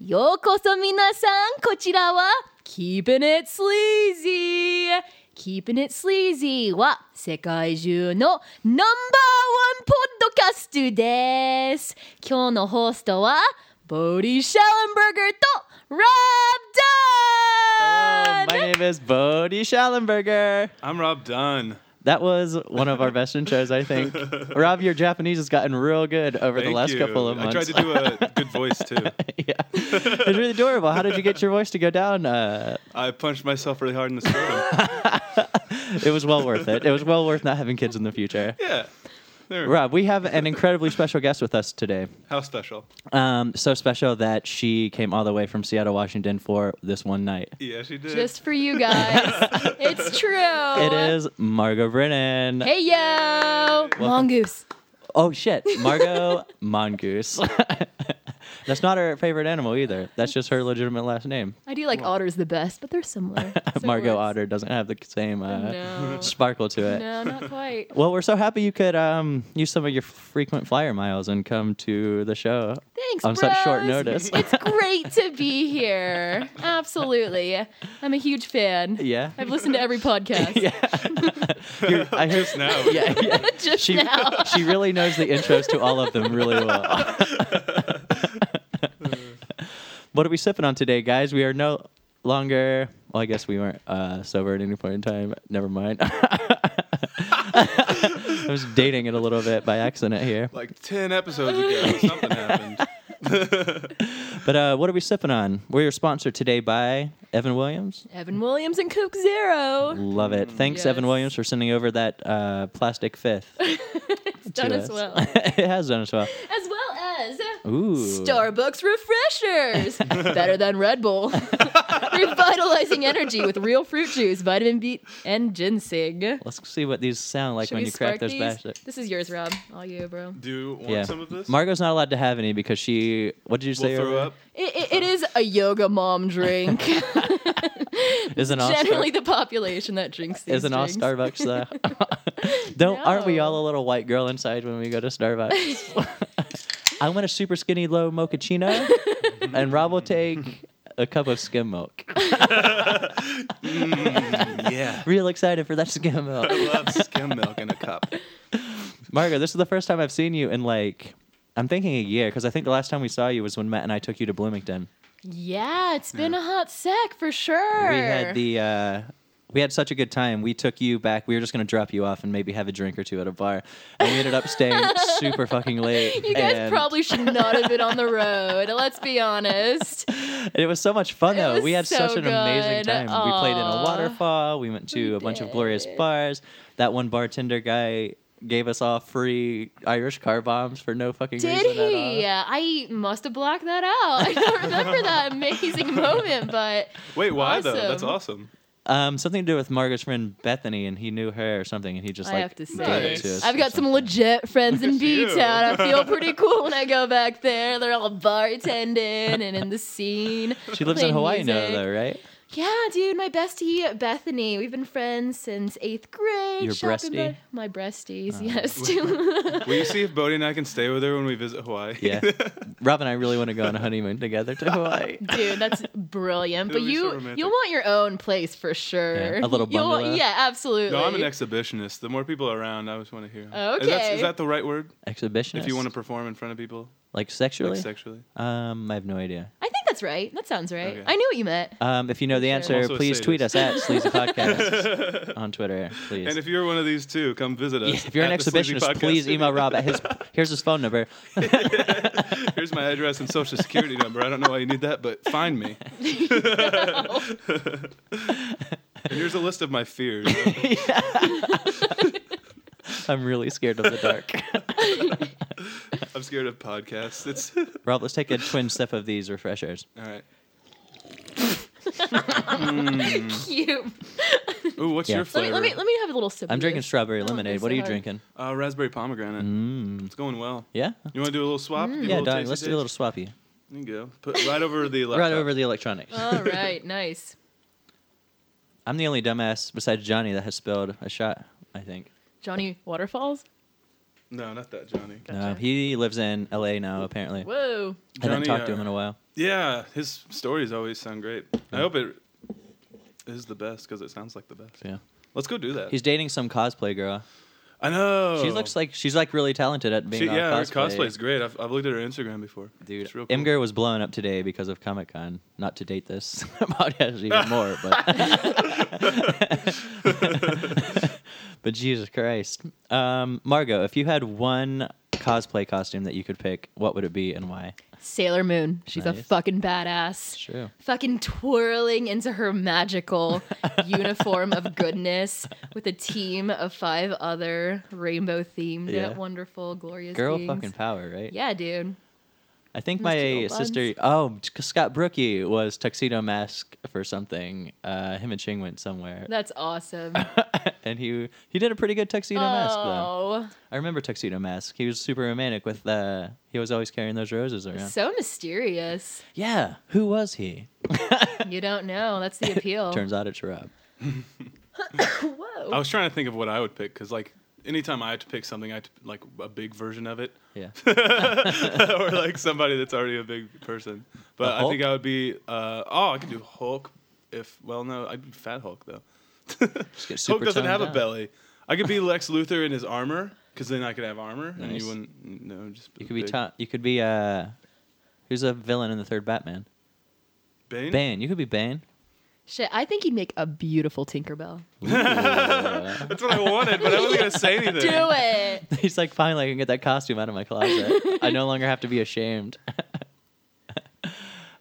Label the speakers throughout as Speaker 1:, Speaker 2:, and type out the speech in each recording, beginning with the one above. Speaker 1: ようこそ皆さんこちらは Keeping It Sleazy Keeping It Sleazy は世界中のナンバーワンポッドキャストです今日のホストはボディ・シャレンバーガーとラブダ
Speaker 2: Hello,
Speaker 1: ン
Speaker 2: Oh my name is Bodie Schallenberger.
Speaker 3: I'm Rob Dunn.
Speaker 2: That was one of our best intros, I think. Rob, your Japanese has gotten real good over the
Speaker 3: Thank
Speaker 2: last
Speaker 3: you.
Speaker 2: couple of months.
Speaker 3: I tried to do a good voice too.
Speaker 2: yeah, it was really adorable. How did you get your voice to go down? Uh,
Speaker 3: I punched myself really hard in the scrotum.
Speaker 2: it was well worth it. It was well worth not having kids in the future.
Speaker 3: yeah. There.
Speaker 2: Rob, we have an incredibly special guest with us today.
Speaker 3: How special.
Speaker 2: Um, so special that she came all the way from Seattle, Washington for this one night.
Speaker 3: Yeah, she did.
Speaker 1: Just for you guys It's true
Speaker 2: It is Margot Brennan.
Speaker 1: Hey yo Mongoose
Speaker 2: Oh shit, Margot Mongoose. That's not her favorite animal either. That's just her legitimate last name.
Speaker 1: I do like otters the best but they're similar
Speaker 2: Margot
Speaker 1: Similar.
Speaker 2: Otter doesn't have the same uh,
Speaker 1: Oh, No.
Speaker 2: sparkle to it.
Speaker 1: No not quite
Speaker 2: Well, we're so happy you could um, use some of your frequent flyer miles and come to the show
Speaker 1: Thanks,
Speaker 2: on such short
Speaker 1: bros.
Speaker 2: notice.
Speaker 1: It's great to be here. Absolutely. I'm a huge fan.
Speaker 2: yeah.
Speaker 1: I've listened to every podcast.
Speaker 2: You're- I hear
Speaker 3: Just now.
Speaker 2: Yeah, yeah.
Speaker 1: Just
Speaker 2: She
Speaker 1: now.
Speaker 2: she really knows the intros to all of them really well. what are we sipping on today, guys? We are no longer. Well, I guess we weren't uh, sober at any point in time. Never mind. I was dating it a little bit by accident here.
Speaker 3: Like 10 episodes ago, something happened.
Speaker 2: But uh, what are we sipping on? We're sponsored today by Evan Williams.
Speaker 1: Evan Williams and Coke Zero.
Speaker 2: Love it. Thanks, Evan
Speaker 1: Mm, Yes.
Speaker 2: Williams, for sending over that uh, plastic fifth.
Speaker 1: It's done
Speaker 2: to
Speaker 1: as
Speaker 2: us.
Speaker 1: well.
Speaker 2: it has done as well.
Speaker 1: As well as
Speaker 2: Ooh.
Speaker 1: Starbucks refreshers. Better than Red Bull. Revitalizing energy with real fruit juice, vitamin B, and ginseng.
Speaker 2: Let's see what these sound like
Speaker 1: Should
Speaker 2: when
Speaker 1: we
Speaker 2: you crack
Speaker 1: spark
Speaker 2: those
Speaker 1: these?
Speaker 2: bastards.
Speaker 1: This is yours, Rob. All you, bro.
Speaker 3: Do you want
Speaker 2: Yeah.
Speaker 3: some of this?
Speaker 2: Margot's not allowed to have any because she. What did you say?
Speaker 3: we'll throw
Speaker 2: earlier?
Speaker 3: up.
Speaker 1: It, it, it is a yoga mom drink.
Speaker 2: Isn't all
Speaker 1: Generally, the population that drinks these
Speaker 2: Star- isn't all
Speaker 1: drinks.
Speaker 2: Starbucks though? Don't aren't we
Speaker 1: No.
Speaker 2: all a little white girl inside when we go to Starbucks? I want a super skinny low mochaccino, and Rob will take a cup of skim milk.
Speaker 1: Mm,
Speaker 3: yeah.
Speaker 2: Real excited for that skim milk.
Speaker 3: I love skim milk in a cup.
Speaker 2: Margot, this is the first time I've seen you in like I'm thinking a year because I think the last time we saw you was when Matt and I took you to Bloomington.
Speaker 1: Yeah, it's been a hot sec for sure.
Speaker 2: We had the uh, we had such a good time. We took you back. We were just gonna drop you off and maybe have a drink or two at a bar, and we ended up staying super fucking late.
Speaker 1: You guys
Speaker 2: and
Speaker 1: probably should not have been on the road. Let's be honest.
Speaker 2: It was so much fun
Speaker 1: It
Speaker 2: though.
Speaker 1: was
Speaker 2: We had
Speaker 1: so
Speaker 2: such an
Speaker 1: good.
Speaker 2: amazing time. We played in a
Speaker 1: Aw.
Speaker 2: waterfall. We went to
Speaker 1: We
Speaker 2: a bunch of glorious
Speaker 1: did.
Speaker 2: bars. That one bartender guy gave us all free Irish car bombs for no fucking
Speaker 1: Did
Speaker 2: reason at all.
Speaker 1: he? I must have blocked that out. I don't remember that amazing moment, but
Speaker 3: Wait, why though?
Speaker 1: Awesome.
Speaker 3: That's awesome.
Speaker 2: Um, something to do with Margaret's friend Bethany, and he knew her or something, and he just
Speaker 1: I
Speaker 2: like
Speaker 1: have to
Speaker 2: gave
Speaker 1: say,
Speaker 2: it to us
Speaker 1: I've
Speaker 2: or
Speaker 1: got some
Speaker 2: something.
Speaker 1: legit friends in
Speaker 3: Look at
Speaker 1: B
Speaker 3: you.
Speaker 1: Town. I feel pretty cool when I go back there. They're all bartending and in the scene.
Speaker 2: She lives in
Speaker 1: playing
Speaker 2: Hawaii now,
Speaker 1: music.
Speaker 2: though, right?
Speaker 1: Yeah, dude, my bestie Bethany. We've been friends since eighth grade.
Speaker 2: Your Uh.
Speaker 1: Shopping
Speaker 2: breastie?
Speaker 1: by- My breasties, yes.
Speaker 3: Will you see if Bodie and I can stay with her when we visit Hawaii?
Speaker 2: Yeah. Rob and I really want to go on a honeymoon together to Hawaii.
Speaker 1: Dude, that's brilliant. But
Speaker 3: It'll be so
Speaker 1: you
Speaker 3: romantic.
Speaker 1: you'll want your own place for sure.
Speaker 2: Yeah, a little
Speaker 1: You'll want-
Speaker 2: bungalow.
Speaker 1: yeah, absolutely.
Speaker 3: no, I'm an exhibitionist. The more people around, I always want to hear. Is that,
Speaker 1: Okay.
Speaker 3: is that the right word?
Speaker 2: Exhibition.
Speaker 3: If you want to perform in front of people,
Speaker 2: like sexually?
Speaker 3: like sexually.
Speaker 2: um, I have no idea.
Speaker 1: I think that's right. That sounds right.
Speaker 3: Okay.
Speaker 1: I knew what you meant.
Speaker 2: Um, if you know the answer,
Speaker 3: also a
Speaker 2: please tweet us
Speaker 3: sadist.
Speaker 2: at Sleazy Podcast on Twitter, please.
Speaker 3: And if you're one of these two, come visit us.
Speaker 2: Yeah, if you're an
Speaker 3: at the Sleazy
Speaker 2: exhibitionist,
Speaker 3: Podcast
Speaker 2: please email
Speaker 3: Studio.
Speaker 2: Rob at his. Here's his phone number.
Speaker 3: Here's my address and social security number. I don't know why you need that, but find me. And here's a list of my fears.
Speaker 2: I'm really scared of the dark.
Speaker 3: I'm scared of podcasts. It's all
Speaker 2: Rob, let's take a twin sip of these refreshers.
Speaker 3: right.
Speaker 2: Mm.
Speaker 1: Cute.
Speaker 3: Ooh, what's
Speaker 2: Yeah.
Speaker 3: your
Speaker 1: Let me,
Speaker 3: flavor?
Speaker 1: let me let me have a little sip.
Speaker 2: I'm
Speaker 1: of
Speaker 2: drinking
Speaker 1: this.
Speaker 2: strawberry
Speaker 1: Oh, it'd be
Speaker 2: lemonade. What
Speaker 1: so
Speaker 2: are you
Speaker 1: hard.
Speaker 2: drinking?
Speaker 3: uh, raspberry pomegranate.
Speaker 2: Mm.
Speaker 3: It's going well.
Speaker 2: Yeah.
Speaker 3: You want to do a little swap? Give a
Speaker 2: Yeah,
Speaker 3: little
Speaker 2: Donnie,
Speaker 3: tasty
Speaker 2: let's do a little
Speaker 3: taste?
Speaker 2: swappy.
Speaker 3: There you go. Put right over the laptop.
Speaker 2: Right over the electronics.
Speaker 1: All right, nice.
Speaker 2: I'm the only dumbass besides Johnny that has spilled a shot, I think.
Speaker 1: Johnny Waterfalls.
Speaker 3: No, not that Johnny.
Speaker 2: No, he lives in L.A. now apparently.
Speaker 1: Whoa.
Speaker 2: I haven't
Speaker 3: Johnny,
Speaker 2: talked to
Speaker 3: uh,
Speaker 2: him in a while.
Speaker 3: Yeah, his stories always sound great. I hope it is the best because it sounds like the best.
Speaker 2: Yeah.
Speaker 3: Let's go do that.
Speaker 2: He's dating some cosplay girl.
Speaker 3: I know.
Speaker 2: She looks like she's like really talented at being
Speaker 3: Oh. She,
Speaker 2: on
Speaker 3: yeah, her
Speaker 2: cosplay.
Speaker 3: cosplay's great. I've, I've looked at her Instagram before.
Speaker 2: Dude,
Speaker 3: It's real cool.
Speaker 2: Imgur was blown up today because of Comic Con. Not to date this podcast even more, but but Jesus Christ, um, Margot, if you had one cosplay costume that you could pick, what would it be and why?
Speaker 1: Sailor Moon. She's a
Speaker 2: Nice.
Speaker 1: fucking badass.
Speaker 2: True.
Speaker 1: Fucking twirling into her magical uniform of goodness with a team of five other rainbow themed,
Speaker 2: Yeah.
Speaker 1: wonderful, glorious
Speaker 2: Girl,
Speaker 1: beings.
Speaker 2: fucking power, right?
Speaker 1: Yeah, dude.
Speaker 2: I think
Speaker 1: Mr.
Speaker 2: my
Speaker 1: Goldbuns.
Speaker 2: sister, oh, Scott Brookie was tuxedo mask for something. Uh, him and Ching went somewhere,
Speaker 1: That's awesome.
Speaker 2: and he he did a pretty good tuxedo mask though.
Speaker 1: oh,
Speaker 2: I remember tuxedo mask. He was super romantic with uh he was always carrying those roses around.
Speaker 1: so mysterious.
Speaker 2: Yeah, who was he?
Speaker 1: You don't know. That's the appeal.
Speaker 2: Turns out it's Rob.
Speaker 1: Whoa.
Speaker 3: I was trying to think of what I would pick because, like, anytime I have to pick something, I have to pick, like a big version of it,
Speaker 2: Yeah.
Speaker 3: or like somebody that's already a big person.
Speaker 2: The
Speaker 3: But I think
Speaker 2: Hulk?
Speaker 3: I would be. Uh, oh, I could do Hulk. If well, no, I'd be Fat Hulk though.
Speaker 2: get
Speaker 3: Hulk
Speaker 2: super
Speaker 3: doesn't
Speaker 2: toned
Speaker 3: have a
Speaker 2: down.
Speaker 3: belly. I could be Lex Luthor in his armor because then I could have armor and
Speaker 2: Nice.
Speaker 3: you wouldn't know. Just
Speaker 2: You could be
Speaker 3: big.
Speaker 2: Tom, you could be uh who's a villain in the third Batman?
Speaker 3: Bane.
Speaker 2: Bane. You could be Bane.
Speaker 1: Shit, I think he'd make a beautiful Tinkerbell.
Speaker 2: uh,
Speaker 3: That's what I wanted, but I wasn't gonna say anything.
Speaker 1: Do it.
Speaker 2: He's like, finally I can get that costume out of my closet. I no longer have to be ashamed.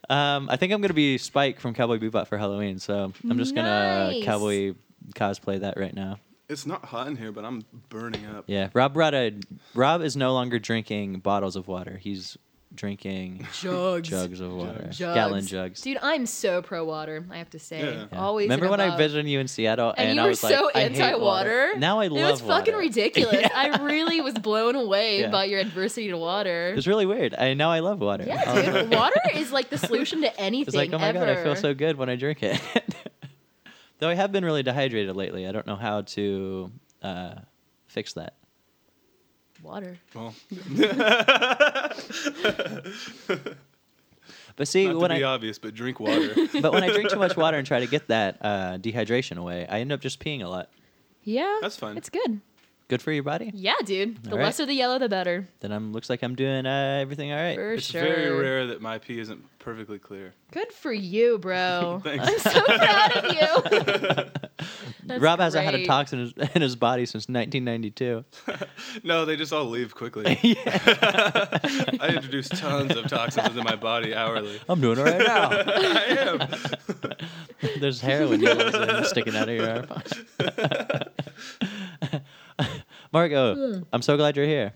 Speaker 2: um, I think I'm gonna be Spike from Cowboy Bebop for Halloween, so I'm just gonna
Speaker 1: Nice.
Speaker 2: cowboy cosplay that right now.
Speaker 3: It's not hot in here, but I'm burning up.
Speaker 2: Yeah, Rob brought a. Rob is no longer drinking bottles of water. He's drinking
Speaker 1: Jugs.
Speaker 2: jugs of water,
Speaker 1: Jugs.
Speaker 2: gallon jugs.
Speaker 1: Dude, I'm so pro water, I have to say.
Speaker 3: Yeah.
Speaker 2: Yeah.
Speaker 1: Always. and
Speaker 2: Remember when I
Speaker 1: above.
Speaker 2: visited you in Seattle
Speaker 1: And,
Speaker 2: and,
Speaker 1: you
Speaker 2: I
Speaker 1: were
Speaker 2: was
Speaker 1: so
Speaker 2: like, I hate
Speaker 1: anti-water.
Speaker 2: Now I love
Speaker 1: It was fucking
Speaker 2: water.
Speaker 1: ridiculous. I really was blown away
Speaker 2: Yeah.
Speaker 1: by your adversity to water.
Speaker 2: It's really weird. I now I love water.
Speaker 1: Yeah, dude. water is like the solution to anything
Speaker 2: It's like, oh my
Speaker 1: ever.
Speaker 2: god, I feel so good when I drink it. Though I have been really dehydrated lately. I don't know how to uh, fix that.
Speaker 1: water.
Speaker 3: Well,
Speaker 2: But see,
Speaker 3: not
Speaker 2: when
Speaker 3: to
Speaker 2: I
Speaker 3: be obvious, but drink water.
Speaker 2: but when I drink too much water and try to get that uh, dehydration away, I end up just peeing a lot.
Speaker 1: Yeah.
Speaker 3: That's fun.
Speaker 1: It's good.
Speaker 2: Good for your body.
Speaker 1: Yeah, dude. The
Speaker 2: All right.
Speaker 1: lesser the yellow, the better.
Speaker 2: then I'm looks like I'm doing uh, everything all right.
Speaker 1: For
Speaker 3: it's
Speaker 1: sure.
Speaker 3: very rare that my pee isn't perfectly clear.
Speaker 1: Good for you,
Speaker 2: Oh.
Speaker 1: bro.
Speaker 3: Thanks.
Speaker 1: I'm so proud of you. That's
Speaker 2: Rob hasn't had a
Speaker 1: great.
Speaker 2: toxin in his, in his body since 1992.
Speaker 3: No, they just all leave quickly.
Speaker 2: yeah,
Speaker 3: I introduce tons of toxins into my body hourly.
Speaker 2: I'm doing all right now.
Speaker 3: I am.
Speaker 2: There's heroin needles in- sticking out of your arm.
Speaker 1: Hmm.
Speaker 2: Margo, I'm so glad you're here.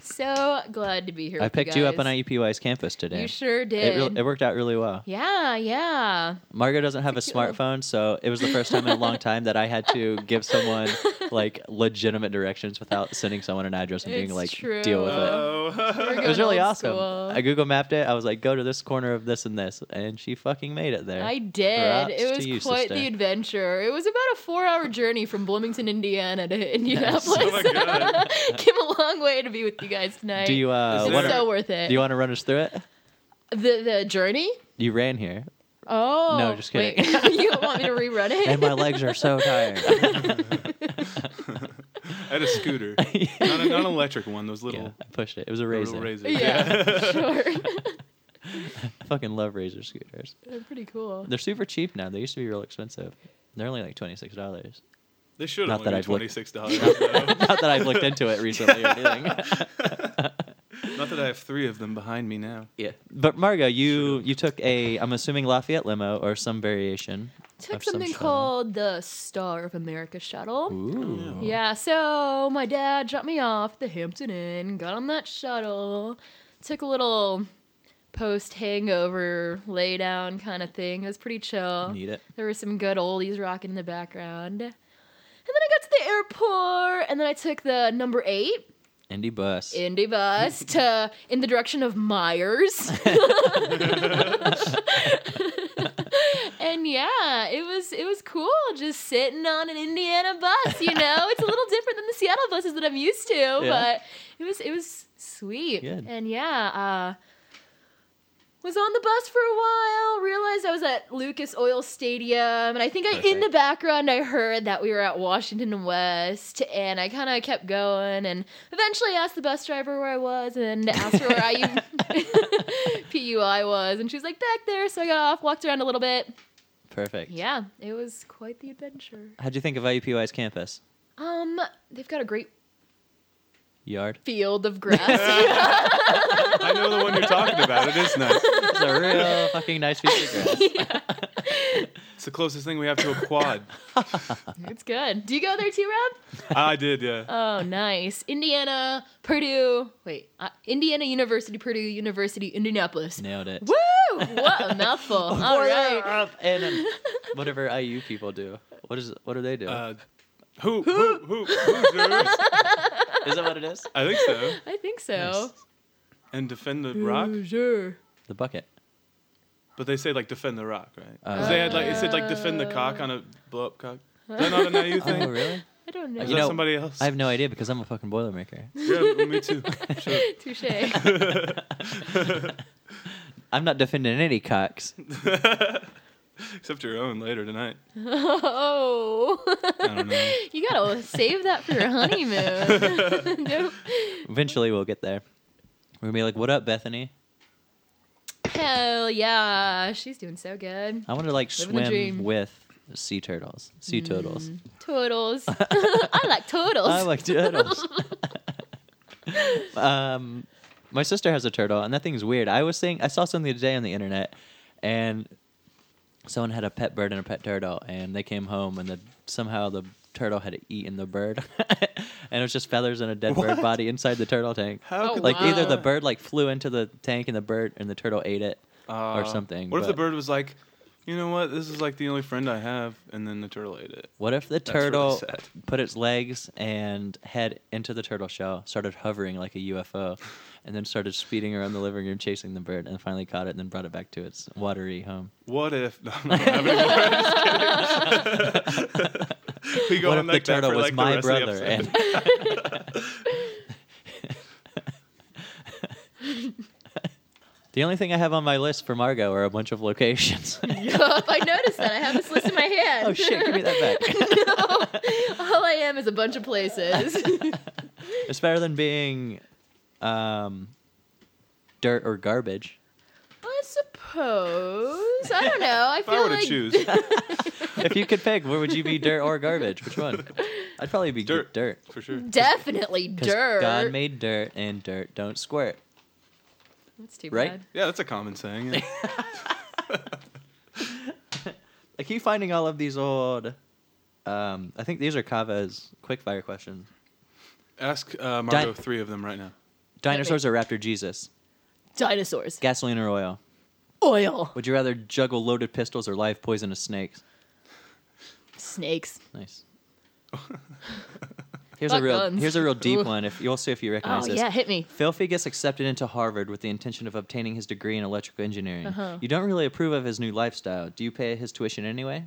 Speaker 1: So glad to be here.
Speaker 2: I
Speaker 1: with
Speaker 2: picked you, up on
Speaker 1: guys.
Speaker 2: IUPUI's campus today.
Speaker 1: You sure
Speaker 2: it,
Speaker 1: did.
Speaker 2: real- it worked out really well.
Speaker 1: yeah, yeah.
Speaker 2: Margo doesn't have a
Speaker 1: Picked you up.
Speaker 2: smartphone, so it was the first time in a long time that I had to give someone like legitimate directions without sending someone an address and being
Speaker 1: It's
Speaker 2: like,
Speaker 1: true.
Speaker 2: deal with it.
Speaker 3: Oh.
Speaker 2: It was really
Speaker 1: old
Speaker 2: awesome.
Speaker 1: school.
Speaker 2: I Google mapped it. I was like, go to this corner of this and this, and she fucking made it there.
Speaker 1: I did.
Speaker 2: Props
Speaker 1: it was
Speaker 2: to you,
Speaker 1: quite
Speaker 2: sister.
Speaker 1: the adventure. It was about a four-hour journey from Bloomington, Indiana, to Indianapolis.
Speaker 3: Oh my God.
Speaker 1: Came a long way to be with you guys tonight.
Speaker 2: Do you uh?
Speaker 3: Is
Speaker 1: it's
Speaker 2: Wanna,
Speaker 3: there-
Speaker 1: so worth it.
Speaker 2: do you want to run us through it?
Speaker 1: the the journey?
Speaker 2: You ran here,
Speaker 1: Oh
Speaker 2: No, just
Speaker 1: wait,
Speaker 2: kidding.
Speaker 1: you want me to rerun it?
Speaker 2: and my legs are so tired.
Speaker 3: I had a scooter, not, a, not an electric one. Those
Speaker 2: yeah,
Speaker 3: little,
Speaker 2: I pushed it. It was a
Speaker 3: little
Speaker 2: razor.
Speaker 3: razors.
Speaker 1: yeah, sure.
Speaker 2: I fucking love razor scooters.
Speaker 1: They're pretty cool.
Speaker 2: They're super cheap now. They used to be real expensive. They're only like twenty six dollars.
Speaker 3: They should
Speaker 2: Not
Speaker 3: have
Speaker 2: that
Speaker 3: only been
Speaker 2: I've looked-
Speaker 3: twenty six dollars. Not
Speaker 2: Not that I've looked into it recently or anything.
Speaker 3: that I have three of them behind me now.
Speaker 2: yeah, but Margo, you you took a I'm assuming Lafayette limo or some variation.
Speaker 1: Took
Speaker 2: of some
Speaker 1: something
Speaker 2: shuttle.
Speaker 1: called the Star of America shuttle.
Speaker 2: Ooh.
Speaker 1: Yeah, so my dad dropped me off at the Hampton Inn, got on that shuttle, took a little post hangover lay down kind of thing. It was pretty chill.
Speaker 2: Need it.
Speaker 1: There were some good oldies rocking in the background. And then I got to the airport, and then I took the number eight
Speaker 2: Indy bus.
Speaker 1: Indy bus to in the direction of Myers. and yeah, it was it was cool just sitting on an Indiana bus, you know. it's a little different than the Seattle buses that I'm used to,
Speaker 2: Yeah.
Speaker 1: but it was it was sweet.
Speaker 2: Good.
Speaker 1: And yeah, uh was on the bus for a while, realized I was at Lucas Oil Stadium, and I think I in
Speaker 2: Perfect.
Speaker 1: the background I heard that we were at Washington and West, and I kind of kept going and eventually asked the bus driver where I was and asked her where I PUI was, and she was like back there, so I got off, walked around a little bit.
Speaker 2: Perfect.
Speaker 1: Yeah, it was quite the adventure.
Speaker 2: How'd you think of IUPUI's campus?
Speaker 1: Um, they've got a great
Speaker 2: Yard.
Speaker 1: field of grass.
Speaker 3: I know the one you're talking about. It is nice.
Speaker 2: It's a real fucking nice piece of grass.
Speaker 3: It's the closest thing we have to a quad.
Speaker 1: it's good. Do you go there too, Rob?
Speaker 3: I did, yeah.
Speaker 1: Oh, nice. Indiana, Purdue. Wait, uh, Indiana University, Purdue University, Indianapolis.
Speaker 2: Nailed it.
Speaker 1: Woo! What a mouthful. All
Speaker 2: Order
Speaker 1: right.
Speaker 2: up and um, whatever IU people do. What is? What do they do?
Speaker 3: Uh, who, who, who, who, Drews?
Speaker 2: is that what it is?
Speaker 3: I think so.
Speaker 1: I think so.
Speaker 3: And defend the rock,
Speaker 1: Sure.
Speaker 2: The bucket.
Speaker 3: but they say like defend the rock, right? 'Cause
Speaker 2: Oh.
Speaker 3: they had like it said like defend the cock on a blow up cock. Is that not an IU thing?
Speaker 2: Oh, really?
Speaker 1: I don't
Speaker 3: Is
Speaker 1: know.
Speaker 2: You
Speaker 3: that
Speaker 2: know,
Speaker 3: somebody else?
Speaker 2: I have no idea because I'm a fucking boilermaker.
Speaker 3: yeah, me too. Sure.
Speaker 1: Touche.
Speaker 2: I'm not defending any cocks.
Speaker 3: Except your own later tonight.
Speaker 1: oh.
Speaker 3: I don't know.
Speaker 1: you gotta save that for your honeymoon. Nope.
Speaker 2: Eventually, we'll get there. We're gonna be like, "What up, Bethany?"
Speaker 1: Hell yeah. She's doing so good.
Speaker 2: I want to like
Speaker 1: Living the dream.
Speaker 2: swim with sea turtles. Sea turtles.
Speaker 1: Turtles. I like turtles.
Speaker 2: I like turtles. um, my sister has a turtle, and that thing's weird. I was saying I saw something today on the internet, and someone had a pet bird and a pet turtle, and they came home, and the, somehow the turtle had eaten the bird, and it was just feathers and a dead bird
Speaker 3: What?
Speaker 2: body inside the turtle tank.
Speaker 3: How
Speaker 1: Oh,
Speaker 3: could
Speaker 2: Like
Speaker 1: wow.
Speaker 2: either the bird like flew into the tank, and the bird and the turtle ate it.
Speaker 3: Uh,
Speaker 2: something,
Speaker 3: What if the
Speaker 2: but-
Speaker 3: bird was like, you know what? This is like the only friend I have, and then the turtle ate it.
Speaker 2: What if the
Speaker 3: really
Speaker 2: turtle
Speaker 3: sad.
Speaker 2: put its legs and head into the turtle shell, started hovering like a UFO, and then started speeding around the living room chasing the bird, and finally caught it and then brought it back to its watery home?
Speaker 3: What if? No, I don't have any more. I'm just kidding. we go
Speaker 2: what
Speaker 3: on
Speaker 2: if the
Speaker 3: like that
Speaker 2: turtle
Speaker 3: for,
Speaker 2: was
Speaker 3: like, the
Speaker 2: my
Speaker 3: rest of the
Speaker 2: brother?
Speaker 3: episode.
Speaker 2: And the only thing I have on my list for Margot are a bunch of locations.
Speaker 1: Yup, I noticed that. I have this list in my hand.
Speaker 2: oh shit! Give me that back.
Speaker 1: All I am is a bunch of places.
Speaker 2: It's better than being um, dirt or garbage.
Speaker 1: I suppose. I don't know. I
Speaker 3: if
Speaker 1: feel
Speaker 3: I were
Speaker 1: like
Speaker 3: to choose,
Speaker 2: if you could pick, where would you be, dirt or garbage? Which one? I'd probably be dirt.
Speaker 3: Dirt.
Speaker 2: Dirt.
Speaker 3: for sure.
Speaker 1: definitely
Speaker 2: 'Cause
Speaker 1: dirt.
Speaker 2: God made dirt, and dirt don't squirt.
Speaker 1: That's too
Speaker 2: right?
Speaker 1: bad.
Speaker 3: Yeah, that's a common saying. yeah.
Speaker 2: I keep finding all of these old. Um, I think these are Kava's quickfire questions.
Speaker 3: Ask uh, Margo
Speaker 2: Di-
Speaker 3: three of them right now.
Speaker 2: Dinosaurs or Raptor Jesus?
Speaker 1: Dinosaurs.
Speaker 2: Gasoline or oil?
Speaker 1: Oil.
Speaker 2: Would you rather juggle loaded pistols or live poisonous snakes?
Speaker 1: Snakes.
Speaker 2: Nice. Here's
Speaker 1: Fuck
Speaker 2: a real.
Speaker 1: guns.
Speaker 2: Here's a real deep
Speaker 1: Ooh.
Speaker 2: one. If you'll see if you recognize
Speaker 1: Oh
Speaker 2: this.
Speaker 1: yeah, hit me.
Speaker 2: Filthy gets accepted into Harvard with the intention of obtaining his degree in electrical engineering.
Speaker 1: Uh-huh.
Speaker 2: You don't really approve of his new lifestyle. Do you pay his tuition anyway?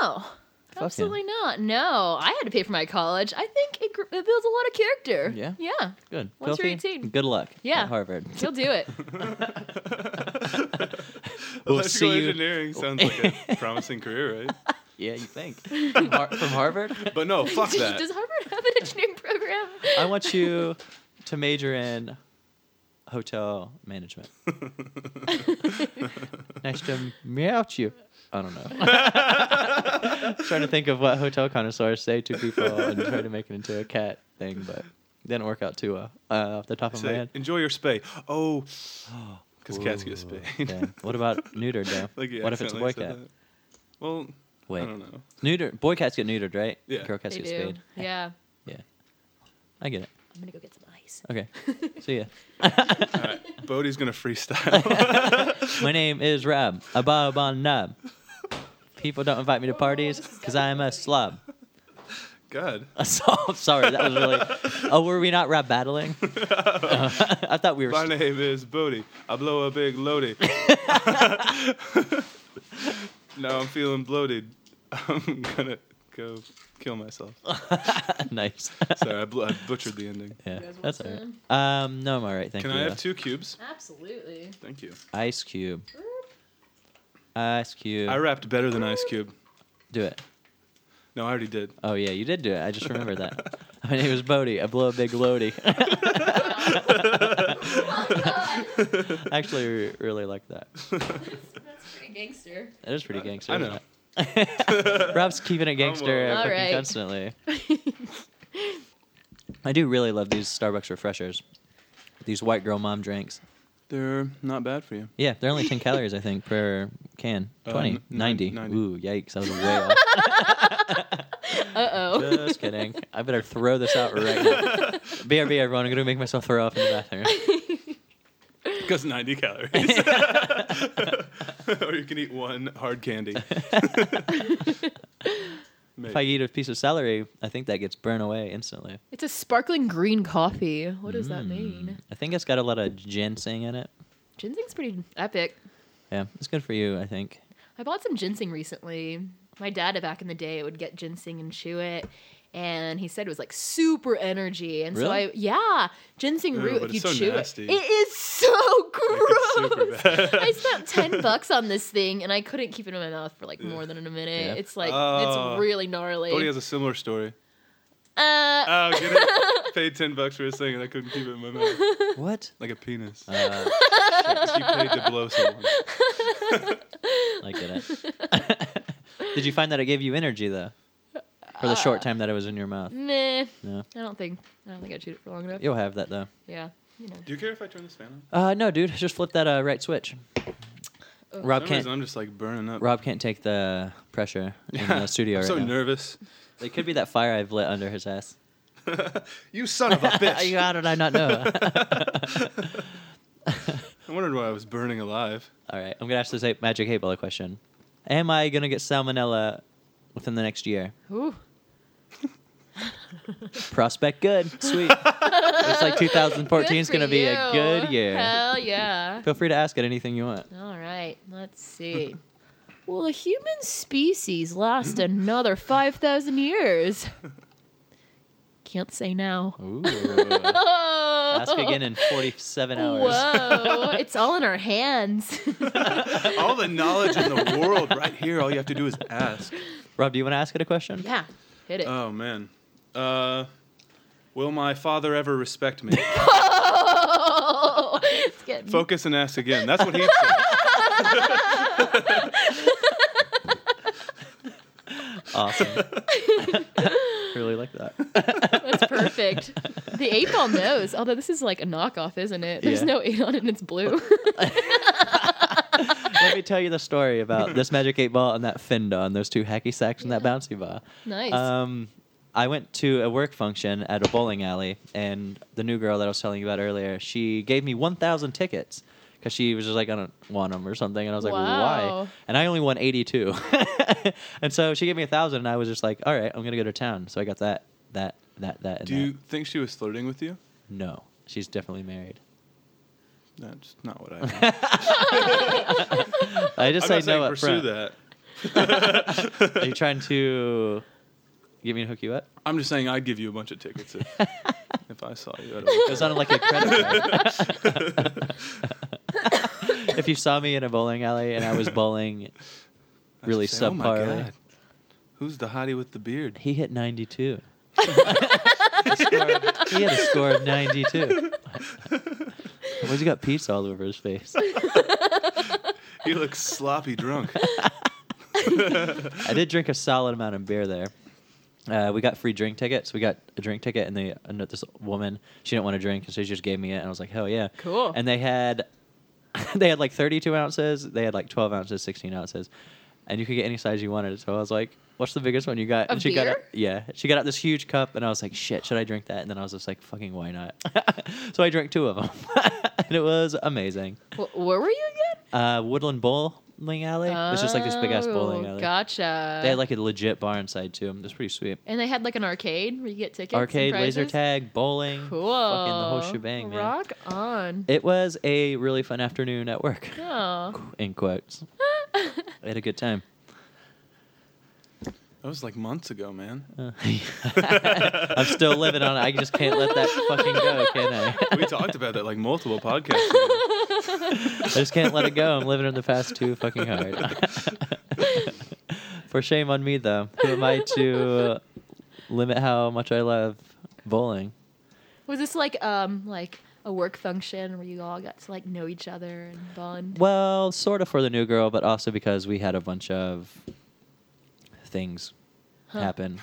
Speaker 1: No.
Speaker 2: Fuck him.
Speaker 1: Absolutely not. No, I had to pay for my college. I think it, gr- it builds a lot of character.
Speaker 2: Yeah?
Speaker 1: Yeah.
Speaker 2: Good.
Speaker 1: Once you're
Speaker 2: Filthy,
Speaker 1: 18.
Speaker 2: Good luck.
Speaker 1: Yeah.
Speaker 2: At Harvard.
Speaker 1: He'll do it.
Speaker 2: We'll
Speaker 3: Electrical
Speaker 2: see you-
Speaker 3: engineering sounds like a promising career, right?
Speaker 2: Yeah, you think. from, Har- from Harvard?
Speaker 3: But no, fuck that.
Speaker 1: Does Harvard have an engineering program?
Speaker 2: I want you to major in hotel management. nice to meet you. I don't know. trying to think of what hotel connoisseurs say to people and try to make it into a cat thing, but didn't work out too well uh, off the top of my
Speaker 3: Say,
Speaker 2: head.
Speaker 3: enjoy your spay. Oh, because cats get
Speaker 2: Ooh,
Speaker 3: spayed.
Speaker 2: dang. What about neutered though?
Speaker 3: Like, you
Speaker 2: what if it's a boy
Speaker 3: accidentally said
Speaker 2: cat?
Speaker 3: that. Well, I
Speaker 2: Wait,
Speaker 3: don't know.
Speaker 2: neutered. Boy cats get neutered, right?
Speaker 3: Yeah.
Speaker 2: Girl cats
Speaker 1: They
Speaker 2: get
Speaker 1: do.
Speaker 2: spayed.
Speaker 1: Yeah.
Speaker 2: Yeah, I get it.
Speaker 1: I'm gonna go get some ice.
Speaker 2: Okay, see ya.
Speaker 3: Bodie's gonna freestyle.
Speaker 2: My name is Rob. A bob on nub. People don't invite me to parties because I'm a slob.
Speaker 3: God,
Speaker 2: A slob. Sorry, that was really. Oh, were we not rap battling? I thought we were.
Speaker 3: my
Speaker 2: St-
Speaker 3: name is Bodie. I blow a big loaded. now I'm feeling bloated. I'm gonna go kill myself.
Speaker 2: nice.
Speaker 3: Sorry, I, bl- I butchered the ending.
Speaker 2: yeah,
Speaker 1: You guys want
Speaker 2: that's all
Speaker 1: some?
Speaker 2: right. Um, no, I'm all right. Thank
Speaker 3: Can
Speaker 2: you.
Speaker 3: I
Speaker 2: though.
Speaker 3: have two cubes?
Speaker 1: Absolutely.
Speaker 3: Thank you.
Speaker 2: Ice Cube. Ice Cube.
Speaker 3: I rapped better than Ice Cube.
Speaker 2: do it.
Speaker 3: No, I already did.
Speaker 2: Oh yeah, you did do it. I just remembered that. My name is Bodie. I blow a big loady. I actually re- really like that.
Speaker 1: That's pretty gangster.
Speaker 2: That is pretty gangster.
Speaker 3: I
Speaker 2: isn't
Speaker 3: know.
Speaker 2: it? Rob's keeping it gangster
Speaker 3: I'm
Speaker 1: all-
Speaker 2: fucking
Speaker 1: Alright.
Speaker 2: constantly. I do really love these Starbucks refreshers. These white girl mom drinks.
Speaker 3: They're not bad for you.
Speaker 2: Yeah, they're only 10 calories, I think, per can.
Speaker 3: Uh,
Speaker 2: 20,
Speaker 3: n- nine-
Speaker 2: 90.
Speaker 3: 90.
Speaker 2: Ooh, yikes. I was way off.
Speaker 1: Uh oh.
Speaker 2: Just kidding. I better throw this out right now. BRB, everyone. I'm going to make myself throw up in the bathroom.
Speaker 3: Because 90 calories. or you can eat one hard candy. Maybe.
Speaker 2: If I eat a piece of celery, I think that gets burned away instantly.
Speaker 1: It's a sparkling green coffee. What does that
Speaker 3: Mm.
Speaker 1: mean?
Speaker 2: I think it's got a lot of ginseng in it.
Speaker 1: Ginseng's pretty epic.
Speaker 2: Yeah, it's good for you, I think.
Speaker 1: I bought some ginseng recently. My dad back in the day would get ginseng and chew it. And he said it was like super energy. And so
Speaker 2: Really?
Speaker 1: I, yeah, ginseng
Speaker 3: Ew,
Speaker 1: root,
Speaker 3: but
Speaker 1: if you
Speaker 3: it's so
Speaker 1: chew
Speaker 3: nasty.
Speaker 1: it. It is so gross.
Speaker 3: It's super bad.
Speaker 1: I spent 10 bucks on this thing and I couldn't keep it in my mouth for like more than a minute.
Speaker 2: Yeah.
Speaker 1: It's like,
Speaker 3: Oh.
Speaker 1: it's really gnarly.
Speaker 3: Bodhi has a similar story.
Speaker 1: uh,
Speaker 3: Oh, get it? Paid 10 bucks for his thing and I couldn't keep it in my mouth.
Speaker 2: What?
Speaker 3: Like a penis.
Speaker 2: Uh,
Speaker 3: she paid to blow someone.
Speaker 2: I get it. Did you find that it gave you energy, though? For the short time that it was in your mouth?
Speaker 1: meh.
Speaker 2: No.
Speaker 1: I don't think, I don't think I chewed it for long enough.
Speaker 2: You'll have that, though.
Speaker 1: Yeah. You know.
Speaker 3: Do you care if I turn this fan on?
Speaker 2: Uh, no, dude. Just flip that uh, right switch.
Speaker 1: Oh.
Speaker 2: Rob
Speaker 3: For some
Speaker 2: can't.
Speaker 3: reason, I'm just like burning up.
Speaker 2: Rob can't take the pressure in the studio
Speaker 3: I'm
Speaker 2: right
Speaker 3: so
Speaker 2: now.
Speaker 3: nervous.
Speaker 2: It could be that fire I've lit under his ass.
Speaker 3: you son of a bitch.
Speaker 2: How did I not know?
Speaker 3: I wondered why I was burning alive.
Speaker 2: All right, I'm gonna ask this eight- magic eight ball a question. Am I gonna get salmonella within the next year?
Speaker 1: Ooh.
Speaker 2: Prospect good, sweet. Looks like 2014 is
Speaker 1: Good for
Speaker 2: gonna be a
Speaker 1: you.
Speaker 2: good year.
Speaker 1: Hell yeah.
Speaker 2: Feel free to ask it anything you want.
Speaker 1: All right, let's see. Will the human species last another 5,000 years? Can't say now.
Speaker 2: Ooh.
Speaker 1: Oh!
Speaker 2: ask again in 47 hours.
Speaker 1: Whoa, it's all in our hands.
Speaker 3: All the knowledge in the world right here. All you have to do is ask.
Speaker 2: Rob, do you want to ask it a question?
Speaker 1: yeah, hit it.
Speaker 3: Oh man. Uh, will my father ever respect me?
Speaker 1: oh, it's getting.
Speaker 3: Focus and ask again. That's what he said.
Speaker 2: Awesome. really like that.
Speaker 1: That's perfect. The eight ball knows, although this is like a knockoff, isn't it? There's
Speaker 2: Yeah.
Speaker 1: no eight on it and it's blue.
Speaker 2: Let me tell you the story about this magic eight ball and that Finda and those two hacky sacks and that
Speaker 1: Yeah.
Speaker 2: bouncy ball.
Speaker 1: nice.
Speaker 2: Um, I went to a work function at a bowling alley, and the new girl that I was telling you about earlier, she gave me 1,000 tickets because she was just like, I don't want them or something. And I was like,
Speaker 1: Wow.
Speaker 2: why? And I only won 82. and so she gave me 1,000, and I was just like, all right, I'm going to go to town. So I got that, that, that, that, and
Speaker 3: Do
Speaker 2: that.
Speaker 3: you think she was flirting with you?
Speaker 2: No, she's definitely married.
Speaker 3: That's not what I. Meant.
Speaker 2: I just
Speaker 3: I'm
Speaker 2: say
Speaker 3: not saying
Speaker 2: no up
Speaker 3: pursue
Speaker 2: front.
Speaker 3: that.
Speaker 2: Are you trying to get me to hook you up?
Speaker 3: I'm just saying I'd give you a bunch of tickets if, if I saw you. At a,
Speaker 2: It sounded like a credit card. if you saw me in a bowling alley and I was bowling,
Speaker 3: I'd
Speaker 2: really
Speaker 3: say, "Oh my
Speaker 2: subpar.
Speaker 3: God, Who's the hottie with the beard?
Speaker 2: he hit 92. he, scored, he had a score of 92. Why's he got pizza all over his face?
Speaker 3: He looks sloppy drunk.
Speaker 2: I did drink a solid amount of beer there. Uh, we got free drink tickets. We got a drink ticket, and they and this woman she didn't want to drink, and so she just gave me it, and I was like, "Hell yeah!"
Speaker 1: Cool.
Speaker 2: And they had, they had like thirty-two ounces. They had like twelve ounces, sixteen ounces, and you could get any size you wanted. So I was like, "What's the biggest one you got?"
Speaker 1: Of
Speaker 2: and she got out,
Speaker 1: beer?
Speaker 2: yeah, she got out this huge cup, and I was like, "Shit, should I drink that?" And then I was just like, "Fucking why not?" so I drank two of them, and it was amazing.
Speaker 1: Wh- where were you again?
Speaker 2: Uh, Woodland Bowling Alley. it's just like this big ass bowling
Speaker 1: Oh,
Speaker 2: alley.
Speaker 1: Gotcha.
Speaker 2: They had like a legit bar inside too. It was pretty sweet.
Speaker 1: And they had like an arcade where you get tickets. and
Speaker 2: Arcade, laser
Speaker 1: prizes?
Speaker 2: tag, bowling,
Speaker 1: Cool.
Speaker 2: fucking the whole shebang, man.
Speaker 1: Rock on.
Speaker 2: It was a really fun afternoon at work.
Speaker 1: Oh.
Speaker 2: In quotes, I had a good time.
Speaker 3: That was like months ago, man.
Speaker 2: Uh, I'm still living on it. I just can't let that fucking go, can I?
Speaker 3: We talked about that like multiple podcasts. ago.
Speaker 2: I just can't let it go. I'm living in the past too fucking hard. For shame on me, though. Who am I to limit how much I love bowling?
Speaker 1: Was this like um like a work function where you all got to like know each other and bond?
Speaker 2: Well, sort of for the new girl, but also because we had a bunch of things
Speaker 1: Huh.
Speaker 2: happen,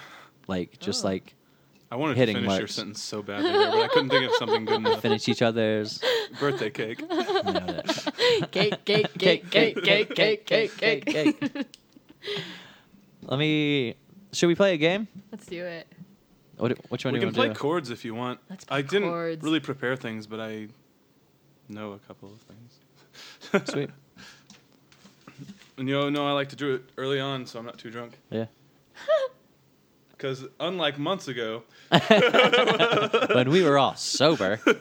Speaker 2: like just
Speaker 1: Oh.
Speaker 2: like
Speaker 3: I wanted
Speaker 2: Hitting
Speaker 3: to finish your
Speaker 2: marks.
Speaker 3: sentence so badly, there, but I couldn't think of something good enough.
Speaker 2: finish each other's.
Speaker 3: Birthday cake.
Speaker 2: Nailed it.
Speaker 1: cake, cake, cake, cake, cake, cake, cake, cake, cake.
Speaker 2: Let me. Should we play a game?
Speaker 1: Let's do it.
Speaker 2: What, which one
Speaker 3: we
Speaker 2: do you
Speaker 3: can
Speaker 2: want
Speaker 3: play
Speaker 2: to do?
Speaker 3: chords if you want.
Speaker 1: Let's play
Speaker 3: I didn't
Speaker 1: chords.
Speaker 3: really prepare things, but I know a couple of things.
Speaker 2: Sweet.
Speaker 3: And you know, I like to do it early on, so I'm not too drunk.
Speaker 2: Yeah.
Speaker 3: Because unlike months ago,
Speaker 2: when we were all sober.
Speaker 3: uh,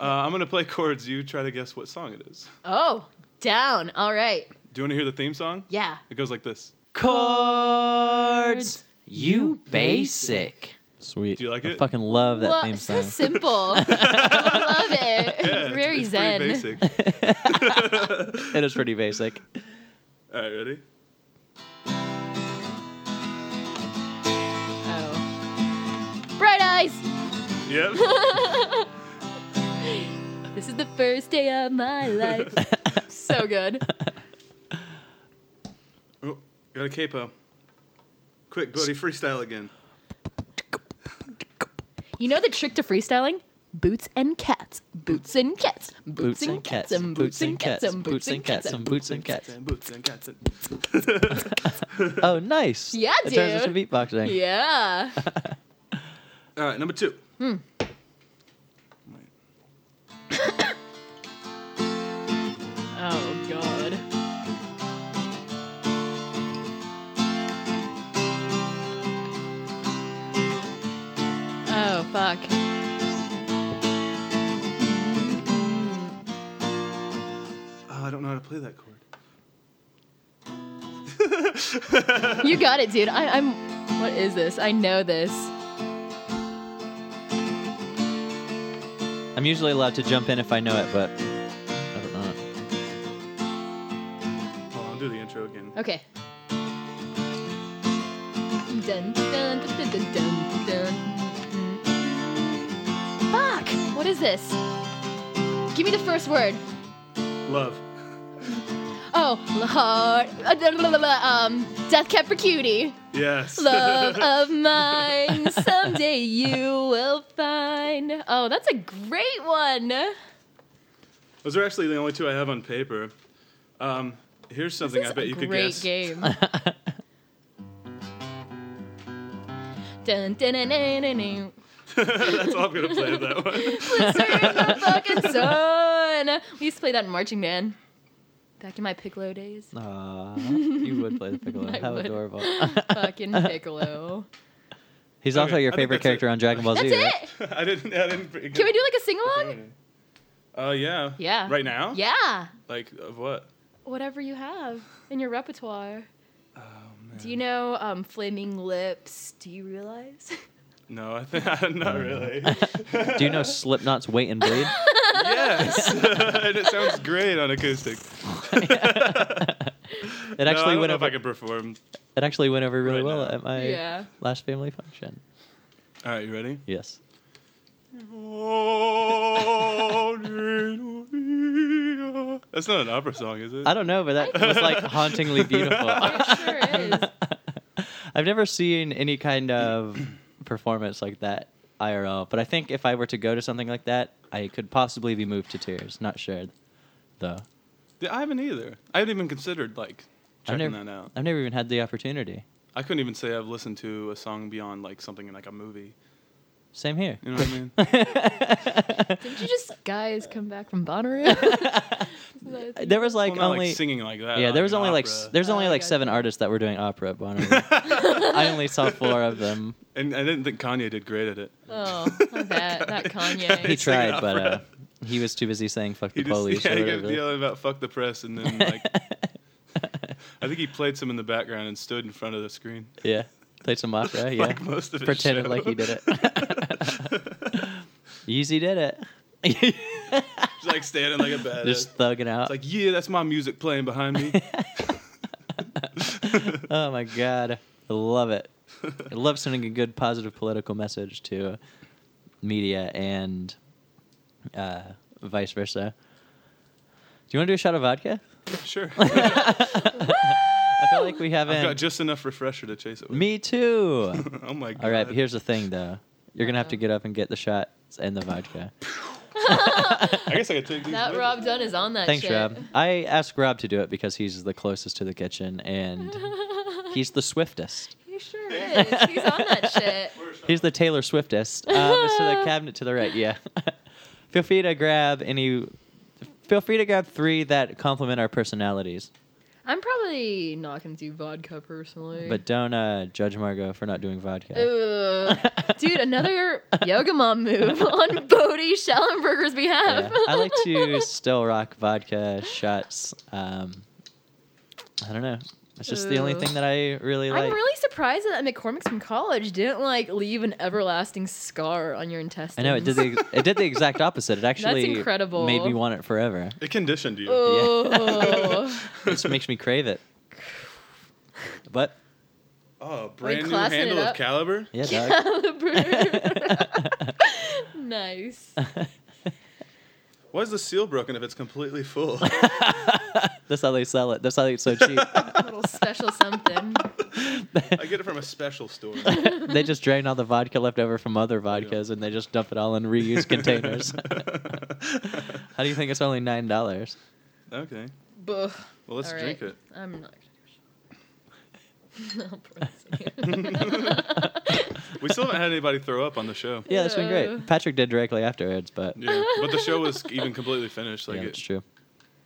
Speaker 3: I'm gonna play chords. You try to guess what song it is.
Speaker 1: Oh, down. All right.
Speaker 3: Do you want to hear the theme song?
Speaker 1: Yeah.
Speaker 3: It goes like this.
Speaker 2: Chords, you basic. Sweet.
Speaker 3: Do you like
Speaker 2: I
Speaker 3: it?
Speaker 2: fucking love that
Speaker 1: Well,
Speaker 2: theme
Speaker 1: so
Speaker 2: song.
Speaker 1: simple. I love it.
Speaker 3: Yeah,
Speaker 1: It's very
Speaker 3: it's,
Speaker 1: zen.
Speaker 3: It's pretty basic.
Speaker 2: it is pretty basic.
Speaker 3: All right, ready?
Speaker 1: Oh. Bright eyes.
Speaker 3: Yep.
Speaker 1: This is the first day of my life. so good.
Speaker 3: Oh, got a capo. Quick, buddy, freestyle again.
Speaker 1: You know the trick to freestyling? Boots and cats, boots and cats, boots and cats, and boots and cats, and boots and cats, and boots.
Speaker 2: and cats.
Speaker 3: Boots and cats.
Speaker 2: Oh, nice.
Speaker 1: Yeah,
Speaker 2: It turns into
Speaker 1: dude.
Speaker 2: beatboxing.
Speaker 1: Yeah.
Speaker 3: All right, number two. Hmm.
Speaker 1: Oh god. Oh fuck.
Speaker 3: Oh, I don't know how to play that chord.
Speaker 1: You got it, dude. I, I'm. What is this? I know this.
Speaker 2: I'm usually allowed to jump in if I know it, but I don't know. it.
Speaker 3: Hold on, Oh, I'll do the intro again.
Speaker 1: Okay. Dun, dun, dun, dun, dun, dun, dun. Fuck! What is this? Give me the first word.
Speaker 3: Love.
Speaker 1: Oh, heart. uh, la, la, la, la, Um, death kept for cutie.
Speaker 3: Yes.
Speaker 1: Love of mine, someday you will find. Oh, that's a great one.
Speaker 3: Those are actually the only two I have on paper. Um, here's something
Speaker 1: This is
Speaker 3: I bet
Speaker 1: a
Speaker 3: you could
Speaker 1: great
Speaker 3: guess.
Speaker 1: game. dun, dun, dun, dun, dun, dun.
Speaker 3: That's all I'm gonna play with that one.
Speaker 1: the fucking sun. We used to play that in marching band back in my piccolo days.
Speaker 2: Aw, Uh, you would play the piccolo.
Speaker 1: I
Speaker 2: How
Speaker 1: would.
Speaker 2: adorable.
Speaker 1: fucking piccolo.
Speaker 2: He's
Speaker 3: Okay,
Speaker 2: also
Speaker 3: I
Speaker 2: your
Speaker 3: think
Speaker 2: favorite
Speaker 3: that's it.
Speaker 2: character on Dragon Ball
Speaker 1: That's
Speaker 2: Z. right?
Speaker 1: it.
Speaker 3: I didn't. I didn't. bring-
Speaker 1: Can we do like a sing along?
Speaker 3: Oh yeah.
Speaker 1: Yeah.
Speaker 3: Right now.
Speaker 1: Yeah.
Speaker 3: Like of what?
Speaker 1: Whatever you have in your repertoire.
Speaker 3: Oh man.
Speaker 1: Do you know um, Flaming Lips? Do you realize?
Speaker 3: No, I think I'm not really.
Speaker 2: Uh, Do you know Slipknot's Wait and Bleed?
Speaker 3: yes. and it sounds great on acoustic.
Speaker 2: It
Speaker 3: no, I
Speaker 2: actually
Speaker 3: don't
Speaker 2: went
Speaker 3: know if
Speaker 2: over.
Speaker 3: I can perform.
Speaker 2: It actually went over really
Speaker 3: Right
Speaker 2: well
Speaker 3: now.
Speaker 2: at my
Speaker 1: Yeah.
Speaker 2: last family function.
Speaker 3: All right, you ready?
Speaker 2: Yes.
Speaker 3: That's not an opera song, is it?
Speaker 2: I don't know, but that was like hauntingly beautiful.
Speaker 1: It sure is.
Speaker 2: I've never seen any kind of performance like that IRL, but I think if I were to go to something like that, I could possibly be moved to tears. Not sure, though.
Speaker 3: Yeah, I haven't either. I haven't even considered like
Speaker 2: I've
Speaker 3: checking
Speaker 2: never-
Speaker 3: that out.
Speaker 2: I've never even had the opportunity.
Speaker 3: I couldn't even say I've listened to a song beyond like something in like a movie.
Speaker 2: Same here.
Speaker 3: You know what I mean?
Speaker 1: Didn't you just guys come back from Bonnaroo?
Speaker 2: There was like
Speaker 3: Well, not,
Speaker 2: only
Speaker 3: like singing like that.
Speaker 2: yeah, there was
Speaker 3: an
Speaker 2: only like
Speaker 3: opera.
Speaker 2: s- there's only
Speaker 1: Oh,
Speaker 2: like
Speaker 1: gotcha.
Speaker 2: seven artists that were doing opera at Bonnaroo. I only saw four of them.
Speaker 3: and I didn't think Kanye did great at it.
Speaker 1: oh, I bet. That Kanye.
Speaker 2: He
Speaker 3: They sing
Speaker 2: tried, but uh,
Speaker 3: opera.
Speaker 2: he was too busy saying "fuck the
Speaker 3: He
Speaker 2: police"
Speaker 3: just yeah,
Speaker 2: or
Speaker 3: he
Speaker 2: whatever.
Speaker 3: kept yelling about fuck the press, and then like I think he played some in the background and stood in front of the screen.
Speaker 2: Yeah. Played some opera. Yeah.
Speaker 3: Like most of his
Speaker 2: Pretended
Speaker 3: show.
Speaker 2: like he did it. Easy did it.
Speaker 3: He's like standing like a badass.
Speaker 2: Just thugging out.
Speaker 3: it's like, yeah, that's my music playing behind me.
Speaker 2: oh my god, I love it. I love sending a good positive political message to media and uh, vice versa. Do you want to do a shot of vodka?
Speaker 3: sure. I've
Speaker 2: I feel like we haven't.
Speaker 3: got just enough refresher to chase it with.
Speaker 2: Me too.
Speaker 3: oh my god.
Speaker 2: All right, but here's the thing though. You're gonna have to get up and get the shots and the vodka.
Speaker 3: I guess I could take these.
Speaker 1: That
Speaker 3: with
Speaker 1: Rob Dunn is on that
Speaker 2: Thanks,
Speaker 1: shit.
Speaker 2: Rob. I asked Rob to do it because he's the closest to the kitchen and he's the swiftest.
Speaker 1: He sure is. He's on that shit.
Speaker 3: me.
Speaker 2: He's the Taylor Swiftest. Um, it's to the cabinet to the right. Yeah. feel free to grab any. Feel free to grab three that complement our personalities,
Speaker 1: I'm probably not gonna do vodka personally.
Speaker 2: but don't uh, judge Margot for not doing vodka.
Speaker 1: Ugh. dude, another yoga mom move on Bodie Schellenberger's
Speaker 2: Yeah.
Speaker 1: behalf.
Speaker 2: I like to still rock vodka shots. Um, I don't know. It's just the only
Speaker 1: Ooh.
Speaker 2: thing that I really like.
Speaker 1: I'm really surprised that McCormick's from college didn't like leave an everlasting scar on your intestines.
Speaker 2: I know it did the it did the exact opposite. It actually
Speaker 1: incredible.
Speaker 2: made me want it forever.
Speaker 3: It conditioned you.
Speaker 1: Oh,
Speaker 2: It just makes me crave it. But
Speaker 3: Oh, brand new
Speaker 1: classing it
Speaker 3: handle of
Speaker 1: up?
Speaker 3: caliber.
Speaker 2: yeah, dog.
Speaker 1: caliber. nice.
Speaker 3: Why is the seal broken if it's completely full?
Speaker 2: That's how they sell it. That's how they it's so cheap.
Speaker 1: A little special something.
Speaker 3: I get it from a special store.
Speaker 2: they just drain all the vodka left over from other vodkas and they just dump it all in reused containers. how do you think it's only nine dollars?
Speaker 3: okay.
Speaker 1: Buh.
Speaker 3: Well, let's
Speaker 1: All right.
Speaker 3: drink it.
Speaker 1: I'm not gonna do it.
Speaker 3: We still haven't had anybody throw up on the show.
Speaker 2: Yeah, that's been
Speaker 1: Ew.
Speaker 2: great. Patrick did directly afterwards, but yeah,
Speaker 3: Yeah, but the show was even completely finished. Like
Speaker 2: it's
Speaker 3: it,
Speaker 2: true.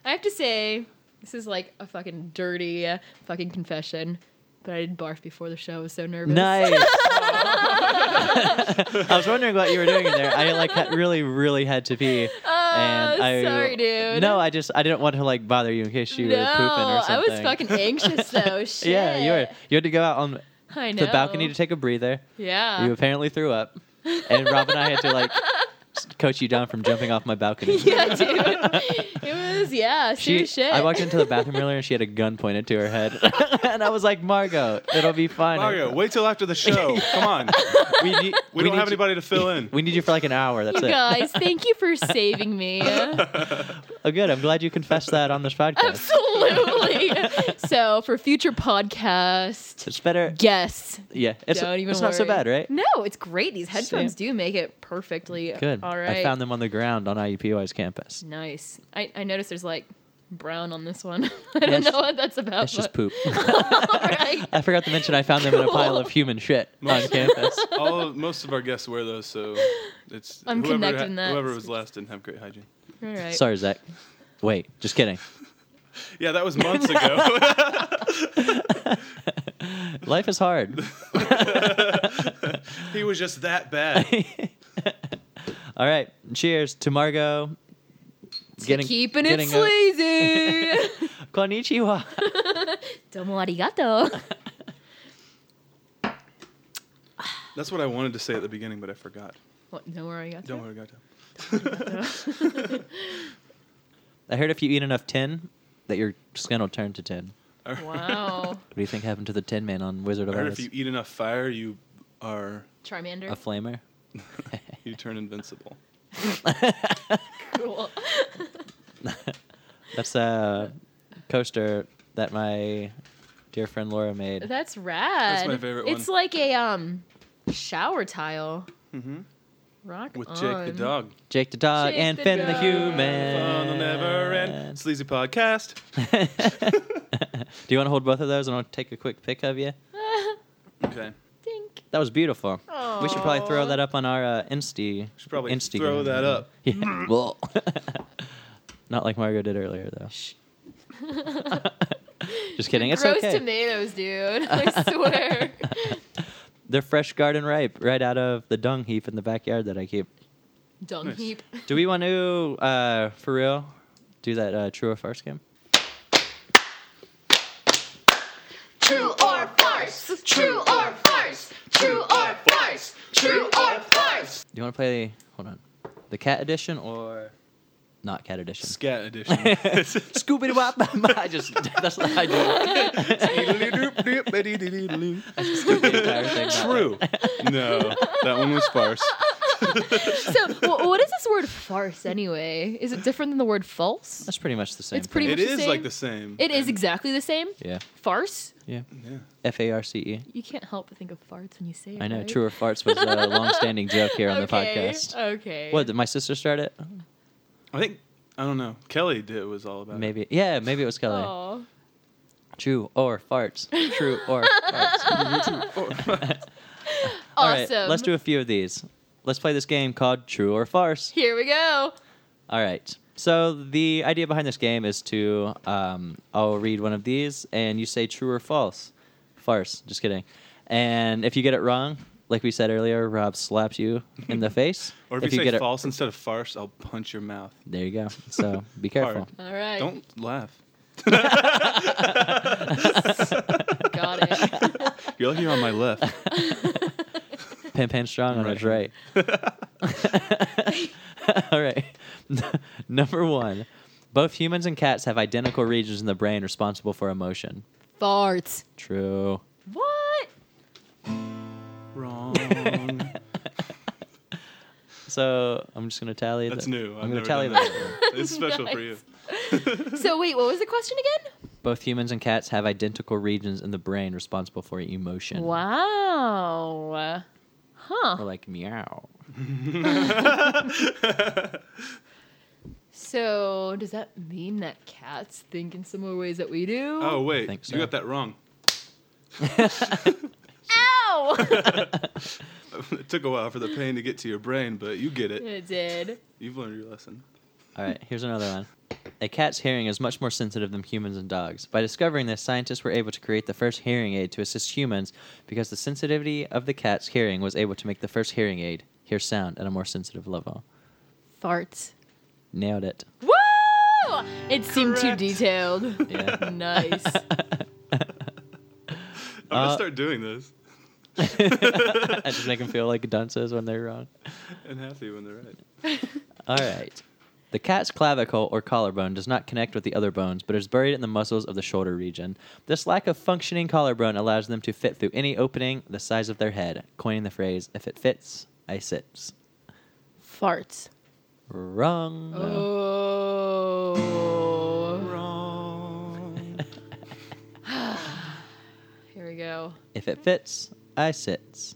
Speaker 1: I have to say, this is like a fucking dirty uh, fucking confession. But I did barf before the show. I was so nervous.
Speaker 2: Nice. I was wondering what you were doing in there. I like had really, really had to pee.
Speaker 1: Oh,
Speaker 2: and I,
Speaker 1: sorry, dude.
Speaker 2: No, I just I didn't want to like bother you in case you
Speaker 1: no,
Speaker 2: were pooping or something.
Speaker 1: I was fucking anxious though. Shit.
Speaker 2: Yeah, you were. You had to go out on
Speaker 1: I know.
Speaker 2: the balcony to take a breather.
Speaker 1: Yeah.
Speaker 2: You apparently threw up, and Rob and I had to like s- coach you down from jumping off my balcony.
Speaker 1: yeah, dude. It was yeah,
Speaker 2: She,
Speaker 1: serious shit.
Speaker 2: I walked into the bathroom earlier and she had a gun pointed to her head, and I was like, "Margot, it'll be fine.
Speaker 3: Mario, wait till after the show. Come on,
Speaker 2: we, need-
Speaker 3: we,
Speaker 2: we
Speaker 3: don't
Speaker 2: need
Speaker 3: have
Speaker 2: you-
Speaker 3: anybody to fill in.
Speaker 2: We need you for like an hour. That's
Speaker 1: you
Speaker 2: it.
Speaker 1: guys, thank you for saving me.
Speaker 2: Oh, good. I'm glad you confessed that on this podcast.
Speaker 1: Absolutely. so for future podcast
Speaker 2: It's better.
Speaker 1: guests,
Speaker 2: Yeah, it's
Speaker 1: don't even
Speaker 2: it's not so
Speaker 1: worry.
Speaker 2: bad, right?
Speaker 1: No, it's great. These headphones do make it perfectly.
Speaker 2: Good.
Speaker 1: All right.
Speaker 2: I found them on the ground on IUPUI's campus.
Speaker 1: Nice. I, I noticed there's like brown on this one. I don't
Speaker 2: That's-
Speaker 1: know what that's about.
Speaker 2: That's just
Speaker 1: but-
Speaker 2: poop.
Speaker 1: All right.
Speaker 2: I forgot to mention I found them in a pile of
Speaker 1: Cool.
Speaker 2: human shit on campus.
Speaker 3: All of, most of our guests wear those, so it's
Speaker 1: I'm
Speaker 3: whoever,
Speaker 1: connecting that.
Speaker 3: whoever was last didn't have great hygiene.
Speaker 1: All right.
Speaker 2: Sorry, Zach. Wait, just kidding.
Speaker 3: Yeah, that was months ago.
Speaker 2: Life is hard.
Speaker 3: he was just that bad.
Speaker 2: All right. Cheers to Margot.
Speaker 1: Getting, keeping it
Speaker 2: up.
Speaker 1: sleazy.
Speaker 2: Konnichiwa.
Speaker 1: Domo arigato.
Speaker 3: That's what I wanted to say at the beginning, but I forgot.
Speaker 1: What, no arigato?
Speaker 3: Don't worry, got
Speaker 2: I heard if you eat enough tin, that your skin will turn to tin.
Speaker 1: Wow.
Speaker 2: What do you think happened to the Tin Man on Wizard of
Speaker 3: Or
Speaker 2: Oz?
Speaker 3: if you eat enough fire, you are
Speaker 1: Charmander.
Speaker 2: a flamer.
Speaker 3: you turn invincible.
Speaker 1: cool.
Speaker 2: That's a coaster that my dear friend Laura made.
Speaker 1: That's rad.
Speaker 3: my favorite
Speaker 1: It's
Speaker 3: one.
Speaker 1: like a um shower tile.
Speaker 3: Mm-hmm.
Speaker 1: Rock
Speaker 3: With
Speaker 1: on.
Speaker 3: Jake the dog.
Speaker 2: Jake the dog
Speaker 1: Jake
Speaker 2: and
Speaker 1: the
Speaker 2: Finn the
Speaker 1: dog.
Speaker 3: Fun will never
Speaker 2: human.
Speaker 3: end. Sleazy podcast.
Speaker 2: Do you want to hold both of those and I'll take a quick pic of you?
Speaker 3: Okay.
Speaker 1: Dink.
Speaker 2: That was beautiful. We should probably throw
Speaker 1: Aw.
Speaker 2: that up on our uh, Insti.
Speaker 3: Should probably
Speaker 2: Instagram.
Speaker 3: throw that up.
Speaker 2: Yeah. well, not like Margo did earlier though. Just kidding. It's
Speaker 1: Gross
Speaker 2: okay.
Speaker 1: tomatoes, dude. I swear.
Speaker 2: They're fresh, garden ripe, right out of the dung heap in the backyard that I keep.
Speaker 1: Dung
Speaker 3: Nice.
Speaker 1: heap.
Speaker 2: Do we want to, uh, for real, do that uh, true or false game?
Speaker 4: True or farce? True or farce? True or farce? True or farce?
Speaker 2: Do you want to play? Hold on, the cat edition or not cat edition?
Speaker 3: Scat edition.
Speaker 2: Scooby Wop. I just that's what I do. Scoop the entire thing out.
Speaker 3: True. No, that one was farce.
Speaker 1: So, wh- what is this word farce anyway? Is it different than the word false?
Speaker 2: That's pretty much the same.
Speaker 1: It's pretty
Speaker 2: thing.
Speaker 3: It
Speaker 1: Much the
Speaker 3: is
Speaker 1: same.
Speaker 3: like the same.
Speaker 1: It is exactly the same.
Speaker 2: Yeah,
Speaker 1: Farce.
Speaker 2: yeah.
Speaker 3: Yeah.
Speaker 2: F A R C E.
Speaker 1: You can't help but think of farts when you say it.
Speaker 2: I know.
Speaker 1: right?
Speaker 2: True or farts was a long-standing joke here on
Speaker 1: okay.
Speaker 2: the podcast.
Speaker 1: Okay.
Speaker 2: What did my sister start it?
Speaker 3: Uh, I think I don't know. Kelly did was all about. it.
Speaker 2: Maybe. Yeah, maybe it was Kelly.
Speaker 1: Aw.
Speaker 2: True or farts. True or farts. All right,
Speaker 1: Awesome.
Speaker 2: let's do a few of these. Let's play this game called True or Farce.
Speaker 1: Here we go.
Speaker 2: All right. So the idea behind this game is to um, I'll read one of these and you say true or false. Farce. Just kidding. And if you get it wrong, like we said earlier, Rob slaps you in the face.
Speaker 3: Or if, you,
Speaker 2: get
Speaker 3: say
Speaker 2: it,
Speaker 3: false instead of farce, I'll punch your mouth.
Speaker 2: there you go. So be careful.
Speaker 1: All right.
Speaker 3: Don't laugh.
Speaker 1: Got it.
Speaker 3: You're lucky you're on my left.
Speaker 2: Pimp hand strong on his right.
Speaker 3: Right.
Speaker 2: All right. Number one. Both humans and cats have identical regions in the brain responsible for emotion.
Speaker 1: farts.
Speaker 2: True.
Speaker 1: What?
Speaker 3: Wrong.
Speaker 2: So I'm just gonna tally.
Speaker 3: That's
Speaker 2: the-
Speaker 3: new.
Speaker 2: I'm
Speaker 3: I've
Speaker 2: gonna
Speaker 3: never
Speaker 2: tally
Speaker 3: done
Speaker 2: that.
Speaker 3: that. It's special for you.
Speaker 1: So wait, what was the question again?
Speaker 2: Both humans and cats have identical regions in the brain responsible for emotion.
Speaker 1: Wow. Huh.
Speaker 3: Oh.
Speaker 2: Or like meow.
Speaker 1: So does that mean that cats think in similar ways that we do?
Speaker 3: Oh wait,
Speaker 2: think so.
Speaker 3: you got that wrong.
Speaker 1: Ow!
Speaker 3: It took a while for the pain to get to your brain, but you get it.
Speaker 1: it did.
Speaker 3: You've learned your lesson.
Speaker 2: All right, here's another one. A cat's hearing is much more sensitive than humans and dogs. By discovering this, scientists were able to create the first hearing aid to assist humans because the sensitivity of the cat's hearing was able to make the first hearing aid hear sound at a more sensitive level.
Speaker 1: Farts.
Speaker 2: Nailed it.
Speaker 1: Woo! It seemed too
Speaker 3: Correct.
Speaker 1: detailed.
Speaker 2: Yeah.
Speaker 1: nice.
Speaker 3: I'm gonna
Speaker 2: Uh,
Speaker 3: start doing this
Speaker 2: I just make them feel like dunces when they're wrong.
Speaker 3: and happy when they're right.
Speaker 2: All right. The cat's clavicle or collarbone does not connect with the other bones, but is buried in the muscles of the shoulder region. This lack of functioning collarbone allows them to fit through any opening the size of their head, coining the phrase, if it fits, I sits.
Speaker 1: Farts.
Speaker 2: Wrong.
Speaker 1: Oh.
Speaker 3: Wrong.
Speaker 1: Here we go.
Speaker 2: If it fits, I sits.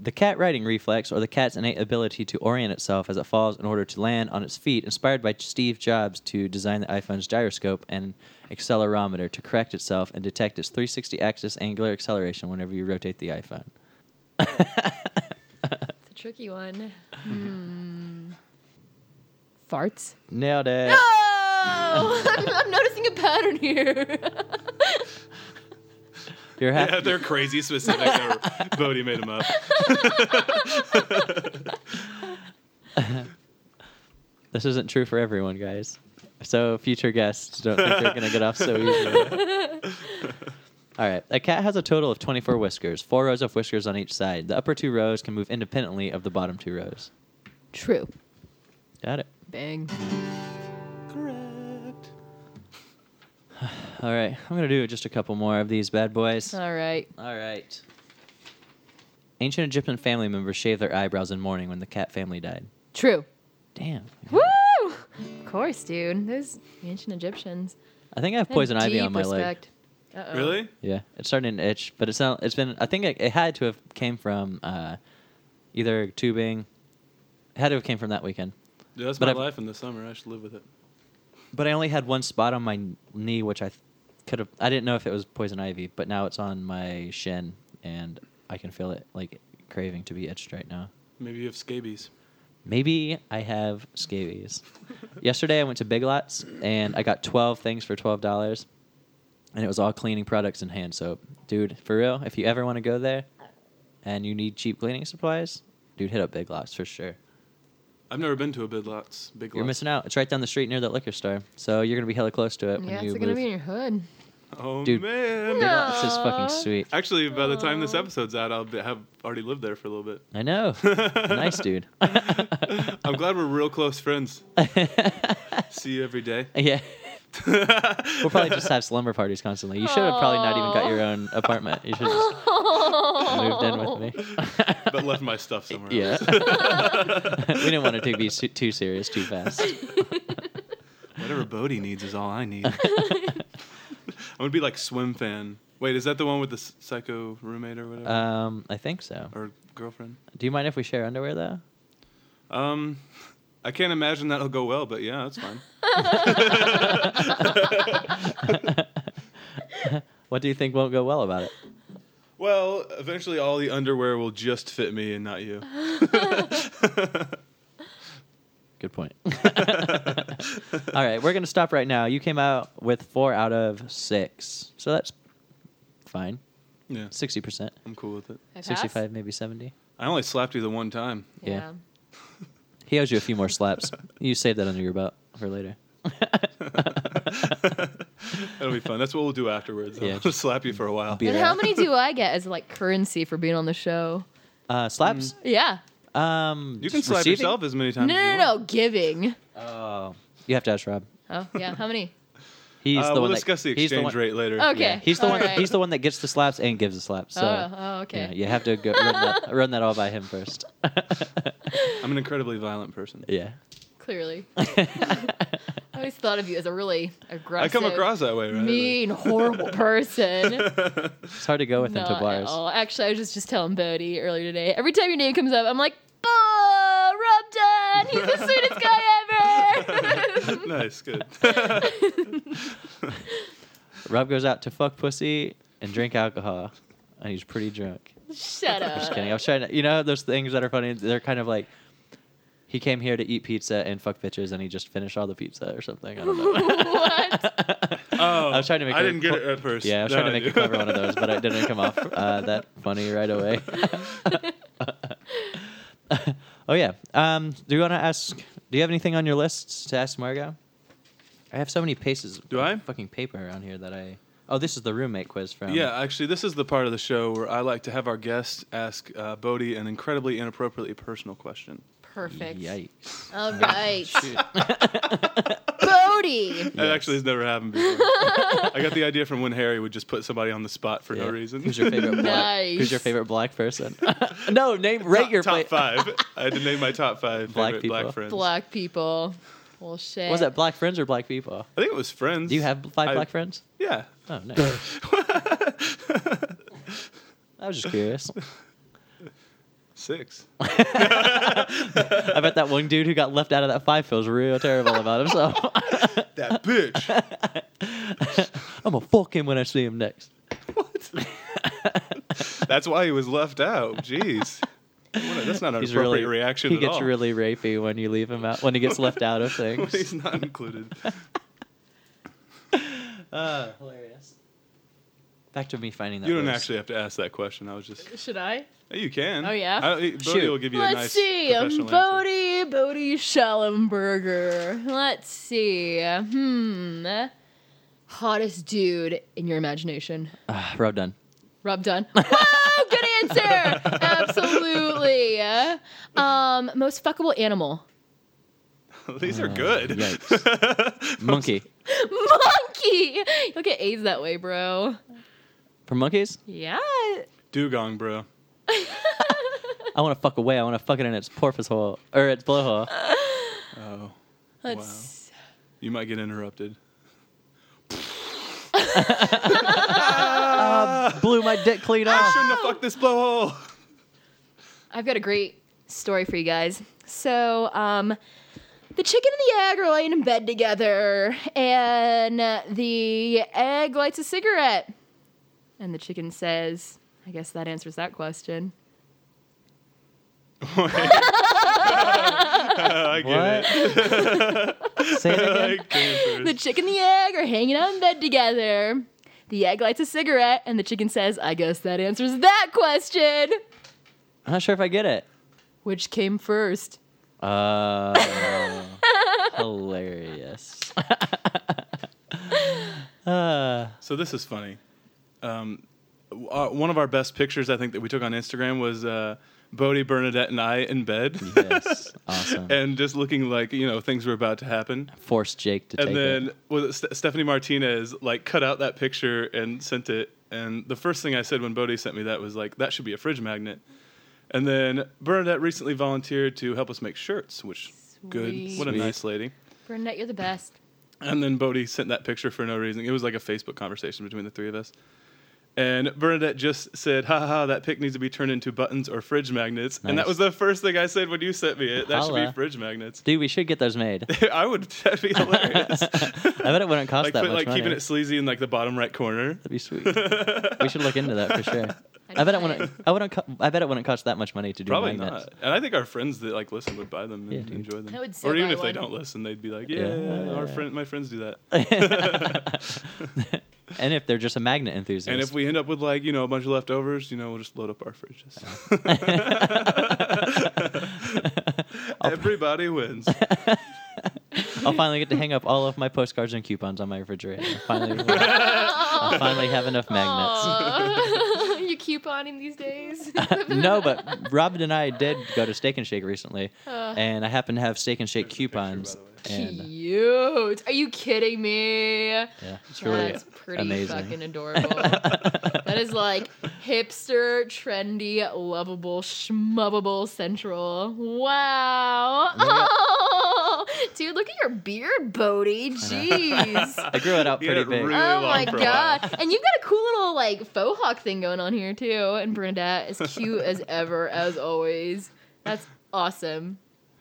Speaker 2: The cat riding reflex, or the cat's innate ability to orient itself as it falls in order to land on its feet, inspired by Steve Jobs to design the iPhone's gyroscope and accelerometer to correct itself and detect its 360 axis angular acceleration whenever you rotate the iPhone.
Speaker 1: It's a tricky one. Farts.
Speaker 2: Nailed it.
Speaker 1: Oh! Hmm. I'm, I'm noticing a pattern here.
Speaker 2: You're happy.
Speaker 3: Yeah, they're crazy specific. They're- Bodhi made them up.
Speaker 2: This isn't true for everyone, guys. So, future guests don't think they're going to get off so easily. All right. A cat has a total of 24 whiskers, four rows of whiskers on each side. The upper two rows can move independently of the bottom two rows.
Speaker 1: True.
Speaker 2: Got it.
Speaker 1: Bang.
Speaker 3: Correct.
Speaker 2: All right. I'm going to do just a couple more of these bad boys.
Speaker 1: All right.
Speaker 2: All right. Ancient Egyptian family members shaved their eyebrows in mourning when the cat family died.
Speaker 1: True.
Speaker 2: Damn.
Speaker 1: Woo! Of course, dude. Those ancient Egyptians.
Speaker 2: I think I have poison ivy on my leg.
Speaker 1: leg. Uh-oh.
Speaker 3: Really?
Speaker 2: Yeah, it's starting to itch, but it's not. It's been. I think it, it had to have came from uh, either tubing. It had to have came from that weekend.
Speaker 3: Dude, that's
Speaker 2: But
Speaker 3: my
Speaker 2: I've-
Speaker 3: life in the summer. I should live with it.
Speaker 2: But I only had one spot on my kn- knee, which I th- could have. I didn't know if it was poison ivy, but now it's on my shin, and I can feel it like craving to be itched right now.
Speaker 3: Maybe you have scabies.
Speaker 2: Maybe I have scabies. Yesterday I went to Big Lots and I got 12 things for $12 and it was all cleaning products and hand soap. Dude, for real, if you ever want to go there and you need cheap cleaning supplies, dude, hit up Big Lots for sure.
Speaker 3: I've never been to a Big Lots. Big
Speaker 2: You're
Speaker 3: Lots.
Speaker 2: missing out. It's right down the street near that liquor store. So you're going to be hella close to it when
Speaker 1: Yeah, it's
Speaker 2: you move.
Speaker 1: gonna be in your hood.
Speaker 3: Oh
Speaker 2: Dude.
Speaker 3: man.
Speaker 1: No.
Speaker 2: This is fucking
Speaker 1: Aw.
Speaker 2: sweet.
Speaker 3: Actually, by the time this episode's out, I'll be, have already lived there for a little bit.
Speaker 2: I know. nice dude.
Speaker 3: I'm glad we're real close friends. See you every day.
Speaker 2: yeah. We'll probably just have slumber parties constantly. You should have probably not even got your own apartment. You should have just moved in with me.
Speaker 3: but left my stuff somewhere.
Speaker 2: Yeah.
Speaker 3: else.
Speaker 2: we didn't want it to be su- too serious too fast.
Speaker 3: Whatever Bodhi needs is all I need. I'm gonna be like swim fan. Wait, is that the one with the s- psycho roommate or whatever
Speaker 2: Um, I think so.
Speaker 3: or girlfriend?
Speaker 2: Do you mind if we share underwear though?
Speaker 3: Um, I can't imagine that'll go well, but yeah, that's fine.
Speaker 2: What do you think won't go well about it?
Speaker 3: Well, eventually all the underwear will just fit me and not you.
Speaker 2: Good point. All right, we're gonna stop right now. You came out with four out of six, so that's fine.
Speaker 3: Yeah,
Speaker 2: Sixty percent,
Speaker 3: I'm cool with it.
Speaker 1: I pass?
Speaker 2: sixty-five, maybe seventy.
Speaker 3: I only slapped you the one time.
Speaker 2: yeah. He owes you a few more slaps. You save that under your belt for later.
Speaker 3: That'll be fun. That's what we'll do afterwards.
Speaker 2: Yeah,
Speaker 3: I'll
Speaker 2: just
Speaker 3: just slap you for a while.
Speaker 2: beat
Speaker 1: And
Speaker 2: her
Speaker 1: how
Speaker 2: up.
Speaker 1: many do I get as like currency for being on the show?
Speaker 2: Uh, slaps.
Speaker 1: Yeah.
Speaker 2: Um,
Speaker 3: You can
Speaker 2: just
Speaker 3: slap
Speaker 2: receiving?
Speaker 3: yourself as many
Speaker 1: No,
Speaker 3: times.
Speaker 1: no,
Speaker 3: as you
Speaker 1: no,
Speaker 3: want.
Speaker 1: no, giving.
Speaker 2: Oh, you have to ask Rob.
Speaker 1: Oh, yeah. How many?
Speaker 2: He's
Speaker 3: Uh,
Speaker 2: the
Speaker 3: we'll
Speaker 2: one
Speaker 3: discuss
Speaker 2: that,
Speaker 3: the
Speaker 2: he's
Speaker 3: exchange
Speaker 2: one,
Speaker 3: rate later.
Speaker 1: Okay.
Speaker 2: Yeah, he's the
Speaker 1: all
Speaker 2: one.
Speaker 1: right.
Speaker 2: He's the one that gets the slaps and gives the slaps. So
Speaker 1: oh, oh, okay.
Speaker 2: yeah, you have to go run that, run that all by him first.
Speaker 3: I'm an incredibly violent person.
Speaker 2: yeah.
Speaker 1: Clearly. I always thought of you as a really
Speaker 3: I
Speaker 1: aggressive,
Speaker 3: come across that way, right?
Speaker 1: mean, horrible person.
Speaker 2: It's hard to go with him
Speaker 1: Not
Speaker 2: to
Speaker 1: at
Speaker 2: bars.
Speaker 1: all. Actually, I was just, just telling Bodie earlier today. Every time your name comes up, I'm like, "Bah, Rob Dunn. He's the sweetest guy ever.
Speaker 3: Like, nice, good.
Speaker 2: Rob goes out to fuck pussy and drink alcohol, and he's pretty drunk.
Speaker 1: Shut up.
Speaker 2: Just kidding. I was trying to, you know, those things that are funny. They're kind of like, he came here to eat pizza and fuck bitches, and he just finished all the pizza or something. I don't know.
Speaker 1: what?
Speaker 3: Oh,
Speaker 2: I was trying to make.
Speaker 3: I
Speaker 2: a
Speaker 3: didn't get
Speaker 2: cl-
Speaker 3: it at first.
Speaker 2: Yeah, I was
Speaker 3: Now
Speaker 2: trying to make
Speaker 3: do.
Speaker 2: a clever one of those, but it didn't come off uh, that funny right away. oh yeah. Um, do you want to ask? Do you have anything on your list to ask Margot? I have so many paces.
Speaker 3: Do I?
Speaker 2: Of fucking paper around here that I. Oh, this is the roommate quiz from.
Speaker 3: Yeah, actually, this is the part of the show where I like to have our guests ask uh, Bodhi an incredibly inappropriately personal question.
Speaker 1: Perfect.
Speaker 2: Yikes.
Speaker 1: All right.
Speaker 2: Shoot.
Speaker 1: Bodie.
Speaker 3: That actually has never happened before. I got the idea from when Harry would just put somebody on the spot for
Speaker 2: Yeah.
Speaker 3: no reason.
Speaker 2: Who's your favorite? Black, Who's your
Speaker 1: Nice.
Speaker 2: favorite black person? no, name rate
Speaker 3: top,
Speaker 2: your
Speaker 3: top
Speaker 2: pla-
Speaker 3: five. I had to name my top five
Speaker 2: Black
Speaker 3: favorite
Speaker 2: people.
Speaker 3: black friends.
Speaker 1: Black people. Well, shit.
Speaker 2: Was that black friends or black people?
Speaker 3: I think it was friends.
Speaker 2: Do you have five
Speaker 3: I-
Speaker 2: black friends?
Speaker 3: Yeah.
Speaker 2: Oh, nice. I was just curious.
Speaker 3: Six.
Speaker 2: I bet that one dude who got left out of that five feels real terrible about himself.
Speaker 3: That bitch.
Speaker 2: I'm gonna fuck him when I see him next.
Speaker 3: That's why he was left out. Jeez. What a- That's not an
Speaker 2: He's really
Speaker 3: appropriate reaction
Speaker 2: He
Speaker 3: at
Speaker 2: gets
Speaker 3: all.
Speaker 2: really rapey when you leave him out when he gets left out of
Speaker 3: When
Speaker 2: things.
Speaker 3: He's not included.
Speaker 2: Uh, hilarious. Back to me finding that.
Speaker 3: You don't
Speaker 2: verse.
Speaker 3: actually have to ask that question. I was just.
Speaker 1: Should I?
Speaker 3: You can.
Speaker 1: Oh, yeah?
Speaker 3: I, Bodhi
Speaker 2: Shoot.
Speaker 3: will give you
Speaker 1: Let's
Speaker 3: a nice.
Speaker 1: see. Um,
Speaker 3: professional answer.
Speaker 1: Bodie, Bodie Schellenberger. Let's see. Hmm. Hottest dude in your imagination.
Speaker 2: Ah, Rob Dunn.
Speaker 1: Rob Dunn. Whoa, good answer. Absolutely. Um, most fuckable animal.
Speaker 3: These are good.
Speaker 2: Oh, Yikes. Monkey.
Speaker 1: Monkey. You'll get AIDS that way, bro.
Speaker 2: From monkeys?
Speaker 1: Yeah.
Speaker 3: Dugong, bro.
Speaker 2: I want to fuck away. I want to fuck it in its porpoise hole or its blowhole.
Speaker 3: Oh,
Speaker 1: Let's.
Speaker 3: you might get interrupted.
Speaker 2: Blew my dick clean off.
Speaker 3: Shouldn't have fucked this blowhole.
Speaker 1: I've got a great story for you guys. So, um, the chicken and the egg are laying in bed together, and uh, the egg lights a cigarette. And the chicken says, I guess that answers that question.
Speaker 3: I get
Speaker 2: What?
Speaker 3: it.
Speaker 2: Say it again.
Speaker 3: I came
Speaker 1: The
Speaker 3: first.
Speaker 1: chicken and the egg are hanging out in bed together. The egg lights a cigarette, and the chicken says, I guess that answers that question.
Speaker 2: I'm not sure if I get it.
Speaker 1: Which came first?
Speaker 2: Oh, Uh, hilarious. Uh,
Speaker 3: So this is funny. Um, w- uh, one of our best pictures I think that we took on Instagram was uh, Bodie Bernadette and I in bed.
Speaker 2: yes, awesome.
Speaker 3: and just looking like you know things were about to happen.
Speaker 2: Force Jake to take
Speaker 3: And then
Speaker 2: it.
Speaker 3: was it Ste- Stephanie Martinez like cut out that picture and sent it. And the first thing I said when Bodie sent me that was like, that should be a fridge magnet. And then Bernadette recently volunteered to help us make shirts, which good.
Speaker 1: Sweet.
Speaker 3: What a
Speaker 2: Sweet.
Speaker 3: nice lady.
Speaker 1: Burnett, you're the best.
Speaker 3: And then Bodhi sent that picture for no reason. It was like a Facebook conversation between the three of us. And Bernadette just said, ha ha, ha, that pic needs to be turned into buttons or fridge magnets. And that
Speaker 2: Nice.
Speaker 3: was the first thing I said when you sent me it. That should be
Speaker 2: Holla.
Speaker 3: fridge magnets.
Speaker 2: Dude, we should get those made.
Speaker 3: I would, that'd be hilarious.
Speaker 2: I bet it wouldn't cost
Speaker 3: like
Speaker 2: that
Speaker 3: put,
Speaker 2: much
Speaker 3: like
Speaker 2: money.
Speaker 3: keeping it sleazy in like the bottom right corner.
Speaker 2: That'd be sweet. we should look into that for sure. I bet it wouldn't. I wouldn't. Co- I bet it wouldn't cost that much money to do
Speaker 3: Probably
Speaker 2: magnets.
Speaker 3: not. And I think our friends that like listen would buy them
Speaker 2: Yeah,
Speaker 3: and
Speaker 2: dude.
Speaker 3: enjoy them.
Speaker 1: I would still
Speaker 3: or even
Speaker 1: buy
Speaker 3: if they
Speaker 1: one.
Speaker 3: don't listen, they'd be like, yeah,
Speaker 2: Yeah.
Speaker 3: our friend, my friends do that.
Speaker 2: and if they're just a magnet enthusiast,
Speaker 3: And if we end up with like you know a bunch of leftovers, you know we'll just load up our fridges. Everybody wins.
Speaker 2: I'll finally get to hang up all of my postcards and coupons on my refrigerator. Finally, I'll finally have enough magnets.
Speaker 1: Aw. you couponing these days?
Speaker 2: no, but Robin and I did go to Steak and Shake recently, and I happen to have Steak and Shake
Speaker 3: There's a picture, by
Speaker 2: coupons.
Speaker 3: the
Speaker 2: And
Speaker 1: Cute. Are you kidding me?
Speaker 2: yeah, it's really
Speaker 1: That's pretty
Speaker 2: amazing.
Speaker 1: fucking adorable. that is like hipster, trendy, lovable, schmovable central. Wow.
Speaker 2: Yeah.
Speaker 1: Oh, dude, look at your beard, Bodie. Jeez.
Speaker 2: I grew it out
Speaker 3: Yeah,
Speaker 2: pretty
Speaker 3: it
Speaker 2: big.
Speaker 3: really-
Speaker 1: Oh my
Speaker 3: long for a while.
Speaker 1: god! And you've got a cool little like faux hawk thing going on here too. And Bernadette is cute as ever, as always. That's awesome,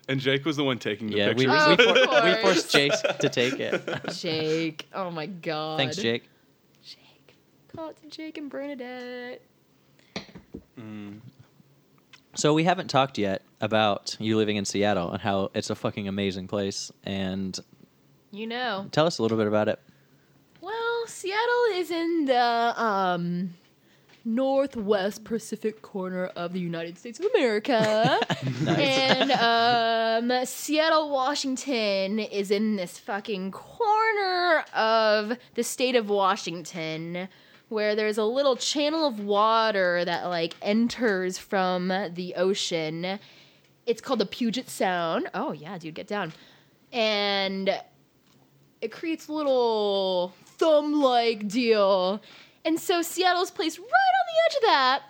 Speaker 3: And Jake was the one taking the
Speaker 2: yeah, we,
Speaker 3: pictures.
Speaker 2: we,
Speaker 1: Oh,
Speaker 2: we,
Speaker 1: of
Speaker 2: for- we
Speaker 1: course.
Speaker 2: forced Jake to take it.
Speaker 1: Jake. Oh my god.
Speaker 2: Thanks, Jake.
Speaker 1: Jake. Call it to Jake and Bernadette.
Speaker 2: So we haven't talked yet about you living in Seattle and how it's a fucking amazing place. And
Speaker 1: You know.
Speaker 2: tell us a little bit about it.
Speaker 1: Well, Seattle is in the um, northwest Pacific corner of the United States of America. And um, Seattle, Washington is in this fucking corner of the state of Washington where there's a little channel of water that like enters from the ocean. It's called the Puget Sound. Oh, yeah, dude, get down. And it creates a little thumb like deal. And so Seattle's placed right on the edge of that.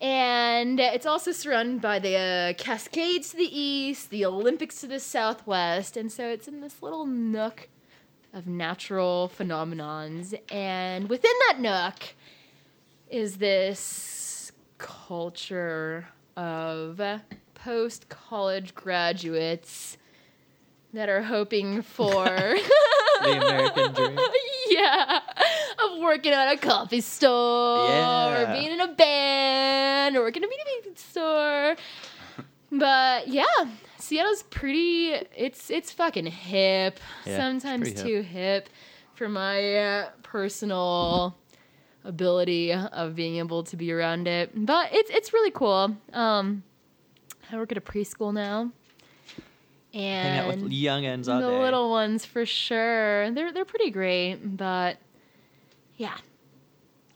Speaker 1: And it's also surrounded by the uh, Cascades to the east, the Olympics to the southwest. And so it's in this little nook of natural phenomenons. And within that nook is this culture of post college graduates that are hoping for.
Speaker 2: The American dream.
Speaker 1: yeah, of working at a coffee store or
Speaker 2: Yeah.
Speaker 1: being in a band or working at a video store. But yeah, Seattle's pretty. It's it's fucking hip.
Speaker 2: it's
Speaker 1: Sometimes
Speaker 2: pretty hip.
Speaker 1: too hip for my uh, personal ability of being able to be around it. But it's it's really cool. Um, I work at a preschool now. And
Speaker 2: Hang out with young ends all
Speaker 1: the
Speaker 2: day.
Speaker 1: little ones for sure. They're they're pretty great, but yeah,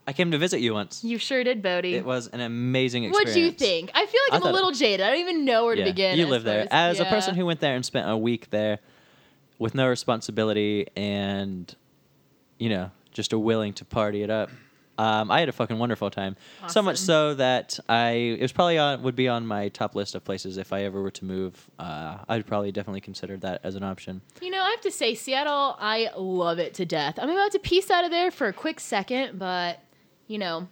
Speaker 2: I came to visit you once.
Speaker 1: you sure did, Bodie.
Speaker 2: It was an amazing
Speaker 1: What'd
Speaker 2: experience.
Speaker 1: you think? I feel like
Speaker 2: I
Speaker 1: I am a
Speaker 2: thought-
Speaker 1: little jaded. I don't even know where
Speaker 2: Yeah,
Speaker 1: to begin.
Speaker 2: You live there. As a
Speaker 1: yeah.
Speaker 2: person who went there and spent a week there with no responsibility and, you know, just a willing to party it up. Um, I had a fucking wonderful time. So much
Speaker 1: Awesome.
Speaker 2: so that I it was probably on would be on my top list of places if I ever were to move. Uh, I'd probably definitely consider that as an option.
Speaker 1: You know, I have to say, Seattle, I love it to death. I'm about to piece out of there for a quick second, but you know,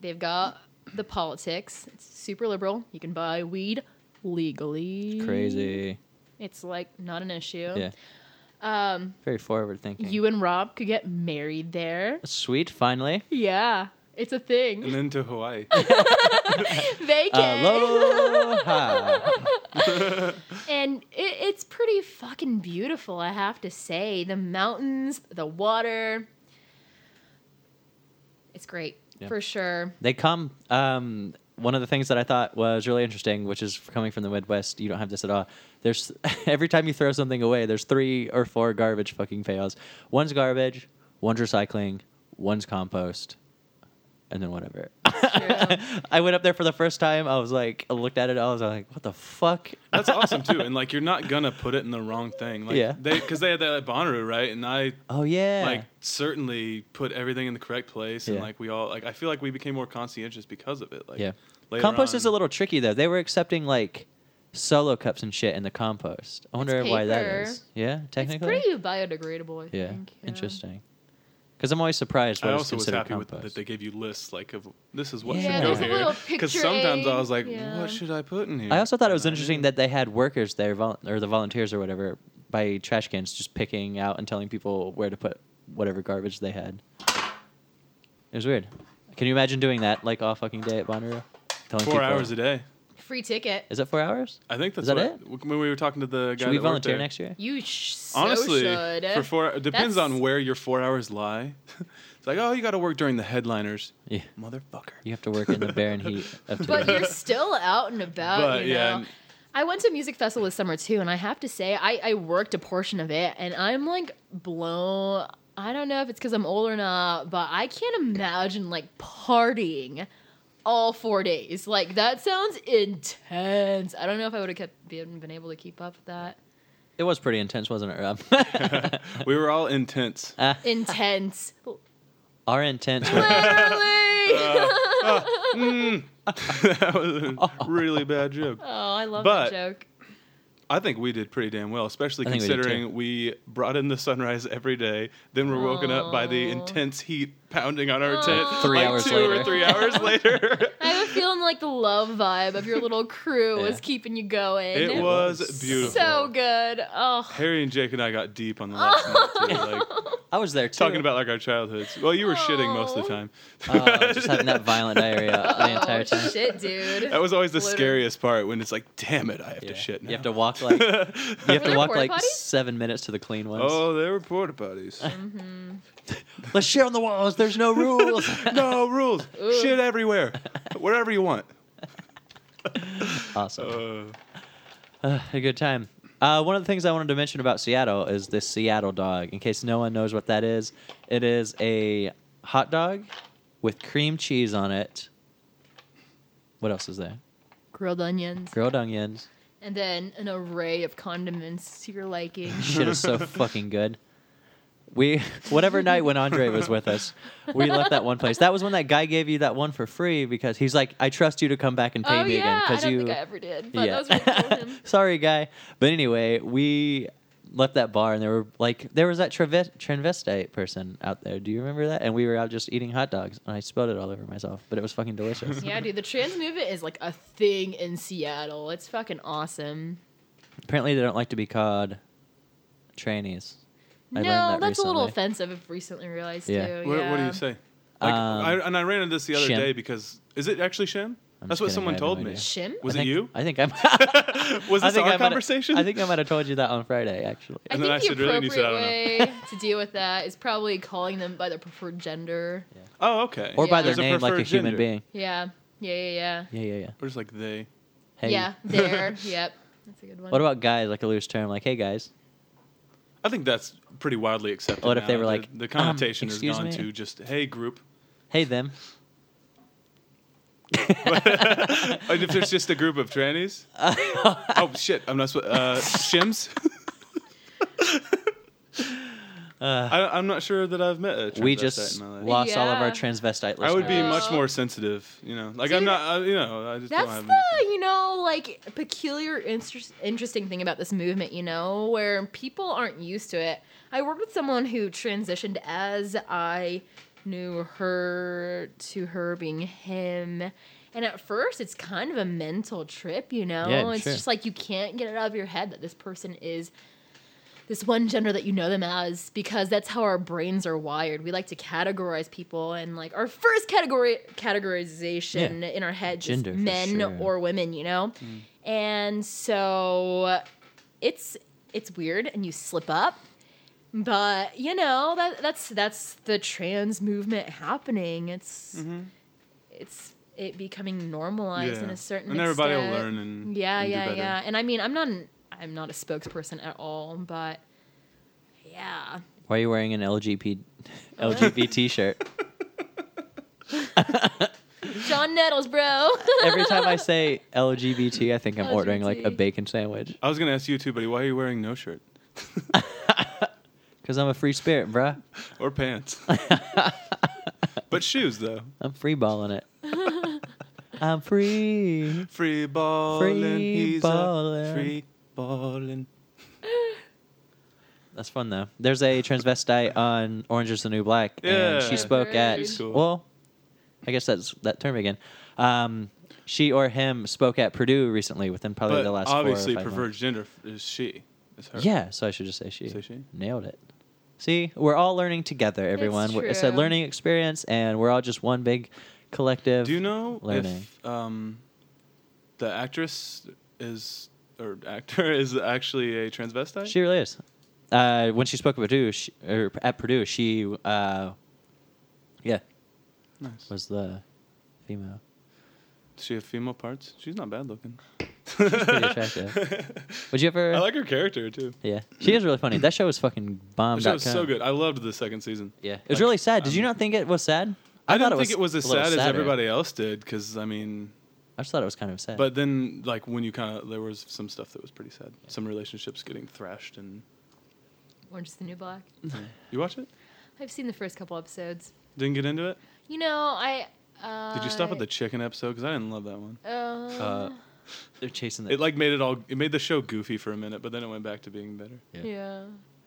Speaker 1: they've got the politics. It's super liberal. You can buy weed legally.
Speaker 2: Crazy.
Speaker 1: It's like not an issue.
Speaker 2: Yeah.
Speaker 1: Mm-hmm. Um,
Speaker 2: Very forward thinking.
Speaker 1: you and Rob could get married there.
Speaker 2: Sweet, finally.
Speaker 1: Yeah, it's a
Speaker 3: And
Speaker 1: thing.
Speaker 3: then to Hawaii.
Speaker 1: Vacay.
Speaker 2: Uh, Aloha.
Speaker 1: and it, it's pretty fucking beautiful, I have to say. The mountains, the water. It's great,
Speaker 2: Yeah.
Speaker 1: for sure.
Speaker 2: They come. Um, one of the things that I thought was really interesting, which is coming from the Midwest, you don't have this at all. There's every time you throw something away, there's three or four garbage fucking pails. One's garbage, one's recycling, one's compost, and then whatever. I went up there for the first time. I was like, I looked at it. I was like, what the fuck?
Speaker 3: That's awesome too, and like you're not gonna put it in the wrong thing. Like,
Speaker 2: Yeah.
Speaker 3: they because they had that at Bonnaroo, right? And I
Speaker 2: Oh yeah.
Speaker 3: like certainly put everything in the correct place, and
Speaker 2: Yeah.
Speaker 3: like we all like I feel like we became more conscientious because of it. Like,
Speaker 2: yeah.
Speaker 3: later
Speaker 2: Compost is
Speaker 3: on-
Speaker 2: a little tricky though. They were accepting like solo cups and shit in the compost. I wonder why that
Speaker 1: paper.
Speaker 2: is. Yeah,
Speaker 1: It's
Speaker 2: technically.
Speaker 1: pretty biodegradable, I
Speaker 2: yeah.
Speaker 1: think.
Speaker 2: Interesting. Because I'm always surprised
Speaker 3: I
Speaker 2: what is
Speaker 3: also was
Speaker 2: considered
Speaker 3: happy with
Speaker 2: compost.
Speaker 3: that they gave you lists like of this is what
Speaker 2: Yeah,
Speaker 3: should go
Speaker 2: there's a
Speaker 3: here.
Speaker 1: little picture
Speaker 3: sometimes I
Speaker 1: aid,
Speaker 3: was like,
Speaker 1: yeah.
Speaker 3: what should I put in here?
Speaker 2: I also thought it
Speaker 3: And
Speaker 2: was interesting that
Speaker 3: didn't.
Speaker 2: they had workers there, vol- or the volunteers or whatever, by trash cans, just picking out and telling people where to put whatever garbage they had. It was weird. Can you imagine doing that like all fucking day at Bonnaroo? Telling
Speaker 3: four hours a day.
Speaker 1: Free ticket.
Speaker 2: Is it four hours?
Speaker 3: I think that's
Speaker 2: that
Speaker 3: what
Speaker 2: it?
Speaker 3: w- when we were talking to the guy.
Speaker 2: Should we
Speaker 3: that worked
Speaker 2: volunteer
Speaker 3: there.
Speaker 2: next year?
Speaker 1: You sh- so
Speaker 3: Honestly,
Speaker 1: should.
Speaker 3: for four it depends
Speaker 1: That's-
Speaker 3: on where your four hours lie. it's like, oh, you got to work during the headliners,
Speaker 2: Yeah.
Speaker 3: motherfucker.
Speaker 2: You have to work in the barren heat of
Speaker 1: but
Speaker 2: today.
Speaker 1: you're still out and about.
Speaker 3: But,
Speaker 1: you know?
Speaker 3: yeah, and-
Speaker 1: I went to a music festival this summer too, and I have to say, I, I worked a portion of it, and I'm like blown. I don't know if it's because I'm old or not, but I can't imagine like partying all four days. Like that sounds intense. I don't know if I would have kept been, been able to keep up with that.
Speaker 2: It was pretty intense, wasn't it, Um, Rob?
Speaker 3: we were all intense.
Speaker 1: Intense,
Speaker 2: Our intents were
Speaker 1: literally.
Speaker 3: that was a really bad joke.
Speaker 1: oh, I love
Speaker 3: But-
Speaker 1: that joke.
Speaker 3: I think we did pretty damn well, especially
Speaker 2: I think we did
Speaker 3: considering we, brought in the sunrise every day. Then we're woken up by the
Speaker 1: Aw.
Speaker 3: intense heat pounding on our tent.
Speaker 2: Three
Speaker 3: like
Speaker 2: hours
Speaker 3: two
Speaker 2: later.
Speaker 3: or three hours later.
Speaker 1: I have a feeling like the love vibe of your little crew was keeping you going.
Speaker 3: it was
Speaker 2: was
Speaker 3: beautiful.
Speaker 1: so good. Oh,
Speaker 3: Harry and Jake and I got deep on the last night, too, like
Speaker 2: I was there too.
Speaker 3: talking about like our childhoods. Well, you were shitting most of the
Speaker 1: Aw.
Speaker 3: time.
Speaker 2: Oh, just having that violent diarrhea the entire
Speaker 1: Oh,
Speaker 2: time.
Speaker 1: Shit, dude.
Speaker 3: That was always the
Speaker 1: Literally.
Speaker 3: scariest part when it's like, damn it, I have
Speaker 2: Yeah.
Speaker 3: to shit now.
Speaker 2: You have to walk like you have to
Speaker 1: there
Speaker 2: walk
Speaker 1: porta
Speaker 2: like
Speaker 1: potties?
Speaker 2: seven minutes to the clean ones.
Speaker 3: oh, they were porta potties.
Speaker 2: Let's shit on the walls. There's no rules.
Speaker 3: no rules. Shit everywhere, wherever you want.
Speaker 2: awesome.
Speaker 3: Uh, Oh.
Speaker 2: a good time. Uh, one of the things I wanted to mention about Seattle is this Seattle dog. In case no one knows what that is, it is a hot dog with cream cheese on it. What else is there?
Speaker 1: grilled onions,
Speaker 2: Grilled onions.
Speaker 1: and then an array of condiments to your liking. Oh,
Speaker 2: Shit is so fucking good. We whatever night when Andre was with us, we left that one place. That was when that guy gave you that one for free because he's like, I trust you to come back and pay
Speaker 1: oh
Speaker 2: me
Speaker 1: yeah,
Speaker 2: again
Speaker 1: I
Speaker 2: because
Speaker 1: don't
Speaker 2: you
Speaker 1: think I ever did, but that was really cool of him.
Speaker 2: Sorry, guy. But anyway, we left that bar and there were like there was that treve- transvestite person out there. Do you remember that? And we were out just eating hot dogs and I spilled it all over myself, but it was fucking delicious.
Speaker 1: Yeah, dude, the trans movement is like a thing in Seattle. It's fucking awesome.
Speaker 2: Apparently, they don't like to be called trannies. I learned
Speaker 1: no,
Speaker 2: that
Speaker 1: that's a little
Speaker 2: recently.
Speaker 1: offensive. I've recently realized
Speaker 2: Yeah.
Speaker 1: too.
Speaker 3: what,
Speaker 1: yeah.
Speaker 3: what do you say? Like,
Speaker 2: Um,
Speaker 3: I, and I ran into this the other
Speaker 2: shim.
Speaker 3: day because is it actually Shem?
Speaker 2: I'm
Speaker 3: That's
Speaker 2: just kidding,
Speaker 3: what
Speaker 2: I
Speaker 3: someone
Speaker 2: have no
Speaker 3: told
Speaker 2: idea.
Speaker 3: me.
Speaker 1: Shim?
Speaker 3: Was
Speaker 2: I
Speaker 3: it
Speaker 2: think-
Speaker 3: you?
Speaker 2: I think I'm.
Speaker 3: Was
Speaker 2: I
Speaker 3: this
Speaker 2: think I might
Speaker 3: our
Speaker 2: have-
Speaker 3: conversation?
Speaker 2: I think I might have told you that on Friday, actually.
Speaker 1: I
Speaker 3: And
Speaker 1: think
Speaker 3: then
Speaker 1: the
Speaker 3: I said,
Speaker 1: appropriate
Speaker 3: really? And you said, I
Speaker 1: way to deal with that is probably calling them by their preferred gender.
Speaker 3: Oh, okay.
Speaker 2: Or by
Speaker 1: Yeah.
Speaker 2: their
Speaker 1: There's a
Speaker 2: name, like a
Speaker 3: preferred
Speaker 2: human
Speaker 3: gender.
Speaker 2: being.
Speaker 1: Yeah, yeah, yeah, yeah.
Speaker 2: Yeah, yeah, yeah.
Speaker 3: Or just like they.
Speaker 2: Hey.
Speaker 1: Yeah, there. yep, that's a good one.
Speaker 2: What about guys? Like a loose term, like, hey guys.
Speaker 3: I think that's pretty widely accepted.
Speaker 2: What if they
Speaker 3: now.
Speaker 2: were
Speaker 3: The-
Speaker 2: like,
Speaker 3: the connotation
Speaker 2: um,
Speaker 3: has
Speaker 2: excuse
Speaker 3: gone
Speaker 2: me?
Speaker 3: to just hey group.
Speaker 2: Hey them.
Speaker 3: And Uh, if there's just a group of trannies. oh shit! I'm not. Sw- uh, shims. I, I'm not sure that I've met a transvestite
Speaker 2: Uh, We just
Speaker 3: in my life.
Speaker 2: lost all of our
Speaker 1: Yeah.
Speaker 2: transvestite listeners.
Speaker 3: I would be
Speaker 1: Wow.
Speaker 3: much more sensitive, you know. Like I'm
Speaker 1: Dude,
Speaker 3: not, I, you know, I just don't
Speaker 1: That's
Speaker 3: have.
Speaker 1: the you know like peculiar inter- interesting thing about this movement, you know, where people aren't used to it. I worked with someone who transitioned as I knew her to her being him. And at first, it's kind of a mental trip, you know?
Speaker 2: Yeah,
Speaker 1: it's
Speaker 2: sure.
Speaker 1: just like you can't get it out of your head that this person is this one gender that you know them as because that's how our brains are wired. We like to categorize people and like our first category categorization
Speaker 2: Yeah.
Speaker 1: in our head just
Speaker 2: Gender, for
Speaker 1: men
Speaker 2: sure.
Speaker 1: or women, you know?
Speaker 3: Mm.
Speaker 1: And so it's it's weird and you slip up. But you know, that that's that's the trans movement happening. It's
Speaker 3: Mm-hmm.
Speaker 1: it's it becoming normalized in a certain
Speaker 3: and everybody
Speaker 1: extent.
Speaker 3: will learn and
Speaker 1: Yeah,
Speaker 3: and do
Speaker 1: yeah,
Speaker 3: better.
Speaker 1: yeah. And I mean, I'm not an, I'm not a spokesperson at all, but yeah,
Speaker 2: Why are you wearing an LGBT LGBT shirt?
Speaker 1: John Nettles, bro.
Speaker 2: Every time I say LGBT, I think I'm ordering like a
Speaker 1: LGBT.
Speaker 2: bacon sandwich
Speaker 3: I was gonna ask you too, buddy. Why are you wearing no shirt
Speaker 2: because I'm a free spirit, bruh.
Speaker 3: or pants? but shoes though.
Speaker 2: I'm free balling it. I'm free.
Speaker 3: Free ballin',
Speaker 2: Free
Speaker 3: he's
Speaker 2: ballin'.
Speaker 3: a free ballin'.
Speaker 2: That's fun though. There's a transvestite on Orange Is the New Black, and
Speaker 3: Yeah.
Speaker 2: she spoke at
Speaker 1: She's
Speaker 3: cool.
Speaker 2: well, I guess that's that term again. Um, she or him spoke at Purdue recently, within probably
Speaker 3: But
Speaker 2: the last
Speaker 3: obviously,
Speaker 2: four or five
Speaker 3: preferred gender is she. Is her.
Speaker 2: months. Yeah, so I should just say she,
Speaker 3: Say she.
Speaker 2: nailed it. See, we're all learning together, everyone. We're- It's a
Speaker 1: true.
Speaker 2: learning experience, and we're all just one big collective.
Speaker 3: Do you know
Speaker 2: learning.
Speaker 3: if um, the actress is or actor is actually a transvestite?
Speaker 2: She really is. Uh, when she spoke at Purdue, she, or at Purdue, she, uh, yeah,
Speaker 3: nice.
Speaker 2: was the female.
Speaker 3: Does she have female parts? She's not bad looking.
Speaker 2: Pretty attractive. Would you ever?
Speaker 3: I like her character too.
Speaker 2: yeah, she is really funny. That show was fucking bomb.
Speaker 3: That show was so good. I loved the second season.
Speaker 2: Yeah, it was really sad. Did you
Speaker 3: um,
Speaker 2: not think it was sad?
Speaker 3: I,
Speaker 2: thought
Speaker 3: don't think it was as
Speaker 2: a little
Speaker 3: sad as
Speaker 2: sadder.
Speaker 3: everybody else did, because I mean,
Speaker 2: I just thought it was kind of sad.
Speaker 3: but then like when you kind of there was some stuff that was pretty sad. Some relationships getting thrashed, and
Speaker 1: Orange is the New Black.
Speaker 2: Mm-hmm.
Speaker 3: you watch it?
Speaker 1: I've seen the first couple episodes.
Speaker 3: Didn't get into it.
Speaker 1: You know, I. Uh,
Speaker 3: Did you stop at the chicken episode? Because I didn't love that one.
Speaker 1: Uh,
Speaker 2: uh, they're chasing the.
Speaker 3: It like made it all. It made the show goofy for a minute, but then it went back to being better.
Speaker 1: yeah.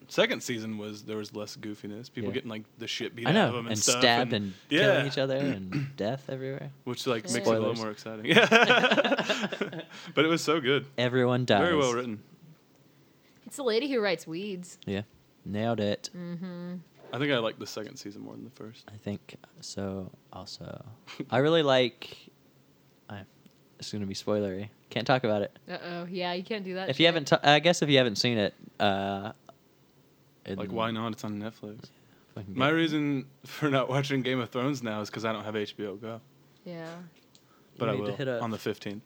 Speaker 3: Second season was there was less goofiness. People
Speaker 2: Yeah.
Speaker 3: getting like the shit beat
Speaker 2: I
Speaker 3: out of
Speaker 2: know,
Speaker 3: them
Speaker 2: and,
Speaker 3: and, stuff,
Speaker 2: stabbed and,
Speaker 3: yeah,
Speaker 2: killing each other and death everywhere.
Speaker 3: which like makes it a
Speaker 2: Spoilers.
Speaker 3: little more exciting. Yeah, but it was so good.
Speaker 2: Everyone dies.
Speaker 3: Very well written.
Speaker 1: It's the lady who writes weeds. Mm-hmm.
Speaker 2: Yeah, nailed it.
Speaker 3: I think I liked the second season more than the first.
Speaker 2: I think so. Also, I really like. I, it's gonna be spoilery. Can't talk about it.
Speaker 1: Uh oh. Yeah, you can't do that.
Speaker 2: If you haven't, t- I guess if you haven't seen it, uh, it-
Speaker 3: Like, why not? It's on Netflix.
Speaker 2: fucking
Speaker 3: My
Speaker 2: good.
Speaker 3: reason for not watching Game of Thrones now is because I don't have HBO Go,
Speaker 1: yeah.
Speaker 3: but
Speaker 2: You
Speaker 3: I
Speaker 2: need to
Speaker 3: will
Speaker 2: hit up-
Speaker 3: on the fifteenth.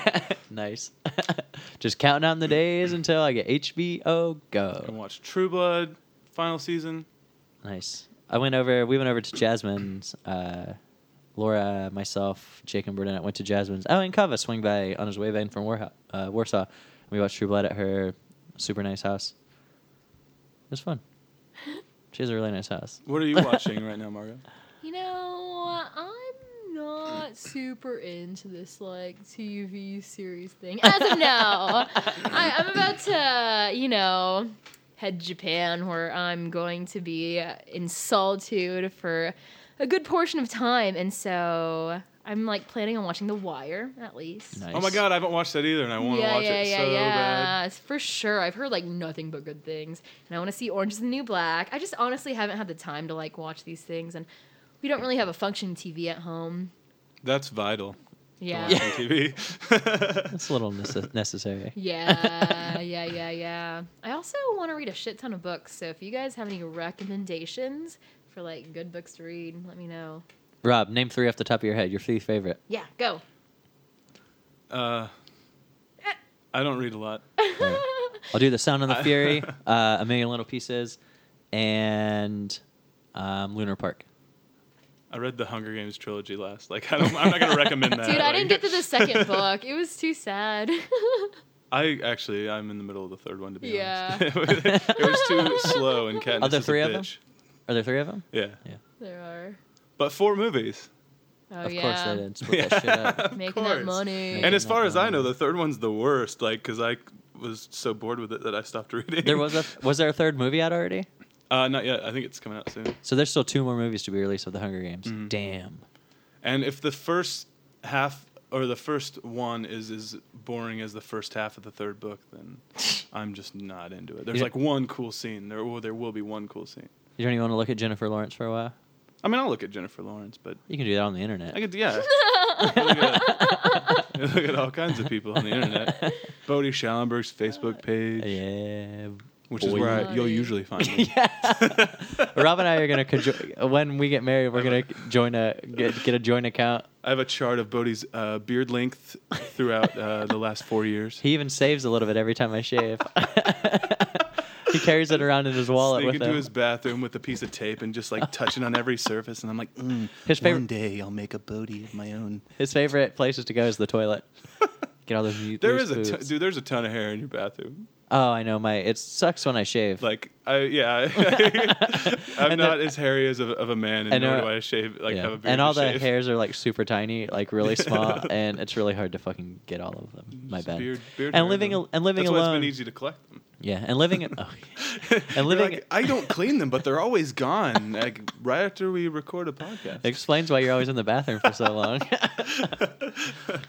Speaker 2: nice. Just counting down the days until I get HBO
Speaker 3: I can
Speaker 2: Go.
Speaker 3: watch True Blood final season.
Speaker 2: Nice. I went over. We went over to Jasmine's. Uh, Laura, myself, Jake, and Burnett went to Jasmine's. Oh, and Kava swing by on his way in from Warha- uh, Warsaw. We watched True Blood at her super nice house. It was fun. She has a really nice house.
Speaker 3: What are you watching right now, Margo?
Speaker 1: You know, I'm not super into this like TV series thing as of now. I, I'm about to, you know, head to Japan where I'm going to be in solitude for a good portion of time, and so I'm like planning on watching The Wire at least.
Speaker 2: Nice.
Speaker 3: Oh my god, I haven't watched that either, and I want to watch it so bad.
Speaker 1: It's For sure. I've heard like nothing but good things. And I want to see Orange is the New Black. I just honestly haven't had the time to like watch these things. And we don't really have a functioning TV at home.
Speaker 3: That's vital.
Speaker 1: Yeah.
Speaker 3: on TV.
Speaker 2: That's a little nece- necessary.
Speaker 1: Yeah, yeah, yeah, yeah. I also want to read a shit ton of books. So if you guys have any recommendations for like good books to read, let me know.
Speaker 2: Rob, name three off the top of your head. Your three favorite.
Speaker 1: Yeah, go.
Speaker 3: uh, I don't read a lot.
Speaker 2: I'll do the Sound and the
Speaker 3: I-
Speaker 2: Fury, uh, A Million Little Pieces, and um, Lunar Park.
Speaker 3: I read the Hunger Games trilogy last. Like, I don't, I'm not gonna recommend that.
Speaker 1: Dude, I
Speaker 3: Like,
Speaker 1: didn't get to the second book. It was too sad.
Speaker 3: I actually, I'm in the middle of the third one to be
Speaker 1: Yeah.
Speaker 3: honest. it was too slow and Katniss
Speaker 2: Are there
Speaker 3: is
Speaker 2: three
Speaker 3: a
Speaker 2: of them?
Speaker 3: bitch.
Speaker 2: Are there three of them?
Speaker 3: Yeah,
Speaker 1: there are.
Speaker 3: but four movies.
Speaker 1: Oh,
Speaker 2: of
Speaker 1: yeah.
Speaker 2: course they did. Split that shit up.
Speaker 3: Of
Speaker 1: Making
Speaker 3: course.
Speaker 1: that money.
Speaker 3: And as
Speaker 2: Making that
Speaker 3: far as I know,
Speaker 2: money.
Speaker 3: the third one's the worst. Like, because I was so bored with it that I stopped reading.
Speaker 2: There was a was there a third movie out already?
Speaker 3: uh, not yet. I think it's coming out soon.
Speaker 2: So there's still two more movies to be released of The Hunger Games.
Speaker 3: Mm-hmm.
Speaker 2: Damn.
Speaker 3: And if the first half or the first one is as boring as the first half of the third book, then I'm just not into it. There's
Speaker 2: Yeah.
Speaker 3: like one cool scene. There, well, there will be one cool scene.
Speaker 2: You don't even want to look at Jennifer Lawrence for a while.
Speaker 3: I mean, I'll look at Jennifer Lawrence, but
Speaker 2: You can do that on the internet.
Speaker 3: I could, yeah. I look, at, I look at all kinds of people on the internet. Bodie Schallenberg's Facebook page,
Speaker 2: Uh, yeah.
Speaker 3: which is where I,
Speaker 1: Boy.
Speaker 3: you'll usually find me.
Speaker 2: Rob and I are gonna conjo- when we get married, we're gonna join a get, get a joint account.
Speaker 3: I have a chart of Bodie's uh, beard length throughout uh, the last four years.
Speaker 2: He even saves a little bit every time I shave. He carries it around in his wallet
Speaker 3: Sneak
Speaker 2: with
Speaker 3: into
Speaker 2: him.
Speaker 3: his bathroom with a piece of tape and just like touching on every surface, and I'm like, mm,
Speaker 2: His favorite-
Speaker 3: One day I'll make a Bodhi of my own.
Speaker 2: His favorite places to go is the toilet. Get all those. new-
Speaker 3: There
Speaker 2: loose
Speaker 3: is a ton,
Speaker 2: foods.
Speaker 3: dude. There's a ton of hair in your bathroom.
Speaker 2: Oh, I know. My it sucks when I shave.
Speaker 3: Like I yeah, I'm
Speaker 2: And the-
Speaker 3: not as hairy as of, of a man,
Speaker 2: And,
Speaker 3: and nor
Speaker 2: uh,
Speaker 3: do I shave like have a beard
Speaker 2: and all
Speaker 3: to
Speaker 2: the
Speaker 3: shave.
Speaker 2: hairs are like super tiny, like really small, and it's really hard to fucking get all of them. My
Speaker 3: Just
Speaker 2: bad.
Speaker 3: Beard, beard
Speaker 2: and
Speaker 3: hair,
Speaker 2: living
Speaker 3: though.
Speaker 2: al- and living
Speaker 3: That's
Speaker 2: alone.
Speaker 3: Why it's been easy to collect them.
Speaker 2: Yeah, and living. in- oh,
Speaker 3: You're
Speaker 2: living-
Speaker 3: like, I don't clean them, but they're always gone. Like right after we record a podcast.
Speaker 2: explains why you're always in the bathroom for so long.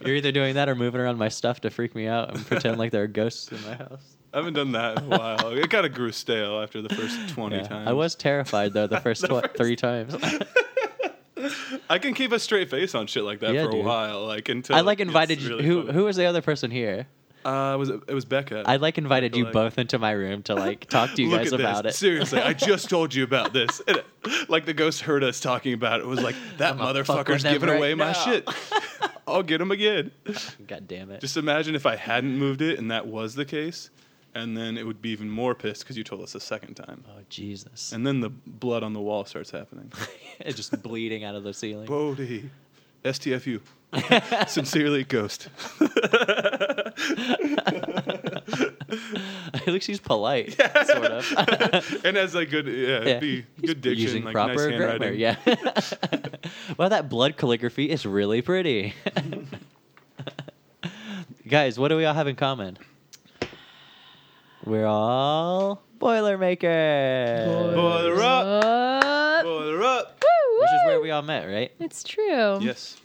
Speaker 2: you're either doing that or moving around my stuff to freak me out and pretend like there are ghosts in my house.
Speaker 3: I haven't done that in a while. It kind of grew stale after the first 20
Speaker 2: Yeah.
Speaker 3: times.
Speaker 2: I was terrified though the first, tw- three times.
Speaker 3: I can keep a straight face on shit like that
Speaker 2: Yeah,
Speaker 3: for a
Speaker 2: dude.
Speaker 3: while. Like until
Speaker 2: I like
Speaker 3: it gets
Speaker 2: invited you.
Speaker 3: really
Speaker 2: who
Speaker 3: funny.
Speaker 2: who was the other person here?
Speaker 3: Uh, it was it was Becca.
Speaker 2: I like invited you
Speaker 3: like-
Speaker 2: both into my room to like talk to you
Speaker 3: Look
Speaker 2: guys
Speaker 3: at
Speaker 2: about
Speaker 3: this.
Speaker 2: it.
Speaker 3: Seriously, I just told you about this. And it- like the ghost heard us talking about it. It was like that
Speaker 2: gonna fuck with
Speaker 3: motherfucker's
Speaker 2: them
Speaker 3: giving
Speaker 2: right
Speaker 3: away my
Speaker 2: now."
Speaker 3: shit. I'll get him again.
Speaker 2: God damn it.
Speaker 3: Just imagine if I hadn't moved it and that was the case, and then it would be even more pissed because you told us a second time.
Speaker 2: oh Jesus.
Speaker 3: And then the blood on the wall starts happening.
Speaker 2: It's just bleeding out of the ceiling.
Speaker 3: Bodhi, STFU. Sincerely, ghost.
Speaker 2: At least he's polite, sort of.
Speaker 3: and has like good, yeah,
Speaker 2: Yeah.
Speaker 3: be
Speaker 2: He's
Speaker 3: good diction,
Speaker 2: using
Speaker 3: like
Speaker 2: proper
Speaker 3: nice handwriting.
Speaker 2: grammar. Yeah. well, that blood calligraphy is really pretty. Guys, what do we all have in common? We're all Boilermakers,
Speaker 3: Boiler up,
Speaker 1: Up.
Speaker 3: boiler up.
Speaker 1: Woo,
Speaker 2: which is where
Speaker 1: woo.
Speaker 2: we all met, right?
Speaker 1: It's true.
Speaker 3: Yes.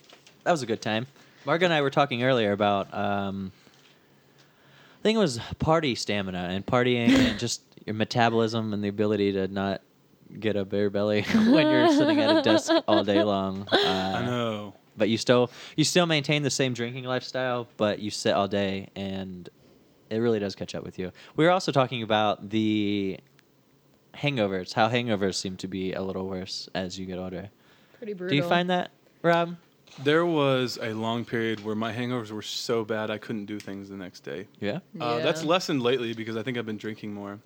Speaker 2: that was a good time. Margo and I were talking earlier about, um, I think it was party stamina and partying and just your metabolism and the ability to not get a bare belly when you're sitting at a desk all day long.
Speaker 3: I
Speaker 2: Uh,
Speaker 3: know.
Speaker 2: but you still you still maintain the same drinking lifestyle, but you sit all day and it really does catch up with you. We were also talking about the hangovers, how hangovers seem to be a little worse as you get older.
Speaker 1: Pretty brutal.
Speaker 2: Do you find that, Rob?
Speaker 3: There was a long period where my hangovers were so bad I couldn't do things the next day.
Speaker 2: Yeah.
Speaker 3: Uh, that's
Speaker 1: Yeah.
Speaker 3: lessened lately because I think I've been drinking more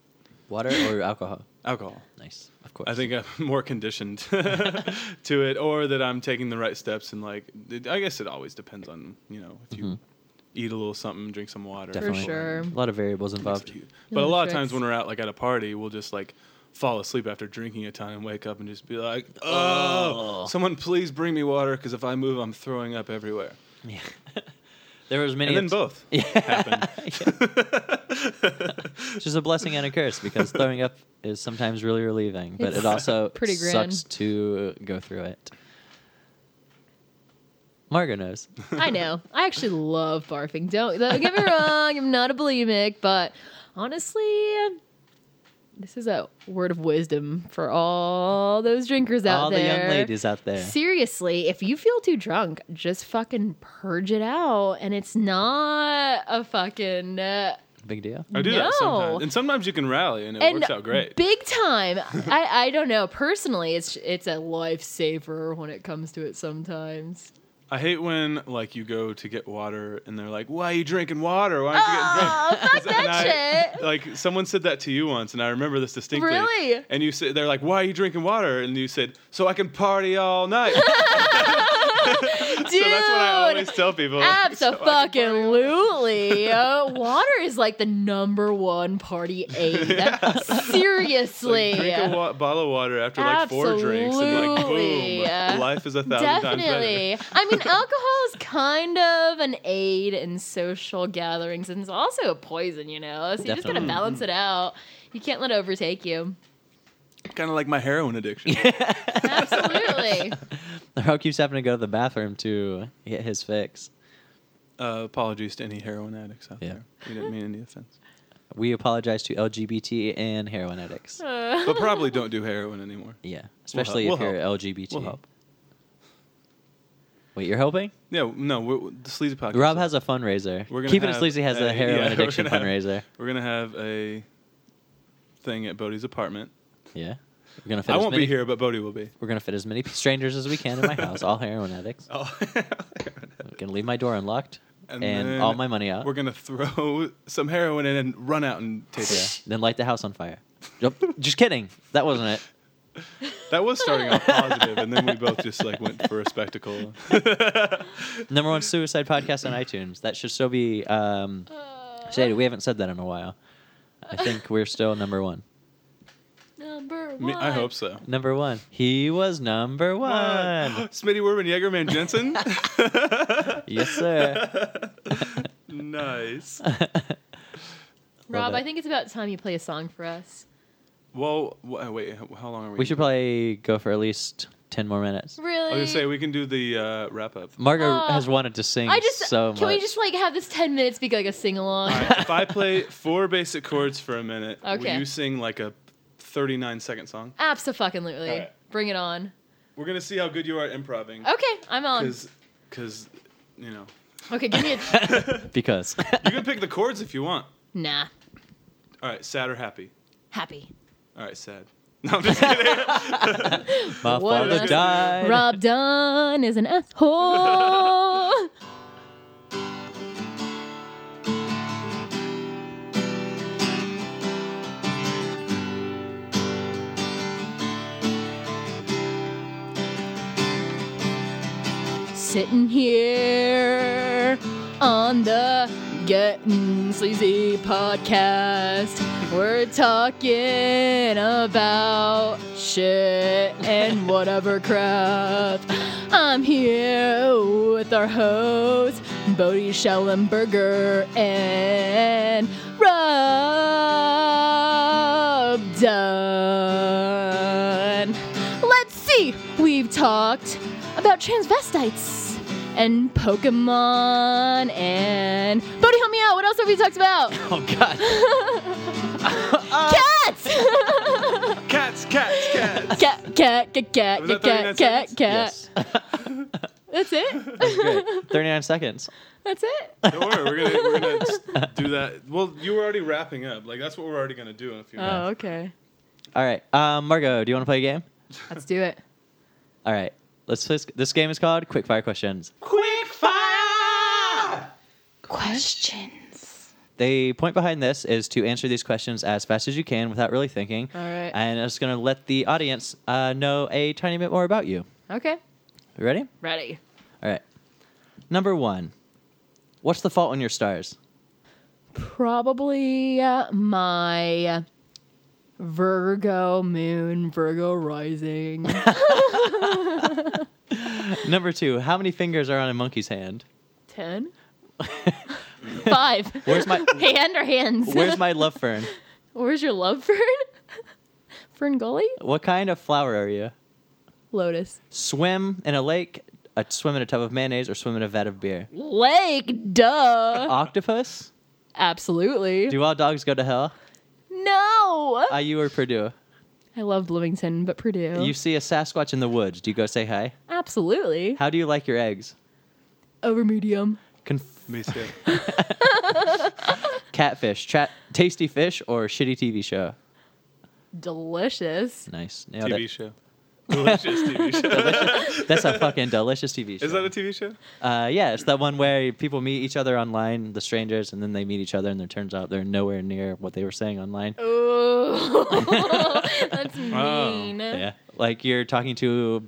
Speaker 2: Water or alcohol?
Speaker 3: alcohol.
Speaker 2: Nice, of course.
Speaker 3: I think I'm more conditioned to it, or that I'm taking the right steps and like. It, I guess it always depends on you know if you eat a little something, drink some water.
Speaker 1: For
Speaker 2: Definitely.
Speaker 1: sure.
Speaker 2: a lot of variables involved.
Speaker 3: But but a lot
Speaker 1: Little
Speaker 3: of times
Speaker 1: tricks.
Speaker 3: when we're out like at a party, we'll just like fall asleep after drinking a ton and wake up and just be like, oh,
Speaker 2: Oh.
Speaker 3: someone please bring me water because if I move, I'm throwing up everywhere.
Speaker 2: Yeah. there was many.
Speaker 3: And then
Speaker 2: it's-
Speaker 3: both happen.
Speaker 2: Which is a blessing and a curse because throwing up is sometimes really relieving, but
Speaker 1: It's
Speaker 2: it also
Speaker 1: pretty grand.
Speaker 2: sucks to go through it. Margo knows.
Speaker 1: I know. I actually love barfing. Don't, don't get me wrong. I'm not a bulimic, but honestly, this is a word of wisdom for all those drinkers out
Speaker 2: All
Speaker 1: there.
Speaker 2: the young ladies out there.
Speaker 1: Seriously, if you feel too drunk, just fucking purge it out, and it's not a fucking. Uh,
Speaker 2: Big deal.
Speaker 3: I do
Speaker 1: No.
Speaker 3: that sometimes, and sometimes you can rally and it works out great.
Speaker 1: Big time. I, I don't know. Personally, it's it's a lifesaver when it comes to it sometimes.
Speaker 3: I hate when like you go to get water and they're like, "Why are you drinking water? Why aren't you getting drunk?"
Speaker 1: Oh, fuck
Speaker 3: And
Speaker 1: that
Speaker 3: I-
Speaker 1: shit.
Speaker 3: Like someone said that to you once, and I remember this distinctly.
Speaker 1: Really?
Speaker 3: And you said, "They're like, why are you drinking water?" And you said, "So I can party all night." so
Speaker 1: Dude.
Speaker 3: that's what I always tell people.
Speaker 1: Absolutely. Uh, water is like the number one party aid. Seriously.
Speaker 3: Like, drink a wa- bottle of water after like four drinks, and like
Speaker 1: Absolutely.
Speaker 3: boom, life is a thousand times
Speaker 1: Definitely. I mean, alcohol is kind of an aid in social gatherings and it's also a poison, you know? So you just gotta
Speaker 2: Definitely.
Speaker 1: balance it out. You can't let it overtake you.
Speaker 3: better. Kind of like my heroin addiction.
Speaker 1: Absolutely.
Speaker 2: Ro keeps having to go to the bathroom to get his fix.
Speaker 3: uh, apologies to any heroin addicts out
Speaker 2: Yeah.
Speaker 3: there. We didn't mean any offense,
Speaker 2: We apologize to LGBT and heroin addicts.
Speaker 1: Uh,
Speaker 3: but probably don't do heroin anymore.
Speaker 2: Yeah, especially
Speaker 3: we'll
Speaker 2: if you're
Speaker 3: help.
Speaker 2: LGBT.
Speaker 3: We'll help.
Speaker 2: Wait, you're helping?
Speaker 3: Yeah, no, we're, the sleazy podcast.
Speaker 2: Rob has a fundraiser.
Speaker 3: We're gonna
Speaker 2: Keep it
Speaker 3: have
Speaker 2: sleazy has a,
Speaker 3: a-
Speaker 2: heroin
Speaker 3: yeah, we're
Speaker 2: addiction
Speaker 3: gonna have-
Speaker 2: fundraiser.
Speaker 3: We're gonna have a thing at Bodhi's apartment.
Speaker 2: Yeah, we're gonna fit.
Speaker 3: I
Speaker 2: as
Speaker 3: won't
Speaker 2: many,
Speaker 3: be here, but Bodhi will be.
Speaker 2: We're gonna fit as many strangers as we can in my house, all heroin addicts.
Speaker 3: Oh.
Speaker 2: I'm gonna leave my door unlocked and, all my money out.
Speaker 3: We're gonna throw some heroin in and run out and take
Speaker 2: yeah.
Speaker 3: it.
Speaker 2: Then light the house on fire. Yup. Just kidding. That wasn't it.
Speaker 3: That was starting off positive, and then we both just like went for a spectacle.
Speaker 2: Number one suicide podcast on iTunes. That should still be um, stated. We haven't said that in a while. I think we're still number one.
Speaker 1: Number
Speaker 3: Me-
Speaker 1: one.
Speaker 3: I hope so.
Speaker 2: Number one. He was number one.
Speaker 3: Smitty Werman, Jaegerman Jensen.
Speaker 2: yes, sir.
Speaker 3: nice.
Speaker 1: Rob,
Speaker 2: Love it.
Speaker 1: I think it's about time you play a song for us.
Speaker 3: Well, wh- wait. h- How long are we?
Speaker 2: We should probably go for at least 10 more minutes.
Speaker 1: Really?
Speaker 3: I was gonna say we can do the uh, wrap up.
Speaker 2: Margot
Speaker 1: Aw.
Speaker 2: has wanted to sing
Speaker 1: I just
Speaker 2: so
Speaker 1: can we
Speaker 2: much.
Speaker 1: just like have this ten minutes be like a sing along?
Speaker 3: All right, if I play four basic chords for a minute,
Speaker 1: Okay.
Speaker 3: will you sing like a 39 second song?
Speaker 1: Absolutely.
Speaker 3: All right.
Speaker 1: Bring it on.
Speaker 3: We're gonna see how good you are at improvising.
Speaker 1: Okay, I'm Oh, on.
Speaker 3: Because, because, you know,
Speaker 1: Okay, give me a
Speaker 2: because.
Speaker 3: you can pick the chords if you want.
Speaker 1: nah.
Speaker 3: All right, sad or happy.
Speaker 1: Happy.
Speaker 3: All right, sad. No, I'm just kidding.
Speaker 2: My
Speaker 1: What
Speaker 2: father
Speaker 1: a-
Speaker 2: died.
Speaker 1: Rob Dunn is an asshole. Sitting here on the Getting Sleazy podcast, we're talking about shit and whatever crap. I'm here with our hosts, Bodie Schellenberger and Rob Dunn. Let's see, we've talked about transvestites and Pokemon and Bodhi, help me out. What else have we talked about?
Speaker 2: Oh, God.
Speaker 1: Cats.
Speaker 3: cats, cats, cats.
Speaker 1: cat, cat, cat, cat,
Speaker 3: Was that
Speaker 1: cat, cat,
Speaker 3: 39
Speaker 1: cat,
Speaker 3: seconds?
Speaker 1: cat.
Speaker 2: Yes.
Speaker 1: That's it.
Speaker 2: Great. 39 seconds.
Speaker 1: That's it.
Speaker 3: Don't worry, we're gonna we're gonna s- do that. Well, you were already wrapping up. Like that's what we're already gonna do in a few
Speaker 1: Oh,
Speaker 3: minutes.
Speaker 1: okay.
Speaker 2: All right. Um, Margot, do you want to play a game?
Speaker 1: Let's do it.
Speaker 2: All right. Let's play. This game is called Quick Fire Questions.
Speaker 5: Questions.
Speaker 2: The point behind this is to answer these questions as fast as you can without really thinking.
Speaker 1: All right.
Speaker 2: And it's going to let the audience uh, know a tiny bit more about you.
Speaker 1: Okay.
Speaker 2: You ready?
Speaker 1: Ready.
Speaker 2: All right. Number one, what's the fault in your stars?
Speaker 1: Probably uh, my Virgo moon, Virgo rising.
Speaker 2: Number two, how many fingers are on a monkey's hand?
Speaker 1: Ten. Five.
Speaker 2: Where's my
Speaker 1: Hand or hands?
Speaker 2: Where's my love fern?
Speaker 1: Where's your love, Fern? Fern Gully?
Speaker 2: What kind of flower are you?
Speaker 1: Lotus.
Speaker 2: Swim in a lake, a, swim in a tub of mayonnaise, or swim in a vat of beer?
Speaker 1: Lake, duh.
Speaker 2: Octopus?
Speaker 1: Absolutely.
Speaker 2: Uh, Do all dogs go to hell?
Speaker 1: no. I,
Speaker 2: IU or Purdue?
Speaker 1: love Bloomington, but Purdue.
Speaker 2: You see a Sasquatch in the woods. Do you go say hi?
Speaker 1: Absolutely.
Speaker 2: How do you like your eggs?
Speaker 1: Over medium.
Speaker 2: Conf-
Speaker 3: Me too.
Speaker 2: catfish, tra- tasty fish, or shitty TV show?
Speaker 1: Delicious.
Speaker 2: Nice. Nailed
Speaker 3: TV
Speaker 2: it.
Speaker 3: show. Delicious TV show.
Speaker 2: That's a fucking delicious TV show.
Speaker 3: Is that a TV show?
Speaker 2: Uh, yeah, it's that one where people meet each other online, the strangers, and then they meet each other, and it turns out they're nowhere near what they were saying online.
Speaker 1: Oh, that's
Speaker 3: Oh,
Speaker 1: mean.
Speaker 2: Yeah, like you're talking to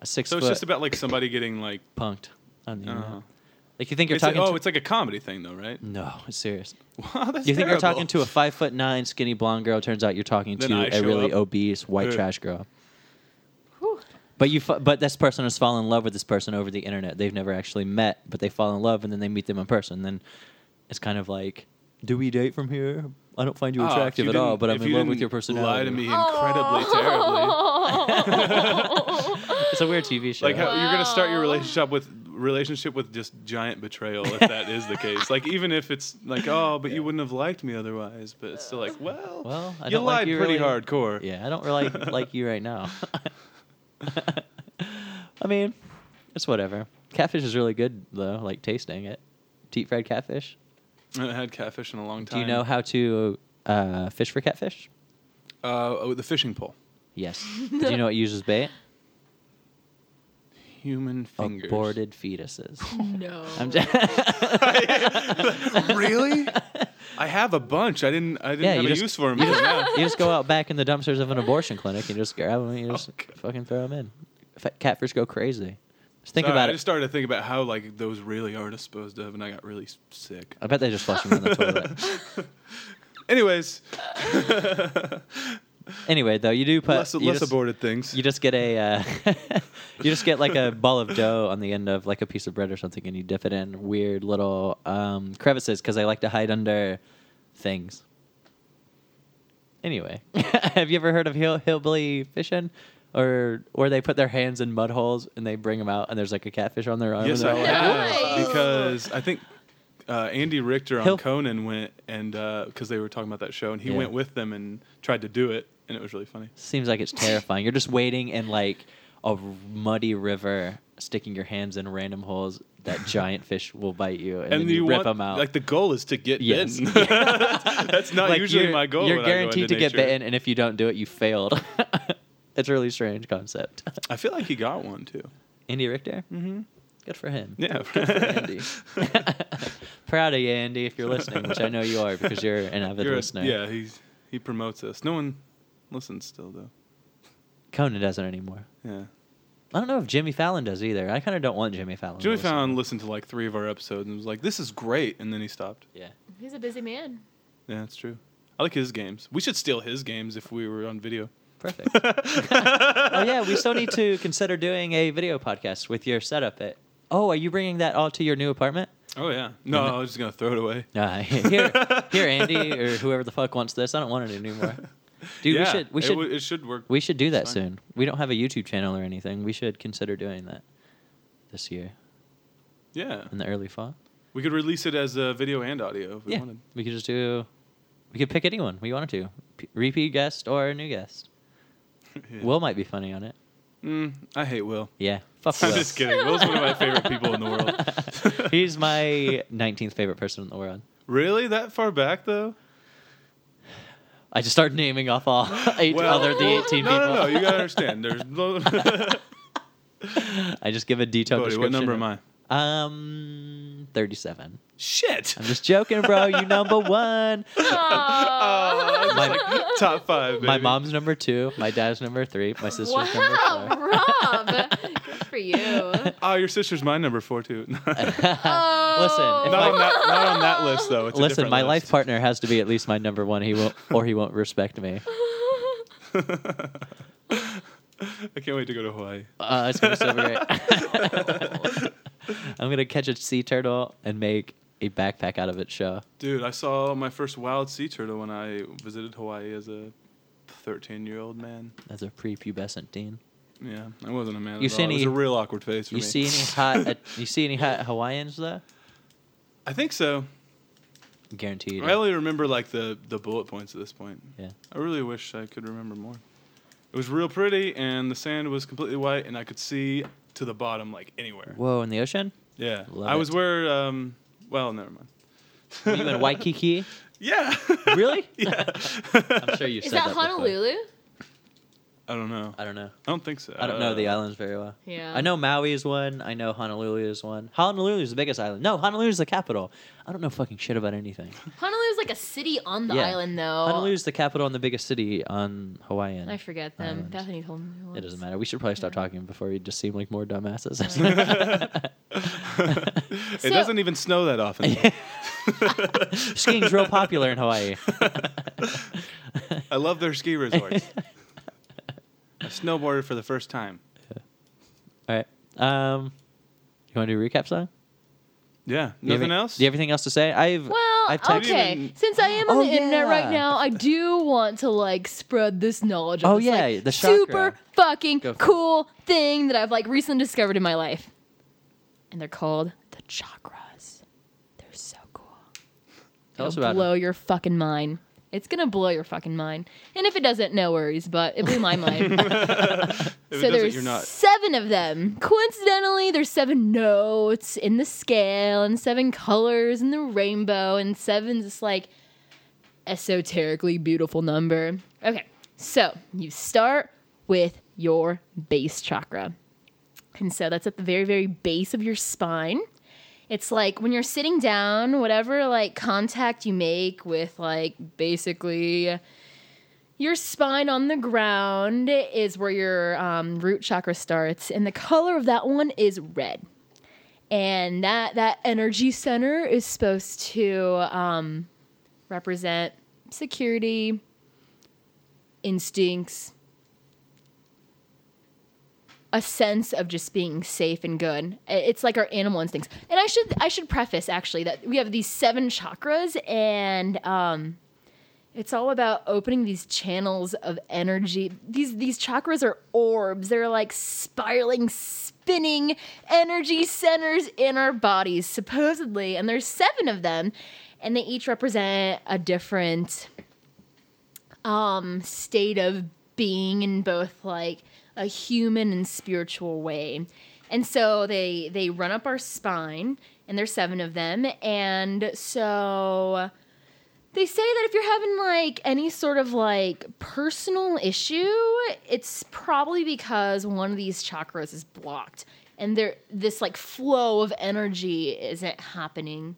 Speaker 2: a six
Speaker 3: So
Speaker 2: foot
Speaker 3: it's just about like somebody getting like.
Speaker 2: punked on the
Speaker 3: Uh-huh.
Speaker 2: internet. Like you think you're
Speaker 3: It's like,
Speaker 2: talking.
Speaker 3: oh,
Speaker 2: to,
Speaker 3: it's like a comedy thing though, right?
Speaker 2: no, it's serious.
Speaker 3: Wow, that's
Speaker 2: You think you're
Speaker 3: terrible.
Speaker 2: talking to a five foot nine skinny blonde girl? Turns out you're talking
Speaker 3: Then I
Speaker 2: to a
Speaker 3: show
Speaker 2: really
Speaker 3: up.
Speaker 2: obese white
Speaker 3: Ugh.
Speaker 2: trash girl.
Speaker 1: Whew.
Speaker 2: But you, fa- but this person has fallen in love with this person over the internet. They've never actually met, but they fall in love, and then they meet them in person. Then it's kind of like, do we date from here? I don't find you
Speaker 3: Oh, if
Speaker 2: attractive
Speaker 3: you
Speaker 2: at all,
Speaker 3: didn't-
Speaker 2: but I'm
Speaker 3: if
Speaker 2: in
Speaker 3: you
Speaker 2: love with
Speaker 3: didn't
Speaker 2: your personality.
Speaker 3: Lie to me incredibly terribly.
Speaker 2: Oh. It's a weird TV show.
Speaker 3: Like how you're gonna start your relationship with relationship with just giant betrayal if that is the case. Like even if it's like, oh, but you wouldn't have liked me otherwise. But it's still like, well,
Speaker 2: Well, I
Speaker 3: you
Speaker 2: don't like
Speaker 3: lied
Speaker 2: you
Speaker 3: pretty
Speaker 2: really-
Speaker 3: hardcore.
Speaker 2: yeah, I don't really like you right now. I mean, it's whatever. Catfish is really good though. Like tasting it, deep fried catfish.
Speaker 3: I haven't had catfish in a long
Speaker 2: Do
Speaker 3: time.
Speaker 2: you know how to uh, fish for catfish?
Speaker 3: Uh, oh, the fishing pole.
Speaker 2: Yes. Do you know what uses bait?
Speaker 3: human fingers.
Speaker 2: Aborted fetuses.
Speaker 1: No.
Speaker 2: I'm just,
Speaker 3: really? I have a bunch. I didn't. I didn't
Speaker 2: Yeah,
Speaker 3: have
Speaker 2: you
Speaker 3: a
Speaker 2: just-
Speaker 3: use for them. Yeah.
Speaker 2: you just go out back in the dumpsters of an abortion clinic and just grab them and you just
Speaker 3: Oh, God.
Speaker 2: fucking throw them in. Fa- Catfish go crazy. Just think
Speaker 3: Sorry,
Speaker 2: about
Speaker 3: I
Speaker 2: it.
Speaker 3: just started to think about how like those really are disposed of, and I got really s- sick.
Speaker 2: I bet they just flush them in the toilet.
Speaker 3: Anyways,
Speaker 2: Anyway, though, you do put
Speaker 3: less
Speaker 2: you
Speaker 3: less
Speaker 2: just,
Speaker 3: aborted things.
Speaker 2: You just get a uh, you just get like a ball of dough on the end of like a piece of bread or something, and you dip it in weird little um, crevices because I like to hide under things. Anyway, have you ever heard of hill, hillbilly fishing? Or where they put their hands in mud holes and they bring them out and there's like a catfish on their arm.
Speaker 3: yes,
Speaker 2: and
Speaker 3: I
Speaker 2: they're all like,
Speaker 3: have
Speaker 1: Nice.
Speaker 3: because I think uh, Andy Richter on
Speaker 2: He'll-
Speaker 3: Conan went and because they were talking about that show, and he
Speaker 2: Yeah.
Speaker 3: went with them and tried to do it, and it was really funny.
Speaker 2: Seems like it's terrifying. You're just waiting in like a muddy river, sticking your hands in random holes that giant fish will bite you, and, then you, rip
Speaker 3: want-
Speaker 2: them out.
Speaker 3: Like the goal is to get
Speaker 2: Yes.
Speaker 3: bitten. That's not
Speaker 2: Like,
Speaker 3: usually
Speaker 2: you're-
Speaker 3: my goal.
Speaker 2: You're
Speaker 3: when I go
Speaker 2: guaranteed
Speaker 3: into
Speaker 2: to get
Speaker 3: nature.
Speaker 2: bitten, and if you don't do it, you failed. it's a really strange concept.
Speaker 3: I feel like he got one too.
Speaker 2: Andy Richter, mm-hmm. good for him.
Speaker 3: Yeah.
Speaker 2: Andy. Proud of you, Andy, if you're listening, which I know you are because you're an avid
Speaker 3: You're a-
Speaker 2: listener.
Speaker 3: yeah, he's he promotes us. No one listens still though.
Speaker 2: Conan doesn't anymore.
Speaker 3: Yeah.
Speaker 2: I don't know if Jimmy Fallon does either. I kind of don't want Jimmy Fallon. to
Speaker 3: Jimmy
Speaker 2: listen.
Speaker 3: Fallon listened to like three of our episodes and was like, "This is great," and then he stopped.
Speaker 2: Yeah.
Speaker 1: He's a busy man.
Speaker 3: Yeah, that's true. I like his games. We should steal his games if we were on video.
Speaker 2: Perfect. oh yeah, we still need to consider doing a video podcast with your setup. At oh, are you bringing that all to your new apartment?
Speaker 3: Oh yeah. No, I was just gonna throw it away.
Speaker 2: Uh, here, here, Andy or whoever the fuck wants this. I don't want it anymore. Dude,
Speaker 3: yeah,
Speaker 2: we should we
Speaker 3: it
Speaker 2: should
Speaker 3: would- it should work.
Speaker 2: we should do that
Speaker 3: fine.
Speaker 2: soon. We don't have a YouTube channel or anything. We should consider doing that this year
Speaker 3: yeah,
Speaker 2: in the early fall.
Speaker 3: we could release it as a video and audio if we
Speaker 2: yeah,
Speaker 3: wanted.
Speaker 2: we could just do. We could pick anyone we wanted to, P- repeat guest or a new guest.
Speaker 3: Yeah.
Speaker 2: Will might be funny on it.
Speaker 3: mm, I hate Will.
Speaker 2: Yeah, fuck Will.
Speaker 3: I'm just kidding. Will's one of my favorite people in the world.
Speaker 2: He's my 19th favorite person in the world.
Speaker 3: really that far back though.
Speaker 2: I just start naming off all eight other the 18
Speaker 3: no,
Speaker 2: people.
Speaker 3: No, no, You gotta understand. There's no.
Speaker 2: I just give a detailed
Speaker 3: Bodhi,
Speaker 2: description.
Speaker 3: what number am I?
Speaker 2: Um, 37.
Speaker 3: Shit.
Speaker 2: I'm just joking, bro. You number one.
Speaker 1: Oh,
Speaker 2: My,
Speaker 3: Top five. Baby.
Speaker 2: my mom's number two. My dad's number three. My sister's number
Speaker 1: wow,
Speaker 2: four.
Speaker 1: Rob. Good for you. Oh,
Speaker 3: Oh, your sister's my number four too. not,
Speaker 2: if
Speaker 3: on
Speaker 2: my-
Speaker 3: that, not on that list though. It's a
Speaker 2: Listen,
Speaker 3: different
Speaker 2: my
Speaker 3: list.
Speaker 2: life partner has to be at least my number one. He won't, or he won't respect me.
Speaker 3: I can't wait to go to Hawaii.
Speaker 2: Uh, it's gonna be so great. I'm gonna catch a sea turtle and make a backpack out of its shell.
Speaker 3: Dude, I saw my first wild sea turtle when I visited Hawaii as a 13 year old man.
Speaker 2: As a prepubescent teen.
Speaker 3: Yeah, I wasn't a man.
Speaker 2: You
Speaker 3: at
Speaker 2: see
Speaker 3: all. It was
Speaker 2: any-
Speaker 3: a real awkward face for
Speaker 2: You
Speaker 3: me.
Speaker 2: see any hot? uh, you see any hot Hawaiians though?
Speaker 3: I think so.
Speaker 2: Guaranteed.
Speaker 3: I only remember like the the bullet points at this point.
Speaker 2: Yeah.
Speaker 3: I really wish I could remember more. It was real pretty, and the sand was completely white, and I could see to the bottom like anywhere.
Speaker 2: Whoa, in the ocean?
Speaker 3: Yeah,
Speaker 2: Love
Speaker 3: I was
Speaker 2: it.
Speaker 3: where. Um, well, never mind.
Speaker 2: You in Waikiki?
Speaker 3: Yeah.
Speaker 2: Really?
Speaker 3: yeah.
Speaker 2: I'm sure you
Speaker 1: Is
Speaker 2: said that.
Speaker 1: that
Speaker 2: before.
Speaker 1: Honolulu?
Speaker 3: I don't know.
Speaker 2: I don't know.
Speaker 3: I don't think so.
Speaker 2: I don't know the
Speaker 3: Uh,
Speaker 2: islands very well.
Speaker 1: Yeah.
Speaker 2: I know Maui is one. I know Honolulu is one. Honolulu is the biggest island. No, Honolulu is the capital. I don't know fucking shit about anything.
Speaker 1: Honolulu's like a city on the
Speaker 2: Yeah.
Speaker 1: island, though.
Speaker 2: Honolulu is the capital and the biggest city on Hawaiian.
Speaker 1: Oh. I forget them.
Speaker 2: Islands.
Speaker 1: Bethany told me. Once.
Speaker 2: It doesn't matter. We should probably stop talking before we just seem like more dumbasses.
Speaker 3: It
Speaker 1: So-
Speaker 3: doesn't even snow that often.
Speaker 2: Skiing's real popular in Hawaii.
Speaker 3: I love their ski resorts. I snowboarded for the first time.
Speaker 2: All right. Um, you want to do a recap song?
Speaker 3: Yeah.
Speaker 2: Do you have
Speaker 3: Nothing
Speaker 2: any-
Speaker 3: else?
Speaker 2: Do you have anything else to say? I've
Speaker 1: Well,
Speaker 2: I've texted-
Speaker 1: okay.
Speaker 3: even-
Speaker 1: Since I am on
Speaker 2: Oh,
Speaker 1: the internet right
Speaker 2: yeah.
Speaker 1: now, I do want to like spread this knowledge. Of
Speaker 2: Oh,
Speaker 1: this,
Speaker 2: yeah,
Speaker 1: like,
Speaker 2: the chakra.
Speaker 1: super fucking
Speaker 2: Go for it.
Speaker 1: cool thing that I've like recently discovered in my life, and they're called the chakras. They're so cool.
Speaker 2: Tell us
Speaker 1: It'll
Speaker 2: about
Speaker 1: blow
Speaker 2: it.
Speaker 1: your fucking mind. It's gonna blow your fucking mind. And if it doesn't, no worries. But it blew my mind.
Speaker 3: If it
Speaker 1: so
Speaker 3: doesn't,
Speaker 1: there's
Speaker 3: you're not.
Speaker 1: seven of them. Coincidentally, there's seven notes in the scale and seven colors in the rainbow, and seven's this like esoterically beautiful number. Okay, so you start with your base chakra. And so that's at the very, very base of your spine. It's like when you're sitting down, whatever like contact you make with like basically your spine on the ground is where your um, root chakra starts, and the color of that one is red. And that that energy center is supposed to um, represent security, instincts, a sense of just being safe and good. I- It's like our animal instincts. And I should I should preface actually that we have these seven chakras and um it's all about opening these channels of energy. These these chakras are orbs. They're like spiraling spinning energy centers in our bodies supposedly and there's seven of them and they each represent a different um state of being in both like a human and spiritual way. And so they they run up our spine and there's seven of them and so they say that if you're having like any sort of like personal issue, it's probably because one of these chakras is blocked and there this like flow of energy isn't happening.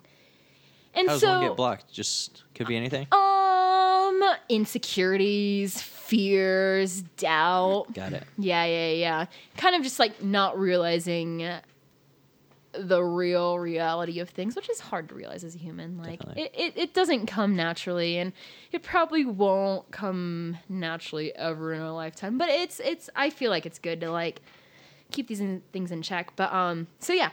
Speaker 1: And
Speaker 2: How does
Speaker 1: so Oh.
Speaker 2: one get blocked? Just could be anything.
Speaker 1: um, insecurities, fears, doubt.
Speaker 2: Got it.
Speaker 1: Yeah, yeah, yeah. Kind of just like not realizing the real reality of things, which is hard to realize as a human. Like
Speaker 2: Definitely.
Speaker 1: it, it, it doesn't come naturally and it probably won't come naturally ever in our lifetime. But it's it's I feel like it's good to like keep these in, things in check. But um so yeah.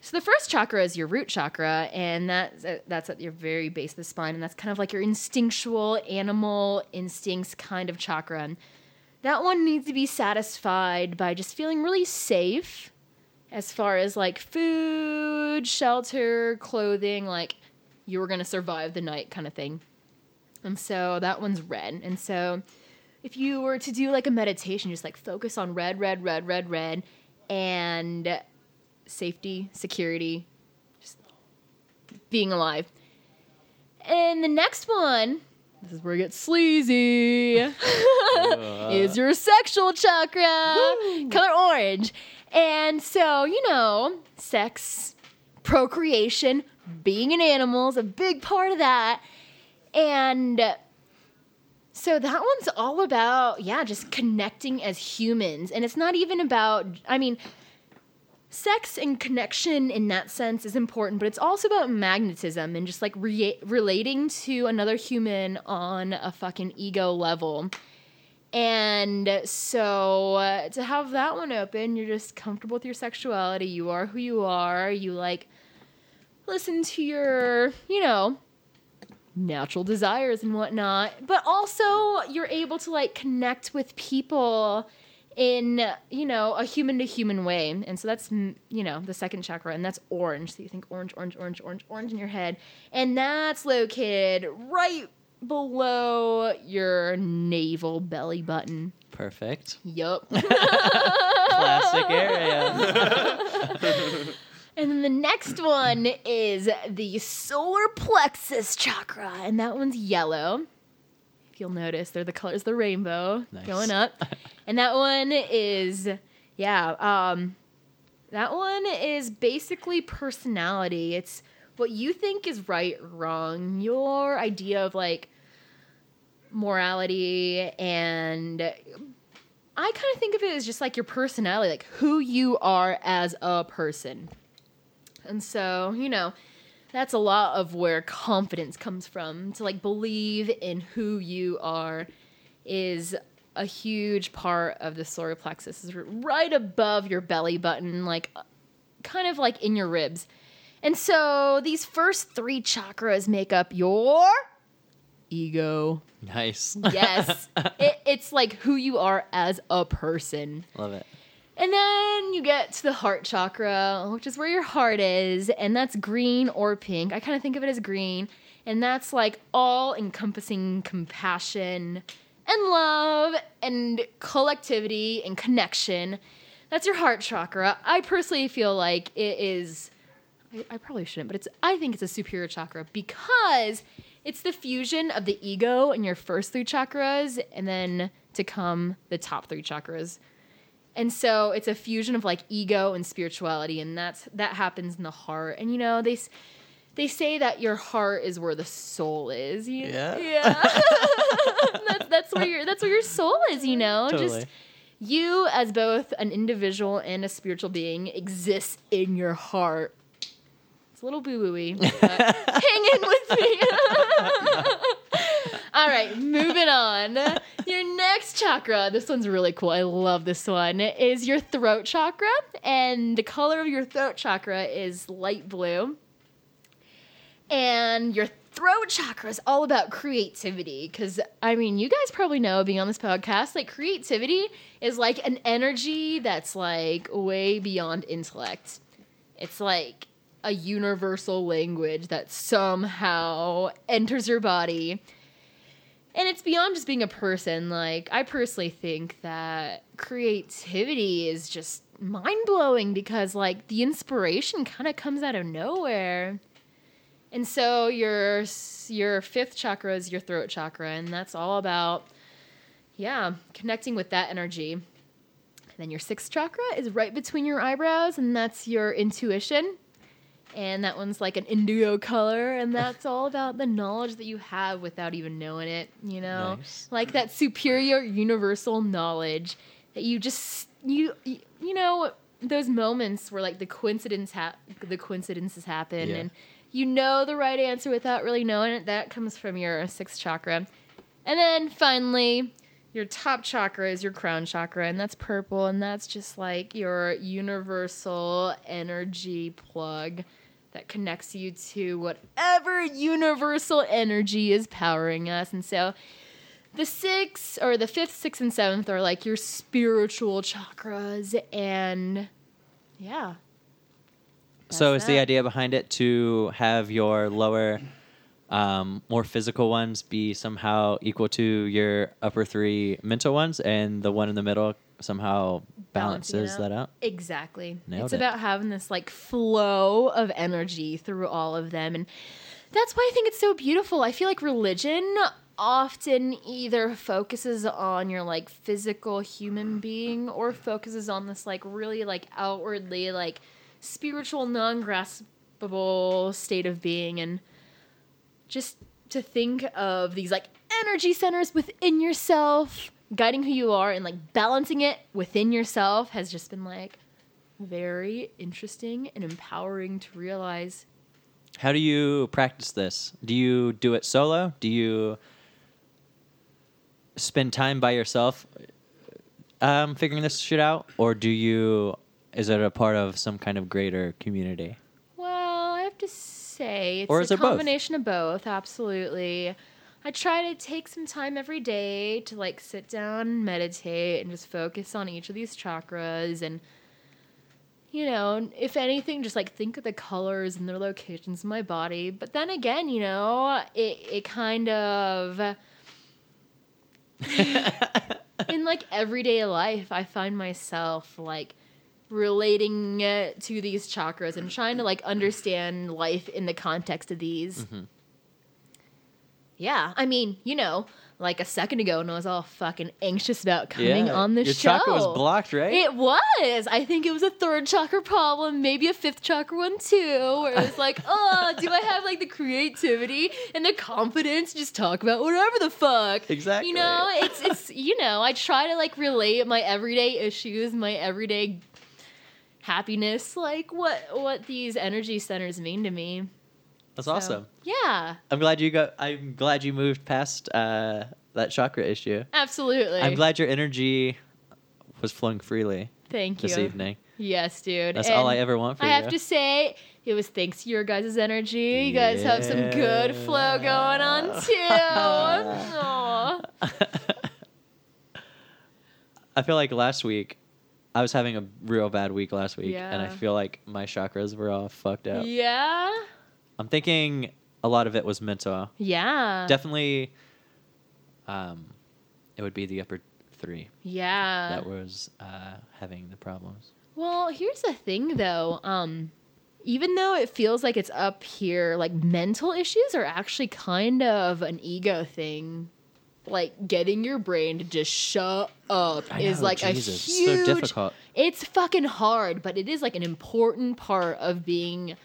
Speaker 1: So the first chakra is your root chakra and that's that's at your very base of the spine and that's kind of like your instinctual animal instincts kind of chakra. And that one needs to be satisfied by just feeling really safe as far as like food, shelter, clothing, like you were gonna survive the night kind of thing. And so that one's red. And so if you were to do like a meditation, just like focus on red, red, red, red, red, and safety, security, just being alive. And the next one, this is where it gets sleazy. is your sexual chakra color orange. And so, you know, sex, procreation, being an animal is a big part of that. And so that one's all about, yeah, just connecting as humans. And it's not even about, I mean, sex and connection in that sense is important, but it's also about magnetism and just like rea- relating to another human on a fucking ego level. And so uh, to have that one open, you're just comfortable with your sexuality. You are who you are. You like listen to your, you know, natural desires and whatnot. But also, you're able to like connect with people in, you know, a human to human way. And so that's, mm, you know, the second chakra. And that's orange. So you think orange, orange, orange, orange, orange in your head. And that's located right below your navel belly button.
Speaker 2: Perfect.
Speaker 1: Yup.
Speaker 2: Classic area.
Speaker 1: And then the next one is the solar plexus chakra, and that one's yellow. If you'll notice, they're the colors of the rainbow
Speaker 2: Nice.
Speaker 1: going up. And that one is, yeah, um, that one is basically personality. It's what you think is right, wrong, your idea of like morality and I kind of think of it as just like your personality, like who you are as a person. And so, you know, that's a lot of where confidence comes from. To like believe in who you are is a huge part of the solar plexus, is right above your belly button, like uh, kind of like in your ribs. And so these first three chakras make up your ego.
Speaker 2: Nice.
Speaker 1: Yes. it, it's like who you are as a person.
Speaker 2: Love it.
Speaker 1: And then you get to the heart chakra, which is where your heart is, and that's green or pink. I kind of think of it as green, and that's like all encompassing compassion and love and collectivity and connection. That's your heart chakra. I personally feel like it is I, I probably shouldn't, but it's I think it's a superior chakra because it's the fusion of the ego and your first three chakras and then to come the top three chakras. And so it's a fusion of like ego and spirituality, and that's that happens in the heart. And you know they s- they say that your heart is where the soul is. You,
Speaker 2: Yeah.
Speaker 1: yeah. that's that's where your that's where your soul is. You know, just
Speaker 2: Totally.
Speaker 1: you as both an individual and a spiritual being exists in your heart. It's a little boo wooey. Hang in with me. All right, moving on. Your next chakra. This one's really cool. I love this one. Is your throat chakra, and the color of your throat chakra is light blue. And your throat chakra is all about creativity because I mean, you guys probably know being on this podcast, like creativity is like an energy that's like way beyond intellect. It's like a universal language that somehow enters your body. And it's beyond just being a person. Like, I personally think that creativity is just mind blowing because, like, the inspiration kind of comes out of nowhere. And so your s- your fifth chakra is your throat chakra, and that's all about yeah connecting with that energy. And then your sixth chakra is right between your eyebrows, and that's your intuition. And that one's like an indigo color, and that's all about the knowledge that you have without even knowing it. You know,
Speaker 2: Nice.
Speaker 1: like that superior universal knowledge that you just you you, you know those moments where like the coincidence hap- the coincidences happen
Speaker 2: Yeah.
Speaker 1: and you know the right answer without really knowing it. That comes from your sixth chakra. And then finally, your top chakra is your crown chakra, and that's purple, and that's just like your universal energy plug that connects you to whatever universal energy is powering us. And so the sixth or the fifth, sixth, and seventh are like your spiritual chakras, and yeah.
Speaker 2: so
Speaker 1: That's
Speaker 2: is the
Speaker 1: that.
Speaker 2: idea behind it to have your lower um, more physical ones be somehow equal to your upper three mental ones and the one in the middle somehow
Speaker 1: balancing it
Speaker 2: balances that out
Speaker 1: Exactly.
Speaker 2: Nailed
Speaker 1: it's
Speaker 2: it.
Speaker 1: about having this like flow of energy through all of them. And that's why I think it's so beautiful. I feel like religion often either focuses on your like physical human being or focuses on this like really like outwardly like spiritual non graspable state of being and just to think of these like energy centers within yourself, guiding who you are and like balancing it within yourself has just been like very interesting and empowering to realize.
Speaker 2: how do you practice this do you do it solo do you spend time by yourself um, figuring this shit out or do you is it a part of some kind of greater community
Speaker 1: Well, I have to say it's
Speaker 2: Or is
Speaker 1: a
Speaker 2: it both?
Speaker 1: combination of both, absolutely. I try to take some time every day to like sit down, meditate, and just focus on each of these chakras and you know, if anything, just like think of the colors and their locations in my body. But then again, you know, it, it kind of. in like everyday life, I find myself like relating uh, to these chakras and trying to like understand life in the context of these.
Speaker 2: Mm-hmm.
Speaker 1: Yeah, I mean, you know, like a second ago, and I was all fucking anxious about coming on this
Speaker 2: your
Speaker 1: show.
Speaker 2: chakra was blocked right
Speaker 1: It was. I think it was a third chakra problem, maybe a fifth chakra one too, where it's like, oh, do I have like the creativity and the confidence to just talk about whatever the fuck?
Speaker 2: Exactly.
Speaker 1: You know, it's it's you know, I try to like relate my everyday issues, my everyday happiness, like what what these energy centers mean to me.
Speaker 2: that's
Speaker 1: So,
Speaker 2: awesome
Speaker 1: Yeah,
Speaker 2: I'm glad you got. I'm glad you moved past uh, that chakra issue.
Speaker 1: absolutely.
Speaker 2: I'm glad your energy was flowing freely
Speaker 1: Thank you.
Speaker 2: this evening.
Speaker 1: Yes, dude.
Speaker 2: That's all
Speaker 1: And-
Speaker 2: I ever want for
Speaker 1: I
Speaker 2: you.
Speaker 1: have to say, it was thanks to your guys' energy. You guys have some good flow going on too. Aw.
Speaker 2: I feel like last week, I was having a real bad week last week, and I
Speaker 1: Yeah.
Speaker 2: feel like my chakras were all fucked up.
Speaker 1: Yeah.
Speaker 2: I'm thinking a lot of it was mental.
Speaker 1: Yeah.
Speaker 2: Definitely, um, it would be the upper three
Speaker 1: yeah.
Speaker 2: that was uh, having the problems.
Speaker 1: Well, here's the thing though. Um even though it feels like it's up here, like mental issues are actually kind of an ego thing. like getting your brain to just shut up
Speaker 2: I
Speaker 1: is
Speaker 2: know,
Speaker 1: like
Speaker 2: Jesus,
Speaker 1: a
Speaker 2: it's so
Speaker 1: huge.
Speaker 2: difficult.
Speaker 1: It's fucking hard, but it is like an important part of being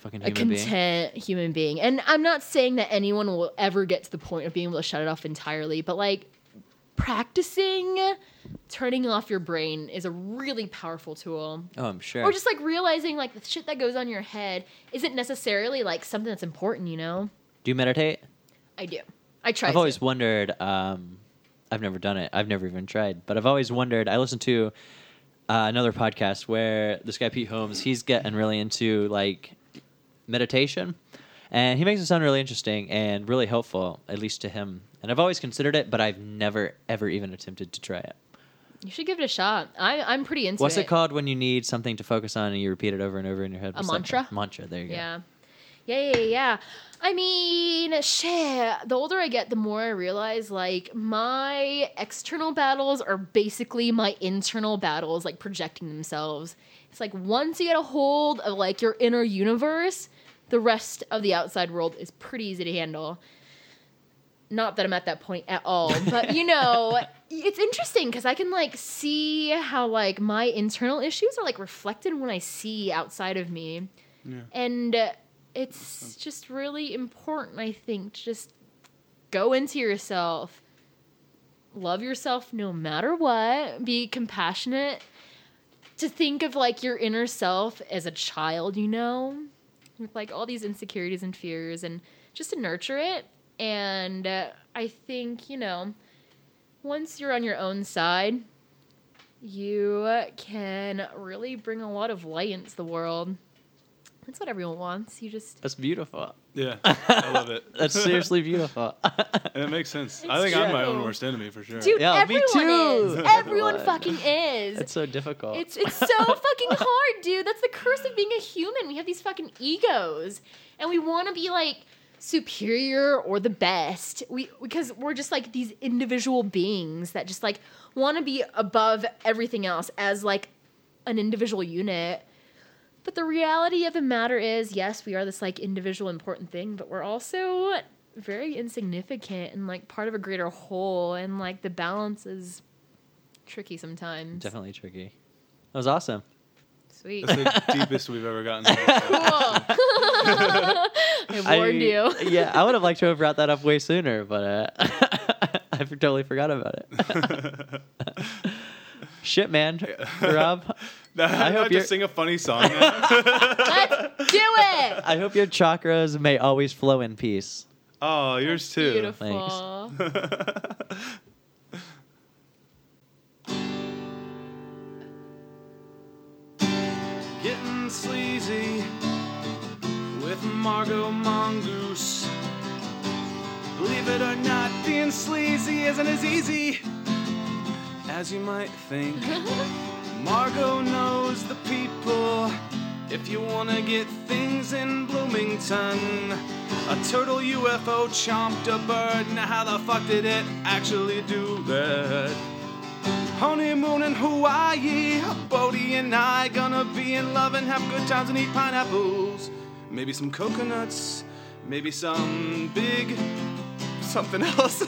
Speaker 2: Fucking
Speaker 1: a
Speaker 2: human being.
Speaker 1: content human being. And I'm not saying that anyone will ever get to the point of being able to shut it off entirely, but like practicing turning off your brain is a really powerful tool.
Speaker 2: Oh, I'm sure.
Speaker 1: Or just like realizing like the shit that goes on in your head isn't necessarily like something that's important, you know?
Speaker 2: Do you meditate?
Speaker 1: I do. I try.
Speaker 2: I've
Speaker 1: to.
Speaker 2: always wondered. Um, I've never done it. I've never even tried. But I've always wondered. I listened to uh, another podcast where this guy Pete Holmes, he's getting really into like meditation, and he makes it sound really interesting and really helpful, at least to him. And I've always considered it, but I've never ever even attempted to try it.
Speaker 1: You should give it a shot. I, I'm pretty into
Speaker 2: What's it called when you need something to focus on and you repeat it over and over in your head?
Speaker 1: A
Speaker 2: What's that
Speaker 1: mantra?
Speaker 2: called? Mantra. There you go.
Speaker 1: Yeah. Yeah, yeah, yeah, yeah. I mean, shit. The older I get, the more I realize like my external battles are basically my internal battles, like projecting themselves. It's like once you get a hold of like your inner universe, the rest of the outside world is pretty easy to handle. Not that I'm at that point at all, but you know, it's interesting because I can like see how like my internal issues are like reflected when I see outside of me and uh, it's just really important i think to just go into yourself love yourself no matter what be compassionate to think of like your inner self as a child you know with like all these insecurities and fears and just to nurture it and uh, i think you know once you're on your own side you can really bring a lot of light into the world that's what everyone wants. You just
Speaker 2: That's beautiful.
Speaker 3: Yeah, I love it.
Speaker 2: That's seriously beautiful.
Speaker 3: and it makes sense. I think I'm my own
Speaker 1: true.
Speaker 3: worst enemy for sure.
Speaker 1: dude.
Speaker 2: Yeah, me
Speaker 1: everyone
Speaker 2: too.
Speaker 1: is. Everyone
Speaker 2: Everyone.
Speaker 1: fucking is.
Speaker 2: That's
Speaker 1: It's,
Speaker 2: so difficult.
Speaker 1: it's so fucking hard, dude. That's the curse of being a human. We have these fucking egos, and we want to be like superior or the best. We because we're just like these individual beings that just like want to be above everything else as like an individual unit. But the reality of the matter is, yes, we are this like individual important thing, but we're also very insignificant and like part of a greater whole. And like the balance is tricky sometimes.
Speaker 2: Definitely tricky. That was awesome.
Speaker 1: Sweet.
Speaker 3: That's the deepest we've ever gotten. to.
Speaker 1: I warned you.
Speaker 2: yeah, I would have liked to have brought that up way sooner, but uh, I totally forgot about it. Shit, man, Rob.
Speaker 3: I
Speaker 2: hope
Speaker 3: hope to
Speaker 2: you're-
Speaker 3: sing a funny song. now?
Speaker 1: Let's do it.
Speaker 2: I hope your chakras may always flow in peace.
Speaker 3: oh, yours too.
Speaker 1: Beautiful.
Speaker 3: Getting sleazy with Margot Mongoose. Believe it or not, being sleazy isn't as easy as you might think. Margot knows the people. If you wanna get things in Bloomington, a turtle UFO chomped a bird. Now, how the fuck did it actually do that? Honeymoon in Hawaii, Bodie and I gonna be in love and have good times and eat pineapples. Maybe some coconuts, maybe some big something else.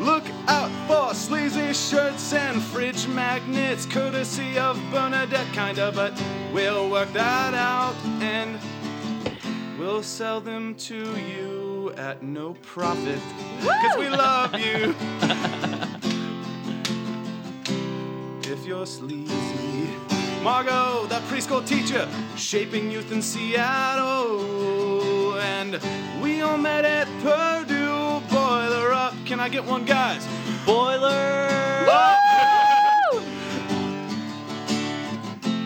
Speaker 3: Look out for sleazy shirts and fridge magnets, courtesy of Bernadette, kinda, but we'll work that out and we'll sell them to you at no profit. Cause we love you. if you're sleazy. Margot, the preschool teacher, shaping youth in Seattle. And we all met at Purdue. Boiler up. Can I get one, guys?
Speaker 2: Boiler.
Speaker 3: Woo!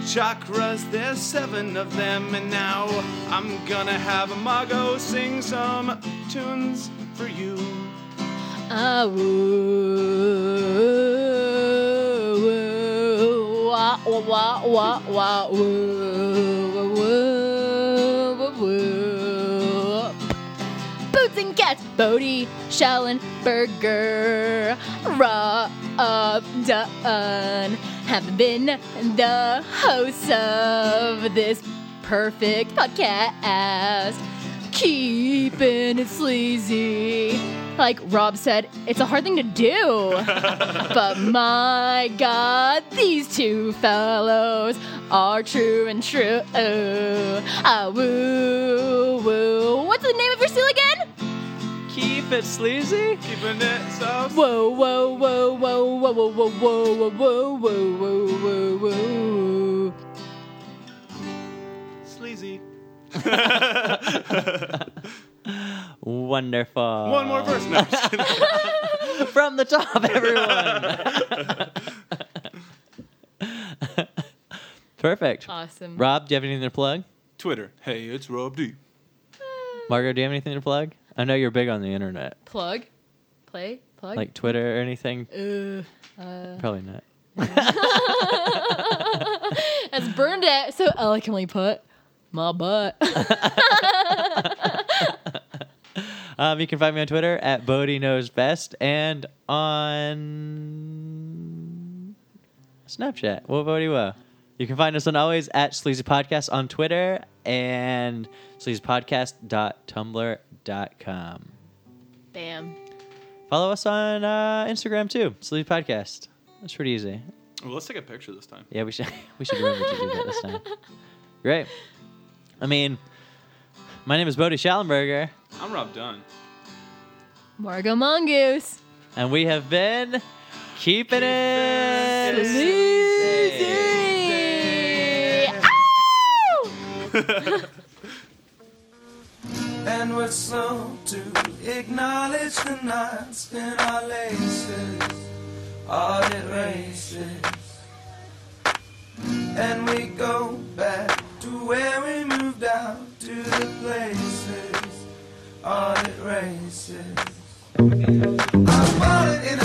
Speaker 3: Chakras, there's seven of them, and now I'm gonna have Margot sing some tunes for you.
Speaker 1: Ah, woo, wah, wah, wah, wah, woo, woo, woo, woo. Boots and Cats, Bodie Schellenberger, Rob Dunn have been the hosts of this perfect podcast. Keeping it sleazy. Like Rob said, it's a hard thing to do. but my God, these two fellows are true and true. Ah, woo, woo. What's the name of your seal again?
Speaker 2: Keep it sleazy.
Speaker 3: Keeping it soft.
Speaker 1: Whoa, whoa, whoa, whoa, whoa, whoa, whoa, whoa, whoa, whoa, whoa, whoa, whoa, whoa.
Speaker 3: Sleazy.
Speaker 2: Wonderful.
Speaker 3: One more verse. No, I'm just kidding.
Speaker 2: From the top, everyone. Perfect.
Speaker 1: Awesome.
Speaker 2: Rob, do you have anything to plug?
Speaker 3: Twitter. Hey, it's Rob D.
Speaker 2: Margo, do you have anything to plug? I know you're big on the internet,
Speaker 1: Plug. Play. Plug.
Speaker 2: like Twitter or anything.
Speaker 1: Ugh. uh,
Speaker 2: Probably not.
Speaker 1: that's burned it so eloquently put. My butt.
Speaker 2: Um, you can find me on Twitter at Bodie Knows Best and on Snapchat. Whoa, Bodie, whoa. You can find us on always at Sleazy Podcast on Twitter and sleazypodcast.tumblr.com.
Speaker 1: Bam.
Speaker 2: Follow us on uh, Instagram too, Sleazy Podcast. That's pretty easy.
Speaker 3: Well, let's take a picture this time.
Speaker 2: Yeah, we should we should remember to do that this time. Great. I mean, my name is Bodie Schallenberger,
Speaker 3: I'm Rob Dunn.
Speaker 1: Margo Mongoose.
Speaker 2: and we have been keeping it
Speaker 1: Sleazy. Ow!
Speaker 5: And we're slow to acknowledge the knots in our laces, audit races. And we go back to where we moved out to the places, audit races. I'm falling in